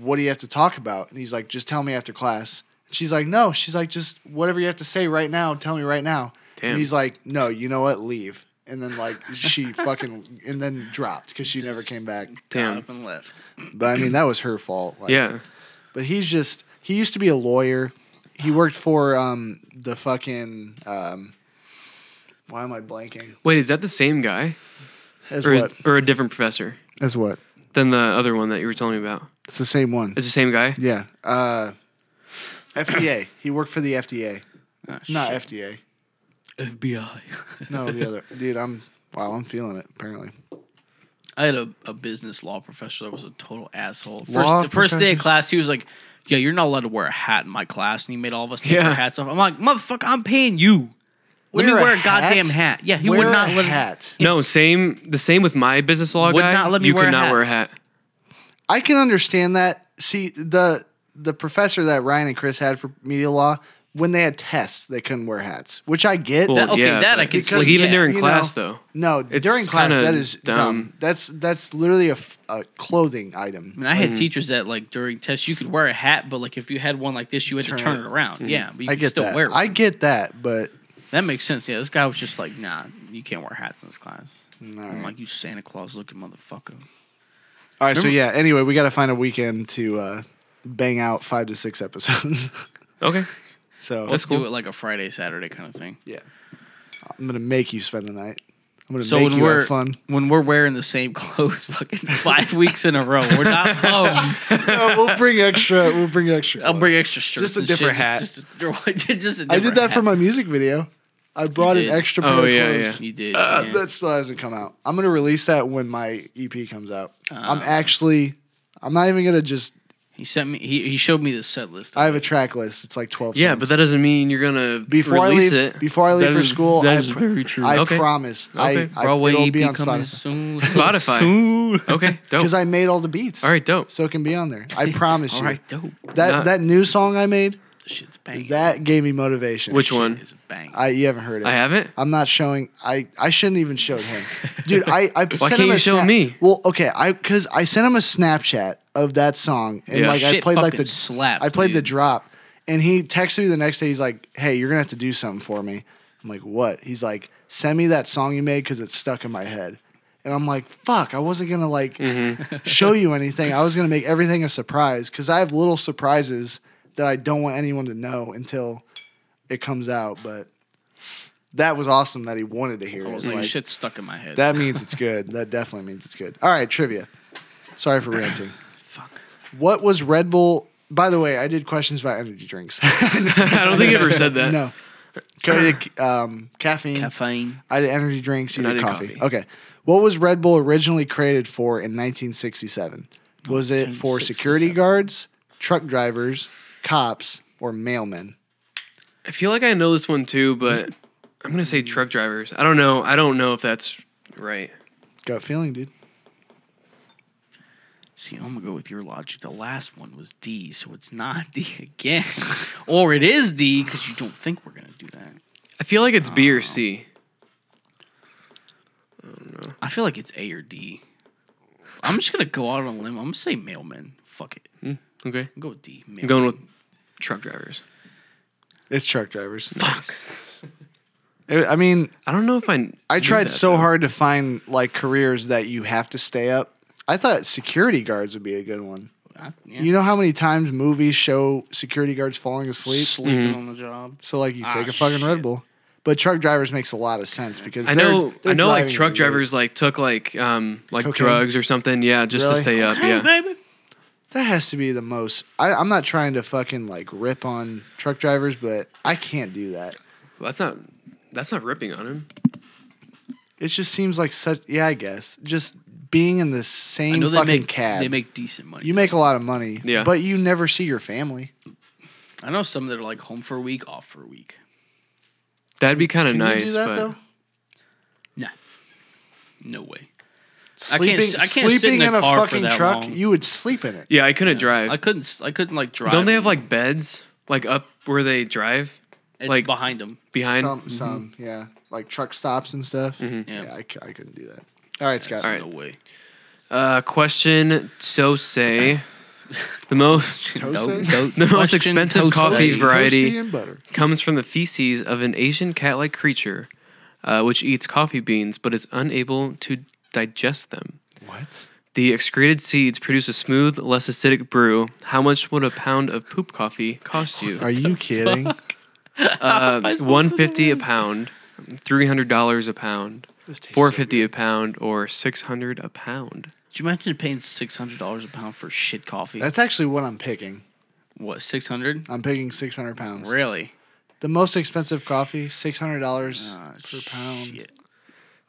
Speaker 1: "What do you have to talk about?" And he's like, "Just tell me after class." She's like, "No," she's like, "Just whatever you have to say right now, tell me right now."
Speaker 4: Damn.
Speaker 1: And he's like, "No, you know what? Leave." And then like she fucking and then dropped because she never came back.
Speaker 4: Damn.
Speaker 2: Got up and left.
Speaker 1: But I mean that was her fault. Like,
Speaker 4: Yeah.
Speaker 1: but he's just he used to be a lawyer. He worked for um the fucking um why am I blanking?
Speaker 4: Wait, is that the same guy
Speaker 1: As
Speaker 4: or
Speaker 1: what?
Speaker 4: or a different professor
Speaker 1: As what?
Speaker 4: than the other one that you were telling me about?
Speaker 1: It's the same one.
Speaker 4: It's the same guy.
Speaker 1: Yeah. Uh FDA. He worked for the FDA.
Speaker 2: Ah,
Speaker 1: Not
Speaker 2: shit.
Speaker 1: FDA.
Speaker 2: FBI.
Speaker 1: No, the other. Dude, I'm wow, I'm feeling it apparently.
Speaker 2: I had a, a business law professor that was a total asshole. First,
Speaker 1: Law
Speaker 2: the first day of
Speaker 1: professors?
Speaker 2: class, he was like, "Yeah, you're not allowed to wear a hat in my class," and he made all of us take
Speaker 4: Yeah.
Speaker 2: our hats off. I'm like, "Motherfucker, I'm paying you. Let me
Speaker 1: Wear a
Speaker 2: wear a goddamn
Speaker 1: hat?
Speaker 2: hat." Yeah, he
Speaker 1: Wear
Speaker 2: would not
Speaker 1: a
Speaker 2: let us.
Speaker 1: hat.
Speaker 4: No, same. The same with my business law
Speaker 2: Would
Speaker 4: guy.
Speaker 2: not let me
Speaker 4: you
Speaker 2: wear
Speaker 4: could
Speaker 2: a
Speaker 4: not
Speaker 2: hat.
Speaker 4: wear a hat.
Speaker 1: I can understand that. See, the the professor that Ryan and Chris had for media law, when they had tests, they couldn't wear hats, which I get.
Speaker 4: Well,
Speaker 2: That- okay,
Speaker 4: yeah,
Speaker 2: that I
Speaker 4: but
Speaker 2: could
Speaker 4: Like
Speaker 2: see,
Speaker 4: even
Speaker 2: yeah.
Speaker 4: during
Speaker 1: you
Speaker 4: class
Speaker 1: know,
Speaker 4: though.
Speaker 1: No,
Speaker 4: It's
Speaker 1: during class
Speaker 4: kinda
Speaker 1: that is dumb.
Speaker 4: dumb.
Speaker 1: That's that's literally a, f- a clothing item.
Speaker 2: And I
Speaker 4: Mm-hmm.
Speaker 2: had teachers that like during tests you could wear a hat, but like if you had one like this, you had to turn it around. Yeah, but you
Speaker 1: Mm-hmm. I
Speaker 2: could
Speaker 1: get
Speaker 2: still
Speaker 1: that.
Speaker 2: wear it.
Speaker 1: I get that, but
Speaker 2: that makes sense. Yeah, this guy was just like, "Nah, you can't wear hats in this class." I'm like, "You Santa Claus looking motherfucker."
Speaker 1: all right. So yeah. Anyway, we got to find a weekend to uh, bang out five to six episodes.
Speaker 4: Okay.
Speaker 1: so
Speaker 4: That's
Speaker 2: Do
Speaker 4: cool.
Speaker 2: it like a Friday, Saturday kind of thing.
Speaker 1: yeah, I'm gonna make you spend the night. I'm gonna
Speaker 2: So
Speaker 1: make
Speaker 2: when
Speaker 1: you
Speaker 2: we're
Speaker 1: have fun.
Speaker 2: when we're wearing the same clothes, fucking five weeks in a row, we're not bums.
Speaker 1: No, we'll bring extra. We'll bring extra.
Speaker 2: I'll
Speaker 1: clothes.
Speaker 2: bring extra shirts.
Speaker 1: Just a
Speaker 2: and
Speaker 1: different
Speaker 2: shit,
Speaker 1: hat.
Speaker 2: Just, just, just a
Speaker 1: I did
Speaker 2: different
Speaker 1: that for
Speaker 2: hat.
Speaker 1: my music video. I brought an
Speaker 2: did.
Speaker 1: extra pair
Speaker 4: Oh,
Speaker 1: of
Speaker 4: yeah,
Speaker 1: clothes.
Speaker 4: yeah.
Speaker 2: You did.
Speaker 1: Uh,
Speaker 2: yeah.
Speaker 1: That still hasn't come out. I'm gonna release that when my EP comes out.
Speaker 4: Ah.
Speaker 1: I'm actually, I'm not even gonna just.
Speaker 2: He sent me. He, he showed me the set list.
Speaker 1: I have a track list. It's like 12.
Speaker 4: Yeah,
Speaker 1: songs.
Speaker 4: but that doesn't mean you're gonna
Speaker 1: before I
Speaker 4: release
Speaker 1: leave,
Speaker 4: it.
Speaker 1: before I leave
Speaker 4: That
Speaker 1: for
Speaker 4: is-
Speaker 1: school,
Speaker 4: that
Speaker 1: I,
Speaker 4: is
Speaker 1: pr-
Speaker 4: very true.
Speaker 1: I
Speaker 4: Okay.
Speaker 1: promise.
Speaker 4: Okay. E
Speaker 1: I, I
Speaker 2: Broadway
Speaker 1: it'll
Speaker 2: EP
Speaker 1: be on
Speaker 2: coming
Speaker 1: Spotify
Speaker 2: soon.
Speaker 4: Spotify.
Speaker 2: Soon.
Speaker 4: okay, dope.
Speaker 1: because I made all the beats.
Speaker 4: All right, dope.
Speaker 1: so it can be on there. I promise
Speaker 2: All
Speaker 1: you.
Speaker 2: right, dope.
Speaker 1: That
Speaker 4: Nah.
Speaker 1: that new song I made
Speaker 2: Shit's banging.
Speaker 1: that gave me motivation.
Speaker 4: Which
Speaker 2: Shit
Speaker 4: one?
Speaker 2: is banging.
Speaker 1: I you haven't heard it.
Speaker 4: I haven't.
Speaker 1: I'm not showing. I I shouldn't even show him, dude. I I sent
Speaker 4: can't
Speaker 1: him a
Speaker 4: you show
Speaker 1: snap-
Speaker 4: me?
Speaker 1: Well, okay, I because I sent him a Snapchat of that song, and
Speaker 4: Yeah.
Speaker 1: like I
Speaker 2: Shit
Speaker 1: played like
Speaker 2: fucking
Speaker 1: the
Speaker 2: slapped,
Speaker 1: I played the
Speaker 2: dude.
Speaker 1: drop, and he texted me the next day. He's like, "Hey, you're gonna have to do something for me." I'm like, "What?" He's like, "Send me that song you made because it's stuck in my head." And I'm like, "Fuck!" I wasn't gonna like
Speaker 2: Mm-hmm.
Speaker 1: show you anything. I was gonna make everything a surprise because I have little surprises that I don't want anyone to know until it comes out, but that was awesome that he wanted to hear
Speaker 2: I
Speaker 1: it.
Speaker 2: was like,
Speaker 1: Like,
Speaker 2: shit's stuck in my head.
Speaker 1: that means it's good. That definitely means it's good. All right, trivia. Sorry for ranting.
Speaker 2: Fuck.
Speaker 1: What was Red Bull? By the way, I did questions about energy drinks.
Speaker 4: I don't think you ever said that.
Speaker 1: no. Cody did um, caffeine.
Speaker 2: Caffeine.
Speaker 1: I did energy drinks. You
Speaker 4: And I
Speaker 1: did,
Speaker 4: did
Speaker 1: coffee.
Speaker 4: coffee.
Speaker 1: Okay. What was Red Bull originally created for in 1967? Was it for security
Speaker 2: 1967.
Speaker 1: guards, truck drivers, cops, or mailmen?
Speaker 4: I feel like I know this one too, but I'm gonna say truck drivers. I don't know. I don't know if that's right.
Speaker 1: Gut feeling, dude.
Speaker 2: See, I'm gonna go with your logic. The last one was D, so it's not D again, or it is D because you don't think we're gonna do that.
Speaker 4: I feel like it's B or C.
Speaker 2: I feel like it's A or D. I'm just gonna go out on a limb. I'm gonna say mailman. Fuck it.
Speaker 4: Okay,
Speaker 2: I'll go with D. Mailman.
Speaker 4: I'm going with truck drivers.
Speaker 1: It's truck drivers.
Speaker 4: Fuck.
Speaker 1: It- I mean,
Speaker 4: I don't know if I.
Speaker 1: I
Speaker 4: did
Speaker 1: tried
Speaker 4: that,
Speaker 1: so
Speaker 4: though.
Speaker 1: hard to find like careers that you have to stay up. I thought security guards would be a good one.
Speaker 2: I, yeah.
Speaker 1: You know how many times movies show security guards falling asleep?
Speaker 2: sleeping on the job.
Speaker 1: So like you take
Speaker 2: Ah,
Speaker 1: a fucking Red
Speaker 2: shit.
Speaker 1: Bull. But truck drivers makes a lot of sense because
Speaker 4: I
Speaker 1: they're-
Speaker 4: know.
Speaker 1: they're
Speaker 4: I know. Like
Speaker 1: driving
Speaker 4: truck
Speaker 1: really-
Speaker 4: drivers like took like um like
Speaker 1: Cocaine?
Speaker 4: drugs or something. Yeah, just
Speaker 1: Really?
Speaker 4: to stay up.
Speaker 2: Hey,
Speaker 4: Yeah.
Speaker 2: baby.
Speaker 1: That has to be the most. I, I'm not trying to fucking like rip on truck drivers, but I can't do that.
Speaker 4: That's not. That's not ripping on him.
Speaker 1: It just seems like such. Yeah, I guess just being in the
Speaker 2: I
Speaker 1: same
Speaker 2: know they
Speaker 1: fucking
Speaker 2: make
Speaker 1: cab.
Speaker 2: they make decent money.
Speaker 1: you make a lot of money,
Speaker 4: Yeah.
Speaker 1: but you never see your family.
Speaker 2: I know some that are like home for a week, off for a week.
Speaker 4: That'd be kind of
Speaker 1: Can you
Speaker 4: nice.
Speaker 1: do that
Speaker 4: but
Speaker 1: though?
Speaker 2: Nah, no way.
Speaker 1: Sleeping,
Speaker 2: s- I can't sit in a car for that long.
Speaker 1: you would sleep in it.
Speaker 4: Yeah, I couldn't drive.
Speaker 2: I couldn't. s- I couldn't like drive.
Speaker 4: Don't they have
Speaker 2: and-
Speaker 4: like beds like up where they drive
Speaker 2: it's
Speaker 4: like-
Speaker 2: behind them?
Speaker 4: behind?
Speaker 1: Some, some, yeah, like truck stops and stuff. Yeah,
Speaker 2: Mm-hmm. Yeah.
Speaker 1: I, c- I couldn't do that. All right, Scott.
Speaker 4: All right.
Speaker 2: No way.
Speaker 4: Uh, question so say the most
Speaker 1: Tosei?
Speaker 4: the most
Speaker 2: Question
Speaker 4: expensive
Speaker 2: Tosei.
Speaker 4: coffee
Speaker 1: Toasty
Speaker 4: variety
Speaker 1: and butter.
Speaker 4: comes from the feces of an Asian cat-like creature, uh, which eats coffee beans but is unable to digest them.
Speaker 1: What?
Speaker 4: The excreted seeds produce a smooth, less acidic brew. How much would a pound of poop coffee cost you?
Speaker 1: Are you kidding?
Speaker 4: Uh,
Speaker 2: supposed to
Speaker 4: one fifty a pound, three hundred dollars a pound,
Speaker 1: This tastes so
Speaker 4: four fifty a pound, or six hundred a pound.
Speaker 2: Do you imagine paying six hundred dollars a pound for shit coffee?
Speaker 1: That's actually what I'm picking.
Speaker 2: what six hundred?
Speaker 1: I'm picking 600 pounds.
Speaker 2: Really?
Speaker 1: The most expensive coffee, $600
Speaker 2: Ah,
Speaker 1: per pound.
Speaker 2: shit.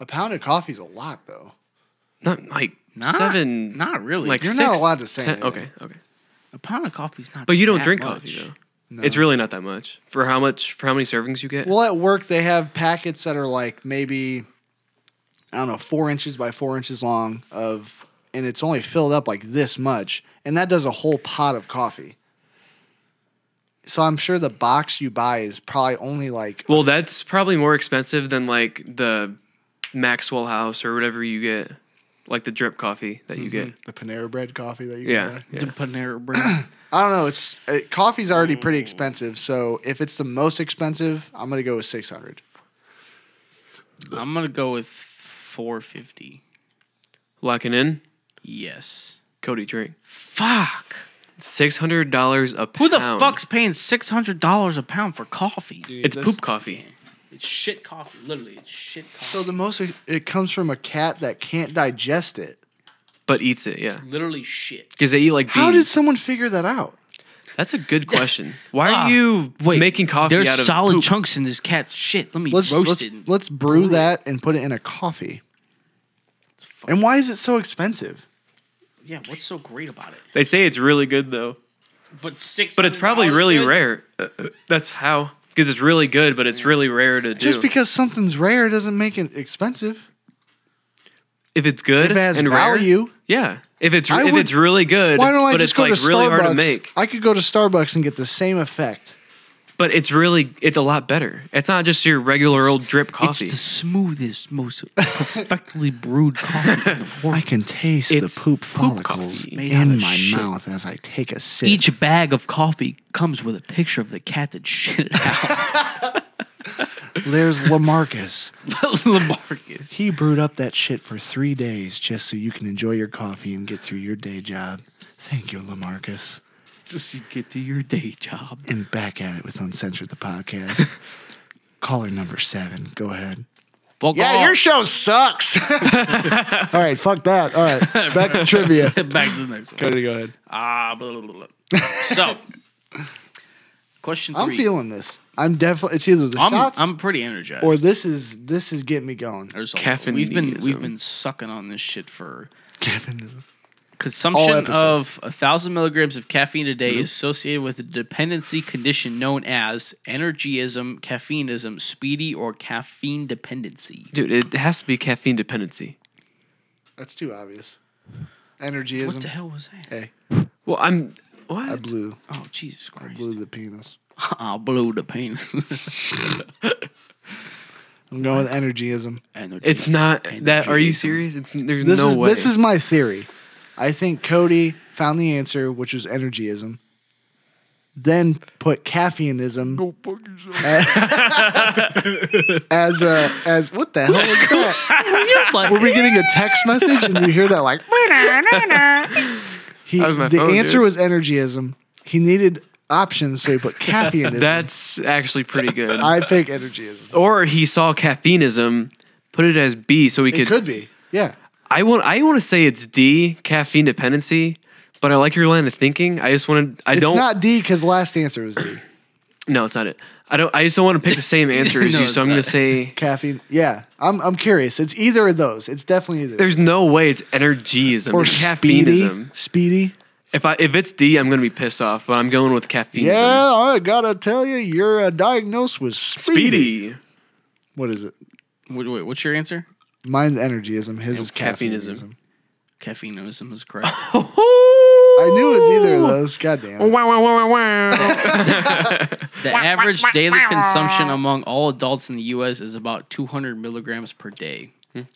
Speaker 1: A pound of coffee's a lot though.
Speaker 4: Not like
Speaker 2: Not-
Speaker 4: seven.
Speaker 2: Not really.
Speaker 4: like
Speaker 1: You're not
Speaker 4: six,
Speaker 1: allowed to say
Speaker 4: ten-
Speaker 1: anything.
Speaker 4: okay, okay.
Speaker 2: a pound of coffee's not.
Speaker 4: But you don't
Speaker 2: that
Speaker 4: drink
Speaker 2: much.
Speaker 4: coffee though.
Speaker 1: No.
Speaker 4: It's really not that much for how much for how many servings you get.
Speaker 1: Well, at work they have packets that are like maybe I don't know four inches by four inches long of, and it's only filled up like this much, and that does a whole pot of coffee. So I'm sure the box you buy is probably only like
Speaker 4: Well, that's probably more expensive than like the Maxwell House or whatever you get, like the drip coffee that you get.
Speaker 1: the Panera Bread coffee that you can
Speaker 4: Yeah,
Speaker 1: buy.
Speaker 4: yeah.
Speaker 2: The Panera Bread.
Speaker 1: I don't know. It's uh coffee's already pretty expensive, so if it's the most expensive, I'm gonna go with six hundred.
Speaker 2: I'm gonna go with four fifty.
Speaker 4: Locking in,
Speaker 2: Yes.
Speaker 4: Cody drink
Speaker 2: Fuck.
Speaker 4: six hundred dollars a pound.
Speaker 2: Who the fuck's paying six hundred dollars a pound for coffee? Dude.
Speaker 4: It's poop coffee.
Speaker 2: It's shit coffee. Literally, it's shit coffee.
Speaker 1: So the most it comes from a cat that can't digest it.
Speaker 4: but eats it. Yeah,
Speaker 2: literally shit.
Speaker 4: because they eat like beans.
Speaker 1: How did someone figure that out?
Speaker 4: That's a good question. Why are
Speaker 2: Ah,
Speaker 4: you
Speaker 2: wait,
Speaker 4: making coffee
Speaker 2: There's
Speaker 4: out of
Speaker 2: solid
Speaker 4: poop?
Speaker 2: chunks in this cat's shit. Let me
Speaker 1: Let's
Speaker 2: roast
Speaker 1: let's,
Speaker 2: it. and-
Speaker 1: let's brew that and put it in a coffee. And why is it so expensive?
Speaker 2: yeah, what's so great about it?
Speaker 4: They say it's really good though,
Speaker 2: But six.
Speaker 4: but it's probably really rare. Uh, That's how because it's really good, but it's really rare to do.
Speaker 1: Just because something's rare doesn't make it expensive.
Speaker 4: if it's good
Speaker 1: If it has
Speaker 4: and rare,
Speaker 1: value,
Speaker 4: yeah. If it's
Speaker 1: I
Speaker 4: if
Speaker 1: would-
Speaker 4: it's really good,
Speaker 1: why don't I
Speaker 4: but
Speaker 1: just
Speaker 4: it's
Speaker 1: go
Speaker 4: like
Speaker 1: to
Speaker 4: really
Speaker 1: Starbucks?
Speaker 4: hard to make.
Speaker 1: I could go to Starbucks and get the same effect.
Speaker 4: But it's really it's a lot better. It's not just your regular old drip coffee.
Speaker 2: It's the smoothest, most perfectly brewed coffee in the world.
Speaker 1: I can taste
Speaker 4: It's
Speaker 1: the poop
Speaker 4: poop
Speaker 1: follicles
Speaker 4: coffee
Speaker 2: made out
Speaker 1: in
Speaker 2: of
Speaker 1: my
Speaker 2: shit.
Speaker 1: mouth as I take a sip.
Speaker 2: Each bag of coffee comes with a picture of the cat that shit it out.
Speaker 1: There's Lamarcus.
Speaker 2: Lamarcus.
Speaker 1: He brewed up that shit for three days just so you can enjoy your coffee and get through your day job. Thank you, Lamarcus.
Speaker 2: Just you get to your day job.
Speaker 1: And back at it with Uncensored the podcast. Caller number seven. Go ahead.
Speaker 2: Fuck
Speaker 1: Yeah,
Speaker 2: off.
Speaker 1: your show sucks. All right, fuck that. All right, back to trivia.
Speaker 2: Back to the next one.
Speaker 1: Cody, go ahead.
Speaker 2: Ah, blah, blah, blah, blah. So, question 3
Speaker 1: I'm feeling this. I'm definitely. It's either the
Speaker 2: I'm,
Speaker 1: shots
Speaker 2: I'm pretty energized.
Speaker 1: or this is this is getting me going.
Speaker 2: There's a lot. We've been
Speaker 4: Caffeineism.
Speaker 2: we've been sucking on this shit for
Speaker 1: Kevin, is- All
Speaker 2: consumption
Speaker 1: episode.
Speaker 2: of a thousand milligrams of caffeine a
Speaker 4: Mm-hmm.
Speaker 2: day is associated with a dependency condition known as energyism, caffeineism, speedy, or caffeine dependency.
Speaker 4: Dude, it has to be caffeine dependency.
Speaker 1: that's too obvious. Energyism.
Speaker 2: What the hell was that?
Speaker 1: Hey,
Speaker 4: Well, I'm what?
Speaker 1: I blew,
Speaker 2: Oh Jesus Christ!
Speaker 1: blew the penis.
Speaker 2: I blew the penis.
Speaker 1: I'm going with energyism.
Speaker 2: Energy.
Speaker 4: it's not that. Are you
Speaker 2: Energyism.
Speaker 4: serious? It's there's
Speaker 1: This
Speaker 4: no
Speaker 1: is
Speaker 4: way.
Speaker 1: this is my theory. I think Cody found the answer, which was energyism. Then put caffeineism. as uh, as what the hell was that?
Speaker 2: You're like-
Speaker 1: Were we getting a text message and you hear that like? he,
Speaker 4: That was my
Speaker 1: the
Speaker 4: phone,
Speaker 1: answer
Speaker 4: dude.
Speaker 1: was energyism. He needed options, so he put caffeineism.
Speaker 4: That's actually pretty good.
Speaker 1: I pick energyism.
Speaker 4: or he saw caffeineism, put it as B, so he
Speaker 1: It could be, yeah.
Speaker 4: I want. I want to say it's D, caffeine dependency. But I like your line of thinking. I just want to. I
Speaker 1: It's
Speaker 4: don't.
Speaker 1: not D because last answer was D.
Speaker 4: no, it's not it. I don't. I just don't want to pick the same answer as
Speaker 2: No,
Speaker 4: you. So
Speaker 2: it's
Speaker 4: I'm gonna
Speaker 2: not.
Speaker 4: say
Speaker 1: Caffeine. Yeah, I'm I'm curious. It's either of those. It's definitely either.
Speaker 4: there's no way it's energyism
Speaker 1: or
Speaker 4: it's
Speaker 1: speedy.
Speaker 4: caffeineism.
Speaker 1: Speedy.
Speaker 4: If I if it's D, I'm gonna be pissed off. But I'm going with caffeineism.
Speaker 1: Yeah, I gotta tell you, you're uh, diagnosed with speedy.
Speaker 4: Speedy.
Speaker 1: What is it?
Speaker 2: wait, wait, what's your answer?
Speaker 1: Mine's energyism. His is
Speaker 4: caffeineism.
Speaker 1: caffeineism.
Speaker 2: Caffeineism is correct.
Speaker 1: I knew it was either of those. Goddamn. it.
Speaker 4: Wow, wow, wow, wow, wow.
Speaker 2: The average daily consumption among all adults in the U.S. is about 200 milligrams per day.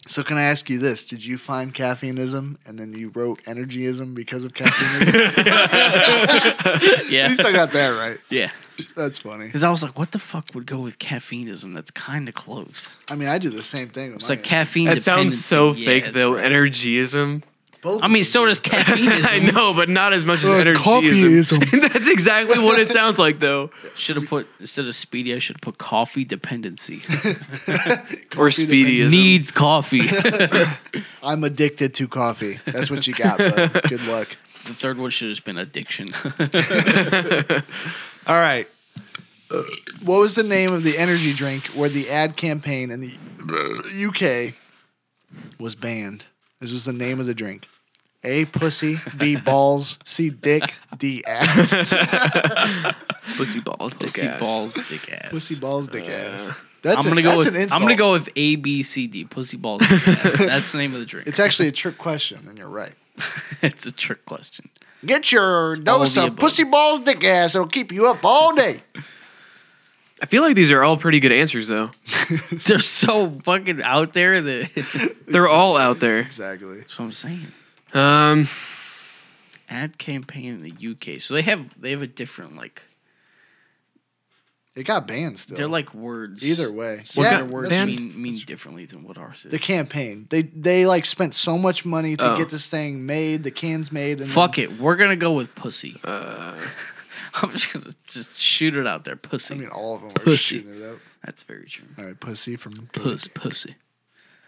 Speaker 1: So can I ask you this? Did you find caffeineism and then you wrote energyism because of caffeineism? At
Speaker 2: Yeah,
Speaker 1: least I got that right.
Speaker 2: yeah.
Speaker 1: That's funny.
Speaker 2: Because I was like, what the fuck would go with caffeineism? That's kind of close.
Speaker 1: I mean, I do the same thing. With
Speaker 2: It's
Speaker 1: my
Speaker 2: like caffeine.
Speaker 4: that sounds so
Speaker 2: dependency. Yeah,
Speaker 4: fake
Speaker 2: that's
Speaker 4: though.
Speaker 2: right.
Speaker 4: Energyism.
Speaker 1: Both
Speaker 2: I mean, so does caffeineism.
Speaker 4: I know, but not as much as
Speaker 1: Uh,
Speaker 4: energyism.
Speaker 1: coffeeism.
Speaker 4: That's exactly what it sounds like though.
Speaker 2: Should have put instead of speedy, I should have put coffee dependency.
Speaker 4: or speedyism.
Speaker 2: Needs coffee. the
Speaker 1: I'm addicted to coffee. That's what you got, bud. Good luck.
Speaker 2: third one should have just been addiction.
Speaker 1: All right. What was the name of the energy drink where the ad campaign in the UK was banned? This was the name of the drink. A pussy, B balls, C dick, D ass.
Speaker 4: pussy balls, dick
Speaker 2: Pussy
Speaker 4: ass.
Speaker 2: balls, dick ass.
Speaker 1: pussy balls, dick ass. That's
Speaker 2: Uh, I'm
Speaker 1: a-
Speaker 2: gonna go
Speaker 1: that's
Speaker 2: with
Speaker 1: an
Speaker 2: I'm
Speaker 1: insult.
Speaker 2: gonna go with A B C D. Pussy balls, dick ass. That's the name of the drink.
Speaker 1: It's actually a trick question, and you're right.
Speaker 2: it's a trick question.
Speaker 1: Get your dose
Speaker 2: the
Speaker 1: of
Speaker 2: above.
Speaker 1: pussy balls, dick ass. It'll keep you up all day.
Speaker 4: I feel like these are all pretty good answers though.
Speaker 2: They're so fucking out there that that's
Speaker 4: They're all out there.
Speaker 1: Exactly.
Speaker 2: what I'm saying.
Speaker 4: Um,
Speaker 2: Ad campaign in the UK. So they have they have a different like
Speaker 1: It got banned still.
Speaker 2: they're like words.
Speaker 1: Either way.
Speaker 2: Similar
Speaker 1: Yeah,
Speaker 2: words
Speaker 1: that's-
Speaker 2: mean mean differently than what ours is.
Speaker 1: the campaign. They they like spent so much money to
Speaker 4: Oh.
Speaker 1: get this thing made, the cans made, and
Speaker 2: Fuck it. We're gonna go with pussy.
Speaker 4: Uh,
Speaker 2: I'm just gonna just shoot it out there, pussy.
Speaker 1: Then, I mean, all of them were
Speaker 2: Pussy.
Speaker 1: shooting it up.
Speaker 2: That's very true.
Speaker 1: All right, pussy from
Speaker 2: Puss, pussy.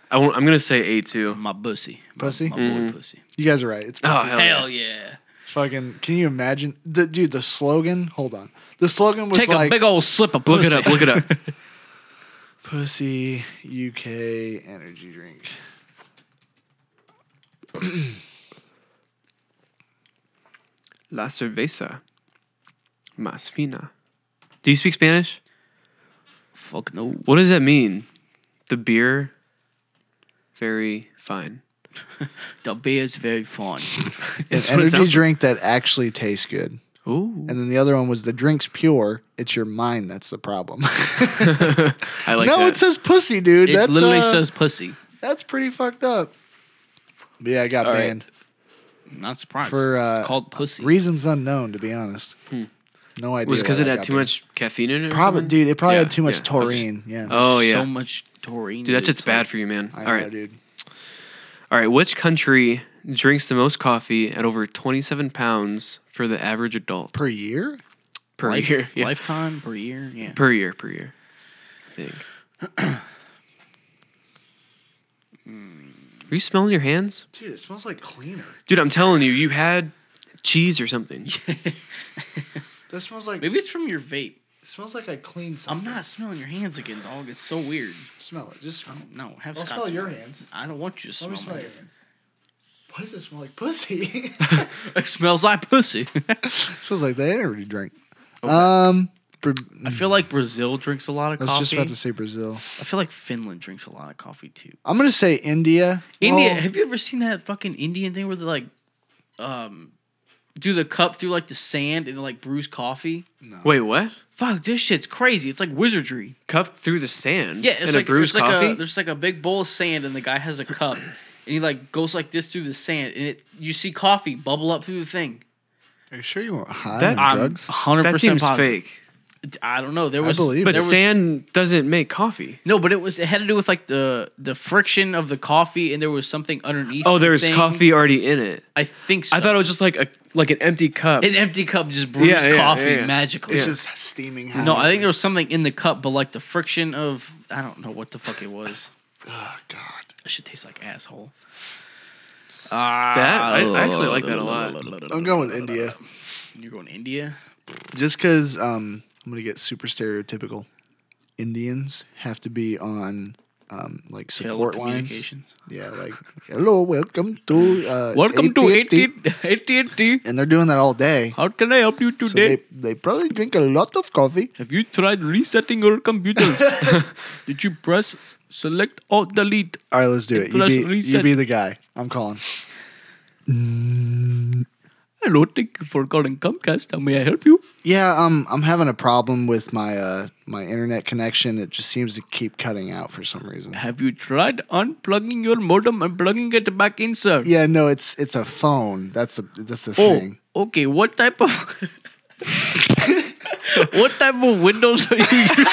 Speaker 4: I won't, I'm gonna say A two.
Speaker 2: My pussy. My-
Speaker 1: Pussy?
Speaker 2: My, boy pussy.
Speaker 1: you guys are right. It's
Speaker 4: Mm. Oh
Speaker 1: pussy.
Speaker 4: hell, yeah.
Speaker 2: Hell yeah.
Speaker 1: Fucking, can you imagine, the, dude? The slogan. Hold on. The slogan was
Speaker 2: Take
Speaker 1: like
Speaker 2: a big old slip of
Speaker 4: Look
Speaker 2: pussy.
Speaker 4: it up. Look it up.
Speaker 1: "Pussy UK energy drink."
Speaker 4: La cerveza más fina. Do you speak Spanish?
Speaker 2: Fuck no.
Speaker 4: What does that mean? The beer, very fine.
Speaker 2: The beer is very fun.
Speaker 1: An
Speaker 4: what it
Speaker 1: energy
Speaker 4: sounds-
Speaker 1: drink that actually tastes good.
Speaker 4: Ooh,
Speaker 1: And then the other one was the drink's pure. It's your mind that's the problem.
Speaker 4: I like
Speaker 1: no,
Speaker 4: that.
Speaker 1: it says pussy, dude.
Speaker 2: It
Speaker 1: that's
Speaker 2: literally
Speaker 1: uh,
Speaker 2: says pussy.
Speaker 1: that's pretty fucked up. But yeah, I got
Speaker 4: All right.
Speaker 1: banned
Speaker 2: I'm not surprised.
Speaker 1: for uh,
Speaker 2: it's called pussy.
Speaker 1: reasons unknown. To be honest, no idea.
Speaker 4: Hmm. was because
Speaker 1: why
Speaker 4: it
Speaker 1: I
Speaker 4: had
Speaker 1: got
Speaker 4: too
Speaker 1: banned.
Speaker 4: much caffeine in it. or
Speaker 1: Probably,
Speaker 4: something?
Speaker 1: dude. It probably
Speaker 4: Yeah,
Speaker 1: had too much
Speaker 4: yeah.
Speaker 1: taurine. Yeah.
Speaker 4: Oh yeah,
Speaker 2: So much taurine.
Speaker 4: dude, that shit's
Speaker 2: It's
Speaker 4: bad
Speaker 2: like-
Speaker 4: for you, man.
Speaker 1: I
Speaker 4: All
Speaker 1: know,
Speaker 4: right,
Speaker 1: dude.
Speaker 4: all right. Which country drinks the most coffee at over twenty-seven pounds for the average adult
Speaker 1: Per year?
Speaker 4: per
Speaker 2: Life-
Speaker 4: year? Yeah.
Speaker 2: Lifetime per year. Yeah.
Speaker 4: per year per year. I think. Are you smelling your hands?
Speaker 1: Dude, it smells like cleaner.
Speaker 4: Dude, I'm telling you, you had cheese or something.
Speaker 1: That smells like
Speaker 2: Maybe it's from your vape.
Speaker 1: it smells like I cleaned
Speaker 2: I'm not smelling your hands again, dog. It's so weird.
Speaker 1: Smell it. Just
Speaker 2: No, have
Speaker 1: I'll
Speaker 2: Scott
Speaker 1: smell your
Speaker 2: it.
Speaker 1: hands.
Speaker 2: I don't want you to smell,
Speaker 1: Let me smell
Speaker 2: my
Speaker 1: your
Speaker 2: hands.
Speaker 1: hands. Why does it smell like pussy?
Speaker 2: It smells like pussy.
Speaker 1: smells like they already drank. Um, Bra-
Speaker 2: I feel like Brazil drinks a lot of
Speaker 1: I was
Speaker 2: coffee.
Speaker 1: just about to say Brazil.
Speaker 2: I feel like Finland drinks a lot of coffee too.
Speaker 4: Oh.
Speaker 1: I'm gonna say India.
Speaker 2: India,
Speaker 1: Well,
Speaker 2: have you ever seen that fucking Indian thing where they like, um, do the cup through like the sand and like brews coffee?
Speaker 4: Wait, what?
Speaker 2: Fuck, this shit's crazy. It's like wizardry.
Speaker 4: Cup through the sand?
Speaker 2: Yeah, it's
Speaker 4: and
Speaker 2: like,
Speaker 4: it brews
Speaker 2: it's like
Speaker 4: coffee.
Speaker 2: a there's like a big bowl of sand and the guy has a cup and he like goes like this through the sand and it you see coffee bubble up through the thing.
Speaker 1: are you sure you weren't high on
Speaker 4: That- I'm-
Speaker 1: drugs?
Speaker 2: Hundred
Speaker 4: that
Speaker 2: percent
Speaker 4: seems
Speaker 2: positive.
Speaker 4: fake.
Speaker 2: I don't know. There was
Speaker 1: believe
Speaker 4: But
Speaker 1: it.
Speaker 2: there was-
Speaker 4: sand doesn't make coffee.
Speaker 2: No, but it was it had to do with like the the friction of the coffee, and there was something underneath.
Speaker 4: Oh,
Speaker 2: the
Speaker 4: there's
Speaker 2: thing.
Speaker 4: coffee already in it.
Speaker 2: I think so.
Speaker 4: I thought it was just like a like an empty cup.
Speaker 2: an empty cup just brews
Speaker 4: Yeah, yeah,
Speaker 2: coffee
Speaker 4: yeah, yeah.
Speaker 2: magically.
Speaker 4: Yeah.
Speaker 1: It's just steaming high.
Speaker 2: No, I think there was something in the cup, but like the friction of I don't know what the fuck it was.
Speaker 1: Oh God.
Speaker 2: That should taste like asshole.
Speaker 4: that I, I actually like that a lot.
Speaker 1: I'm going with India
Speaker 2: You're going to India.
Speaker 1: just because um, I'm gonna get super stereotypical. Indians have to be on um, like support lines.
Speaker 2: Telecommunications.
Speaker 1: Yeah, like hello, welcome to uh,
Speaker 2: Welcome
Speaker 1: AT&T."
Speaker 2: to AT and T.
Speaker 1: And they're doing that all day.
Speaker 2: How can I help you
Speaker 1: So they,
Speaker 2: today?
Speaker 1: they probably drink a lot of coffee.
Speaker 2: Have you tried resetting your computer? Did you press select alt delete?
Speaker 1: All right, let's do it. You
Speaker 2: Plus
Speaker 1: be, you
Speaker 2: reset.
Speaker 1: be the guy. I'm calling.
Speaker 2: Hello, thank you for calling Comcast. How may I help you?
Speaker 1: Yeah, um, I'm having a problem with my uh, my internet connection. It just seems to keep cutting out for some reason.
Speaker 2: Have you tried unplugging your modem and plugging it back in, sir?
Speaker 1: Yeah, no, it's it's a phone. That's a that's the
Speaker 2: oh,
Speaker 1: thing.
Speaker 2: okay. What type of what type of Windows are you using?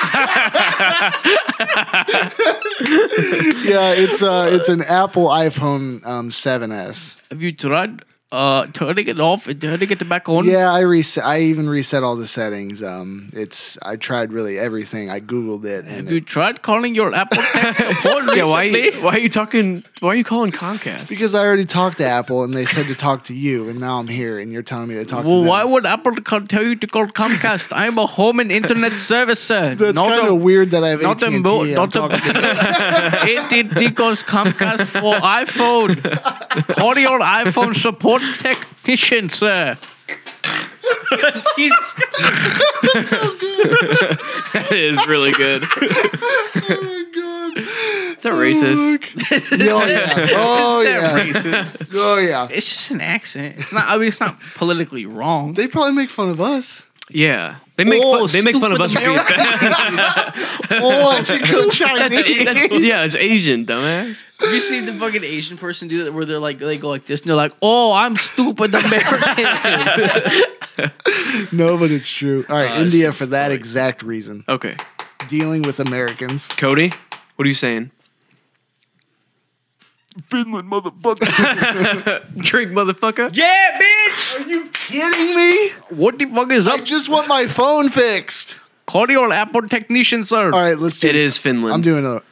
Speaker 1: Yeah, it's uh it's an Apple iPhone um 7s.
Speaker 2: Have you tried uh, turning it off and turning it back on?
Speaker 1: Yeah, I reset. I even reset all the settings. Um, it's I tried really everything. I googled it. And
Speaker 2: Have you
Speaker 1: it-
Speaker 2: tried calling your Apple tech support recently?
Speaker 4: Yeah, why why are you talking? Why are you calling Comcast?
Speaker 1: because I already talked to Apple and they said to talk to you, and now I'm here and you're telling me to talk
Speaker 2: Well,
Speaker 1: to them.
Speaker 2: why would Apple co- tell you to call Comcast? I'm a home and internet service, sir.
Speaker 1: That's
Speaker 2: not
Speaker 1: kind
Speaker 2: a-
Speaker 1: of weird that I have
Speaker 2: Not
Speaker 1: AT&T.
Speaker 2: a mo-
Speaker 1: I'm
Speaker 2: not a
Speaker 1: talking to-
Speaker 2: AT&T calls Comcast for iPhone. Call your iPhone support technician, sir. Jesus.
Speaker 4: That is really good. Is
Speaker 1: oh my god.
Speaker 4: that racist?
Speaker 1: Oh yeah. Oh yeah.
Speaker 2: racist.
Speaker 1: Oh yeah.
Speaker 2: It's just an accent. It's not. I mean, it's not politically wrong.
Speaker 1: They probably make fun of us.
Speaker 4: Yeah, they make
Speaker 2: Oh,
Speaker 4: fun, they make fun of us for being fat.
Speaker 1: Oh, it's
Speaker 2: e
Speaker 1: Chinese.
Speaker 4: That's- yeah, it's Asian, dumbass.
Speaker 2: Have you seen the fucking Asian person do that, where they're like, they go like this, and they're like, "Oh, I'm stupid American."
Speaker 1: no, but it's true. All right,
Speaker 2: Oh,
Speaker 1: India for that exact reason.
Speaker 4: Okay,
Speaker 1: Dealing with Americans.
Speaker 4: Cody, what are you saying?
Speaker 2: Finland, motherfucker.
Speaker 4: Drink, motherfucker.
Speaker 2: yeah, bitch.
Speaker 1: Are you kidding me?
Speaker 2: What the fuck is
Speaker 1: I
Speaker 2: up?
Speaker 1: just want my phone fixed.
Speaker 2: Call your Apple technician, sir.
Speaker 1: All right, let's do
Speaker 4: It is Finland.
Speaker 1: I'm doing another.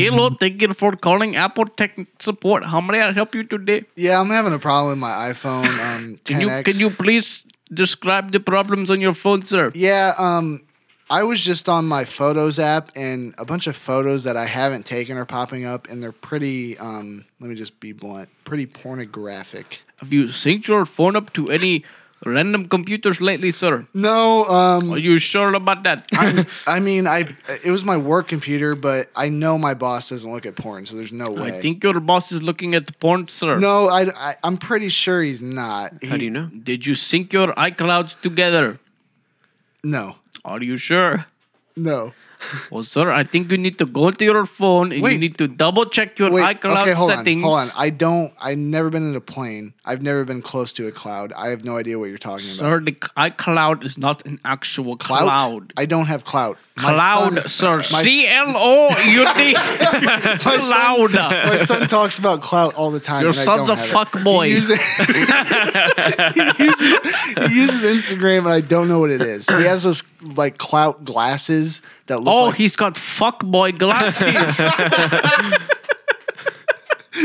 Speaker 2: Hello, thank you for calling Apple Tech Support. How may I help you today?
Speaker 1: Yeah, I'm having a problem with my iPhone. Um, 10X.
Speaker 2: Can you can you please describe the problems on your phone, sir?
Speaker 1: Yeah, um, I was just on my photos app, and a bunch of photos that I haven't taken are popping up, and they're pretty. Um, let me just be blunt, pretty pornographic.
Speaker 2: Have you synced your phone up to any random computers lately, sir?
Speaker 1: No, um,
Speaker 2: Are Oh, you sure about that?
Speaker 1: I'm- I mean, I it was my work computer, but I know my boss doesn't look at porn, so there's no way.
Speaker 2: I think your boss is looking at porn, sir.
Speaker 1: no, I, I am pretty sure he's not.
Speaker 4: How
Speaker 1: He-
Speaker 4: do you know?
Speaker 2: Did you sync your iClouds together?
Speaker 1: No,
Speaker 2: Are you sure?
Speaker 1: no.
Speaker 2: Well, sir, I think you need to go to your phone and you
Speaker 1: Wait.
Speaker 2: need to double check your
Speaker 1: Wait,
Speaker 2: iCloud
Speaker 1: okay, hold
Speaker 2: settings.
Speaker 1: on, hold on. I don't. I've never been in a plane. I've never been close to a cloud. I have no idea what you're talking about.
Speaker 2: sir, the iCloud is not an actual
Speaker 1: Clout?
Speaker 2: cloud.
Speaker 1: I don't have clout. My
Speaker 2: Cloud,
Speaker 1: son-
Speaker 2: sir.
Speaker 1: my
Speaker 2: C L O U D.
Speaker 1: My
Speaker 2: Cloud.
Speaker 1: son talks about clout all the time.
Speaker 2: Your
Speaker 1: and I
Speaker 2: son's
Speaker 1: don't
Speaker 2: a
Speaker 1: have it.
Speaker 2: fuckboy.
Speaker 1: He uses, he uses- he uses Instagram, and I don't know what it is. He has those like clout glasses that look.
Speaker 2: Oh,
Speaker 1: like,
Speaker 2: he's got fuckboy glasses.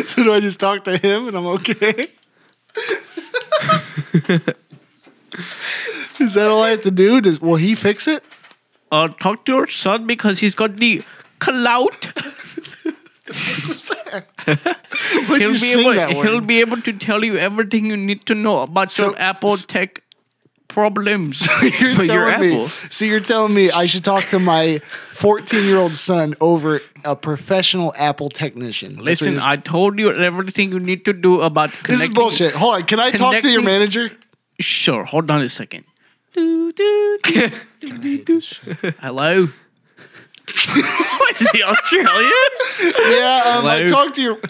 Speaker 1: so do I just talk to him, and I'm okay? is that all I have to do? Does will he fix it?
Speaker 2: uh, talk to your son because he's got the clout.
Speaker 1: Why'd
Speaker 2: He'll
Speaker 1: you
Speaker 2: be,
Speaker 1: sing
Speaker 2: able,
Speaker 1: that word?
Speaker 2: he'll be able to tell you everything you need to know about
Speaker 1: So-
Speaker 2: your Apple Tech problems.
Speaker 1: you're
Speaker 4: But you're
Speaker 1: telling me,
Speaker 4: Apple.
Speaker 1: so you're telling me I should talk to my 14 year old son over a professional Apple technician. That's what
Speaker 2: Listen,
Speaker 1: you're-
Speaker 2: I told you everything you need to do about
Speaker 1: this is
Speaker 2: connecting.
Speaker 1: bullshit. Hold on, can I talk to your
Speaker 2: connecting-
Speaker 1: manager?
Speaker 2: Sure, hold on a second. Do, do, do, do, do, do. Hello?
Speaker 4: What is he Australian?
Speaker 1: Yeah, um, I
Speaker 2: Hello?
Speaker 1: talked to your.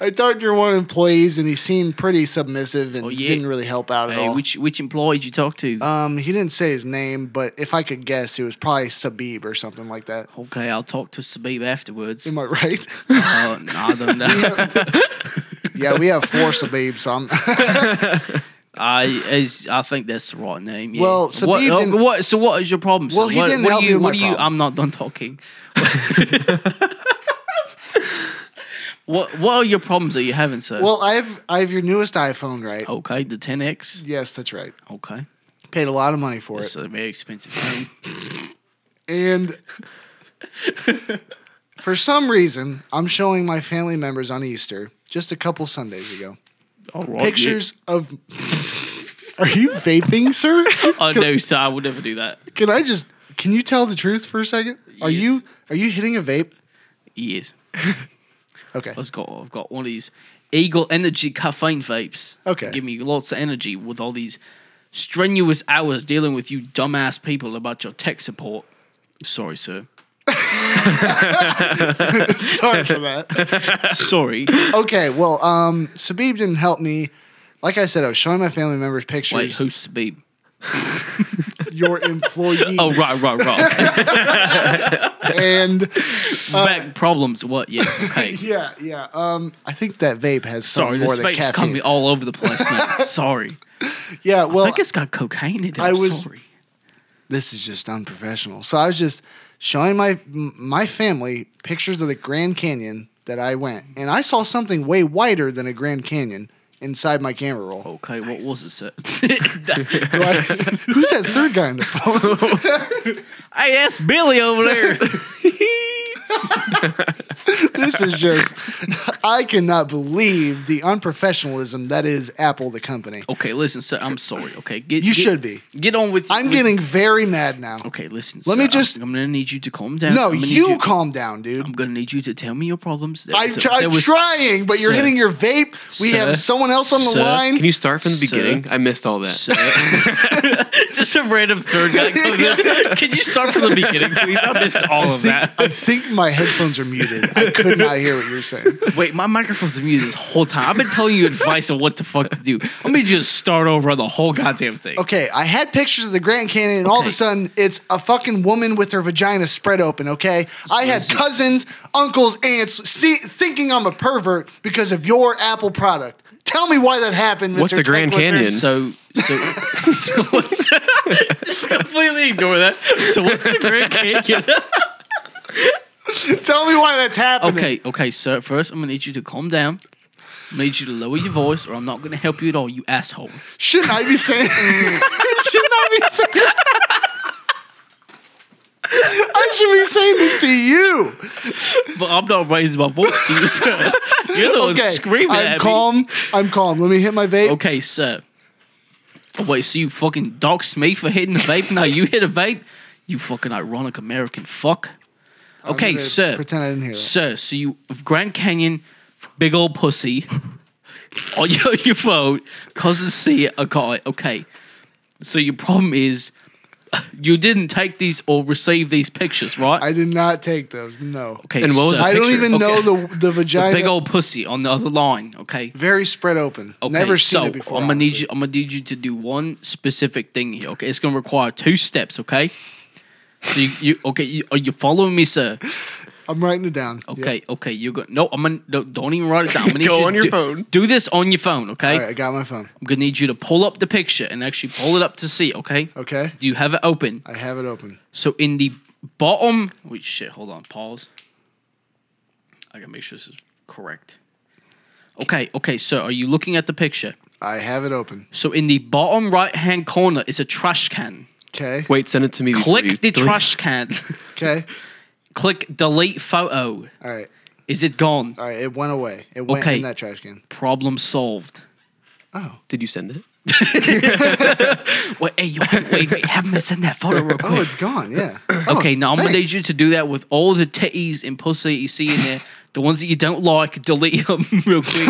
Speaker 1: I talked to your one employees and he seemed pretty submissive and
Speaker 2: Oh, yeah.
Speaker 1: didn't really help out at
Speaker 2: Hey,
Speaker 1: all.
Speaker 2: which which employee did you talk to?
Speaker 1: um, he didn't say his name, but if I could guess, it was probably Sabib or something like that.
Speaker 2: okay, I'll talk to Sabib afterwards.
Speaker 1: Am I right?
Speaker 2: Uh, no, I don't know.
Speaker 1: yeah, we have four Sabibs. So I'm,
Speaker 2: I is I think that's the right name. Yeah.
Speaker 1: Well, Sabib
Speaker 2: what, uh,
Speaker 1: didn't-
Speaker 2: what- so what is your problem? sir?
Speaker 1: Well, he
Speaker 2: what,
Speaker 1: didn't
Speaker 2: what do
Speaker 1: help me
Speaker 2: you,
Speaker 1: with
Speaker 2: what
Speaker 1: my
Speaker 2: do you,
Speaker 1: problem.
Speaker 2: I'm not done talking. what what are your problems that you're having, sir?
Speaker 1: well, I have I have your newest iPhone, right?
Speaker 2: okay, the 10x.
Speaker 1: Yes, that's right.
Speaker 2: Okay,
Speaker 1: Paid a lot of money for it.
Speaker 2: it's a very expensive phone.
Speaker 1: And for some reason, I'm showing my family members on Easter just a couple Sundays ago
Speaker 2: All right,
Speaker 1: pictures of. Are you vaping, sir?
Speaker 2: yeah. Oh no, sir, I would never do that.
Speaker 1: Can I just? Can you tell the truth for a second? Are
Speaker 2: Yes.
Speaker 1: you are you hitting a vape?
Speaker 2: Yes,
Speaker 1: Okay.
Speaker 2: I've got I've got one of these Eagle Energy caffeine vapes.
Speaker 1: Okay.
Speaker 2: give me lots of energy with all these strenuous hours dealing with you dumbass people about your tech support. Sorry, sir.
Speaker 1: Sorry for that.
Speaker 2: Sorry.
Speaker 1: Okay. Well, um, Sabib didn't help me. Like I said, I was showing my family members
Speaker 2: Wait,
Speaker 1: pictures.
Speaker 2: who's Sabib?
Speaker 1: your employee
Speaker 2: Oh, right, right, right.
Speaker 1: and
Speaker 2: Back problems. What? Yes. Okay.
Speaker 1: yeah, yeah. Um, I think that vape has
Speaker 2: Sorry,
Speaker 1: some more
Speaker 2: this
Speaker 1: than
Speaker 2: vape's
Speaker 1: caffeine.
Speaker 2: coming all over the place now. Sorry.
Speaker 1: Yeah. Well,
Speaker 2: I think it's got cocaine in it.
Speaker 1: I
Speaker 2: I'm
Speaker 1: was-
Speaker 2: sorry.
Speaker 1: this is just unprofessional. So I was just showing my m- my family pictures of the Grand Canyon that I went, and I saw something way wider than a Grand Canyon inside my camera roll.
Speaker 2: Okay, what was it, sir?
Speaker 1: Do I- who's that third guy on the phone?
Speaker 2: hey, that's Billy over there.
Speaker 1: this is just I cannot believe the unprofessionalism that is Apple the company.
Speaker 2: okay, listen, sir. I'm sorry. Okay, get
Speaker 1: You
Speaker 2: get-
Speaker 1: should be.
Speaker 2: Get on with.
Speaker 1: I'm
Speaker 2: with-
Speaker 1: getting very mad now.
Speaker 2: Okay, listen.
Speaker 1: Let
Speaker 2: sir,
Speaker 1: me
Speaker 2: I'm-
Speaker 1: just-
Speaker 2: I'm, gonna need you to calm down.
Speaker 1: No,
Speaker 2: I'm gonna need
Speaker 1: you calm down, dude.
Speaker 2: I'm gonna need you to tell me your problems. There
Speaker 1: I'm,
Speaker 2: was a-
Speaker 1: tr-
Speaker 2: there
Speaker 1: I'm
Speaker 2: was-
Speaker 1: trying, but you're
Speaker 2: Sir.
Speaker 1: hitting your vape. We
Speaker 2: Sir.
Speaker 1: have someone else on the
Speaker 2: Sir.
Speaker 1: line.
Speaker 4: Can you start from the
Speaker 2: Sir.
Speaker 4: beginning? I missed all that.
Speaker 2: So- just a random third guy. comes in. Can you start from the beginning, please? I missed all of
Speaker 1: think-
Speaker 2: that.
Speaker 1: I think my headphones are muted. I could not hear what you're saying.
Speaker 2: Wait, my microphone's been muted this whole time. I've been telling you advice on what the fuck to do. Let me just start over on the whole goddamn thing.
Speaker 1: Okay, I had pictures of the Grand Canyon, and all of a
Speaker 2: Okay.
Speaker 1: sudden, it's a fucking woman with her vagina spread open. Okay, I had cousins, uncles, aunts see, thinking I'm a pervert because of your Apple product. Tell me why that happened. Mr.
Speaker 4: What's the Grand
Speaker 1: Tech Wizard.
Speaker 2: So,
Speaker 4: Canyon?
Speaker 2: so, so what's just completely ignore that. So what's the Grand Canyon?
Speaker 1: Tell me why that's happening.
Speaker 2: Okay, okay, sir. First, I'm gonna need you to calm down. I need you to lower your voice, or I'm not gonna help you at all, you asshole.
Speaker 1: Shouldn't I be saying? shouldn't I be saying? I should be saying this to you.
Speaker 2: But I'm not raising my voice to you, sir. You're the one
Speaker 1: Okay,
Speaker 2: screaming
Speaker 1: I'm
Speaker 2: at me.
Speaker 1: calm. I'm calm. Let me hit my vape.
Speaker 2: Okay, sir. Oh, wait, so you fucking doxed me for hitting the vape? Now you hit a vape? You fucking ironic American fuck.
Speaker 1: I'm
Speaker 2: Okay,
Speaker 1: gonna
Speaker 2: sir.
Speaker 1: Pretend I didn't hear that.
Speaker 2: Sir, so you Grand Canyon, big old pussy, on your, your phone, cousin C, I got it. Okay, so your problem is you didn't take these or receive these pictures, right?
Speaker 1: I did not take those. No.
Speaker 2: okay,
Speaker 4: And what was
Speaker 2: sir.
Speaker 4: the
Speaker 1: I don't
Speaker 4: picture.
Speaker 1: even know
Speaker 2: Okay.
Speaker 1: the the
Speaker 2: It's a
Speaker 1: vagina.
Speaker 2: big old pussy on the other line. Okay.
Speaker 1: very spread open.
Speaker 2: Okay,
Speaker 1: Never seen
Speaker 2: so
Speaker 1: it before.
Speaker 2: I'm gonna need
Speaker 1: honestly.
Speaker 2: you. I'm gonna need you to do one specific thing here. Okay, it's gonna require two steps. Okay, so you, you okay? You, are you following me, sir?
Speaker 1: I'm writing it down. Yep.
Speaker 2: Okay, okay. You're gonna no. I'm gonna no, don't even write it down. I'm gonna need
Speaker 4: Go
Speaker 2: you to
Speaker 4: on your
Speaker 2: do-
Speaker 4: phone.
Speaker 2: Do this on your phone. Okay,
Speaker 1: All right, I got my phone.
Speaker 2: I'm gonna need you to pull up the picture and actually pull it up to see. Okay.
Speaker 1: Okay,
Speaker 2: Do you have it open?
Speaker 1: I have it open.
Speaker 2: So in the bottom. Wait, shit. Hold on. Pause. I gotta make sure this is correct. Okay, okay. So are you looking at the picture?
Speaker 1: I have it open.
Speaker 2: So in the bottom right hand corner is a trash can.
Speaker 1: Okay.
Speaker 4: Wait, send it to me. before you
Speaker 2: Click the
Speaker 4: delete-
Speaker 2: trash can.
Speaker 1: Okay.
Speaker 2: Click delete photo.
Speaker 1: All right.
Speaker 2: Is it gone?
Speaker 1: All right. It went away. It went
Speaker 2: Okay.
Speaker 1: in that trash can.
Speaker 2: Problem solved.
Speaker 1: Oh.
Speaker 4: Did you send it?
Speaker 2: Wait, hey, yo, wait, wait, wait, have me send that photo real quick.
Speaker 1: Oh, it's gone. Yeah.
Speaker 2: okay, now I'm gonna
Speaker 1: Oh, thanks.
Speaker 2: need you to do that with all the titties and pussy you see in there. The ones that you don't like, delete them real quick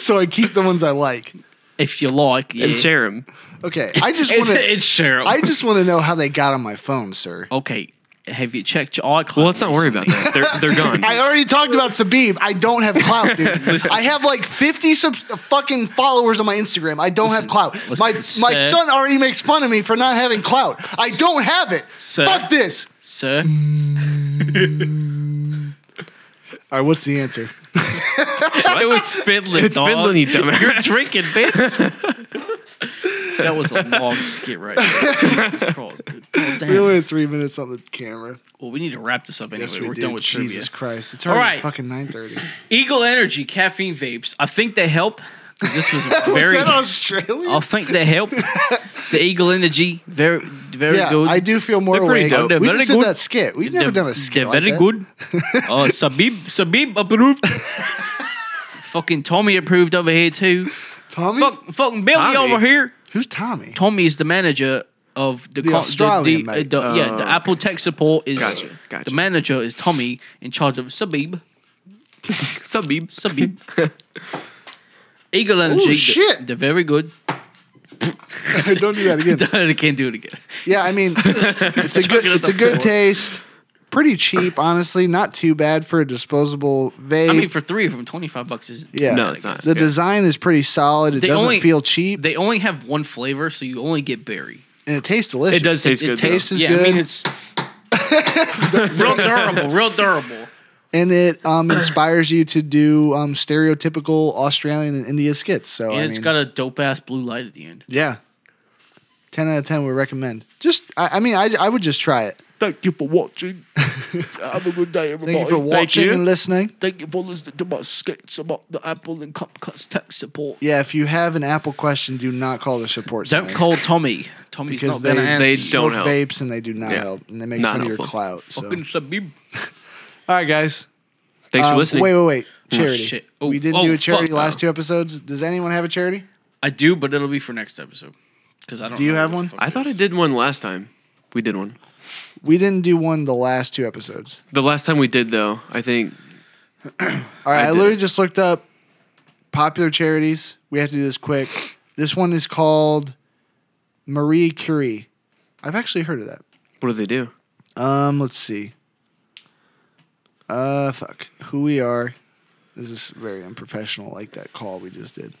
Speaker 1: so I keep the ones I like.
Speaker 2: if you like. Yeah.
Speaker 4: And share him.
Speaker 1: Okay. I just
Speaker 2: It's,
Speaker 1: want to.
Speaker 2: it's Cheryl.
Speaker 1: I just want to know how they got on my phone, sir.
Speaker 2: okay, have you checked your iCloud?
Speaker 4: Well, let's not worry about that. They're they're gone.
Speaker 1: I already talked about Sabib. I don't have clout, dude. I have like 50 sub- fucking followers on my Instagram. I don't have clout. my
Speaker 2: listen,
Speaker 1: my
Speaker 2: sir.
Speaker 1: son already makes fun of me for not having clout. I don't have it.
Speaker 2: Sir.
Speaker 1: Fuck this.
Speaker 2: Sir,
Speaker 1: All right, what's the answer?
Speaker 2: it was Finland.
Speaker 4: It's
Speaker 2: dog.
Speaker 4: Finland, you dumbass.
Speaker 2: You're drinking, bitch. that was a long skit right there. Jesus Christ. Good God damn.
Speaker 1: We only had three minutes on the camera.
Speaker 2: Well, we need to wrap this up anyway.
Speaker 1: Yes, we
Speaker 2: we are
Speaker 1: did.
Speaker 2: done with
Speaker 1: Jesus Christ. It's
Speaker 2: All
Speaker 1: already
Speaker 2: right.
Speaker 1: fucking 9.30.
Speaker 2: trivia. Eagle Energy caffeine vapes. I think they help. 'cause This was very.
Speaker 1: Was that Australia?
Speaker 2: I think they help. the Eagle Energy, very, very
Speaker 1: yeah,
Speaker 2: good.
Speaker 1: I do feel more
Speaker 4: They're pretty
Speaker 1: awake.
Speaker 4: dope.
Speaker 2: They're
Speaker 1: We
Speaker 2: very
Speaker 1: just did
Speaker 2: good.
Speaker 1: that skit. We've never
Speaker 2: They're-
Speaker 1: done a skit
Speaker 2: They're
Speaker 1: like
Speaker 2: very
Speaker 1: that.
Speaker 2: good. Oh, Sabib, Sabib approved. fucking Tommy approved over here too.
Speaker 1: Tommy?
Speaker 2: Fuck, fucking Billy
Speaker 4: Tommy?
Speaker 2: over here.
Speaker 1: Who's Tommy?
Speaker 2: Tommy is the manager of the, co-
Speaker 1: Australian
Speaker 2: the,
Speaker 1: mate.
Speaker 2: the- yeah, the Apple tech support is
Speaker 4: Oh. Gotcha, gotcha.
Speaker 2: the manager is Tommy in charge of Sabib.
Speaker 4: Sub beeps.
Speaker 2: Sabib. Eagle Energy. th-
Speaker 1: shit.
Speaker 2: They're very good.
Speaker 1: Don't do that again.
Speaker 2: I can't do it again.
Speaker 1: Yeah, I mean, it's a good,
Speaker 4: Chucking it
Speaker 1: it's a
Speaker 4: the
Speaker 1: good
Speaker 4: floor.
Speaker 1: taste. Pretty cheap, honestly. Not too bad for a disposable vape.
Speaker 2: I mean, for three of them, 25 bucks is.
Speaker 1: yeah,
Speaker 4: No, it's not.
Speaker 1: The
Speaker 4: Yeah.
Speaker 1: design is pretty solid. It
Speaker 2: They
Speaker 1: doesn't
Speaker 2: only-
Speaker 1: feel cheap,
Speaker 2: They only have one flavor, so you only get berry.
Speaker 1: and it tastes delicious.
Speaker 4: It does taste good, though.
Speaker 1: Taste is
Speaker 2: yeah,
Speaker 1: good,
Speaker 2: I mean, it's. real durable, real durable.
Speaker 1: and it um, inspires you to do um, stereotypical Australian and India skits. So
Speaker 2: And
Speaker 1: I
Speaker 2: it's
Speaker 1: mean,
Speaker 2: got a dope ass blue light at the end.
Speaker 1: yeah, ten out of ten would recommend. Just, I, I mean, I, I would just try it.
Speaker 5: Thank you for watching. Have a good day, everybody.
Speaker 1: Thank you for watching and listening.
Speaker 5: Thank you for listening to my skits about the Apple and Cupcut's tech support.
Speaker 1: Yeah, if you have an Apple question, do not call the support.
Speaker 2: Don't
Speaker 1: center.
Speaker 2: call Tommy. Tommy's
Speaker 1: because
Speaker 2: not
Speaker 1: they,
Speaker 2: going to
Speaker 1: they
Speaker 2: answer.
Speaker 1: smoke
Speaker 4: don't help.
Speaker 1: vapes and they do not
Speaker 4: Yeah.
Speaker 1: help and they make
Speaker 4: Not
Speaker 1: fun of your
Speaker 4: helpful.
Speaker 1: clout. So.
Speaker 2: Fucking Sabib.
Speaker 1: All right, guys.
Speaker 4: Thanks for listening.
Speaker 1: Wait, wait, wait. Charity.
Speaker 2: shit. Oh,
Speaker 1: we didn't
Speaker 2: oh,
Speaker 1: do a charity
Speaker 2: fuck,
Speaker 1: last
Speaker 2: no.
Speaker 1: two episodes. Does anyone have a charity?
Speaker 2: I do, but it'll be for next episode. Because I don't.
Speaker 1: Do you
Speaker 2: know
Speaker 1: have
Speaker 2: what
Speaker 1: one?
Speaker 2: the fuck
Speaker 4: I
Speaker 2: it
Speaker 4: thought I
Speaker 2: is.
Speaker 4: did one last time. We did one.
Speaker 1: We didn't do one the last two episodes.
Speaker 4: The last time we did though, I think
Speaker 1: All right,
Speaker 4: I
Speaker 1: I,
Speaker 4: did.
Speaker 1: literally just looked up popular charities. We have to do this quick. This one is called Marie Curie. I've actually heard of that.
Speaker 4: what do they do?
Speaker 1: Um, let's see. Uh, fuck. Who we are? This is very unprofessional, like that call we just did.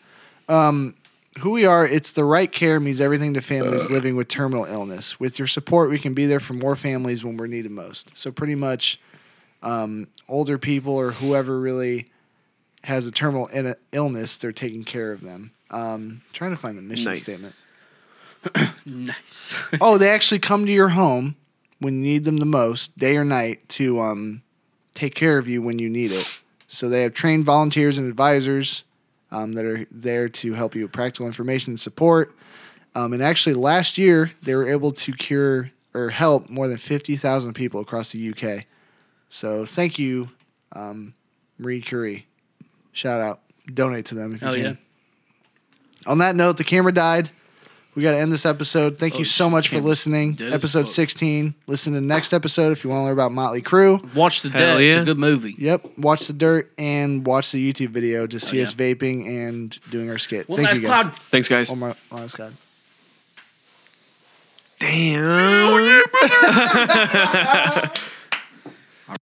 Speaker 1: Um, who we are? It's the right care means everything to families living with terminal illness. With your support, we can be there for more families when we're needed most. So pretty much, um, older people or whoever really has a terminal in- illness, they're taking care of them. Um, trying to find the mission
Speaker 4: Nice.
Speaker 1: statement.
Speaker 2: Nice.
Speaker 1: Oh, they actually come to your home when you need them the most, day or night, to um take care of you when you need it. So they have trained volunteers and advisors um, that are there to help you with practical information and support. Um, and actually, last year they were able to cure or help more than fifty thousand people across the UK. So thank you, um, Marie Curie. Shout out. Donate to them if you
Speaker 2: Hell
Speaker 1: can.
Speaker 2: yeah.
Speaker 1: On that note, the camera died. We got to end this episode. Thank you so much for
Speaker 2: camera's
Speaker 1: listening.
Speaker 2: Oh, dead as
Speaker 1: Episode
Speaker 2: fuck.
Speaker 1: 16. Listen to the next episode if you want to learn about Motley Crue.
Speaker 2: Watch the
Speaker 4: Hell
Speaker 2: Dead. It's
Speaker 4: yeah.
Speaker 2: a good movie.
Speaker 1: Yep. Watch the dirt and watch the YouTube video to see
Speaker 2: Oh, yeah.
Speaker 1: us vaping and doing our skit.
Speaker 2: One
Speaker 1: Thank
Speaker 2: last
Speaker 1: you guys.
Speaker 2: cloud
Speaker 4: Thanks, guys.
Speaker 1: Oh my, oh, that's God.
Speaker 4: Damn.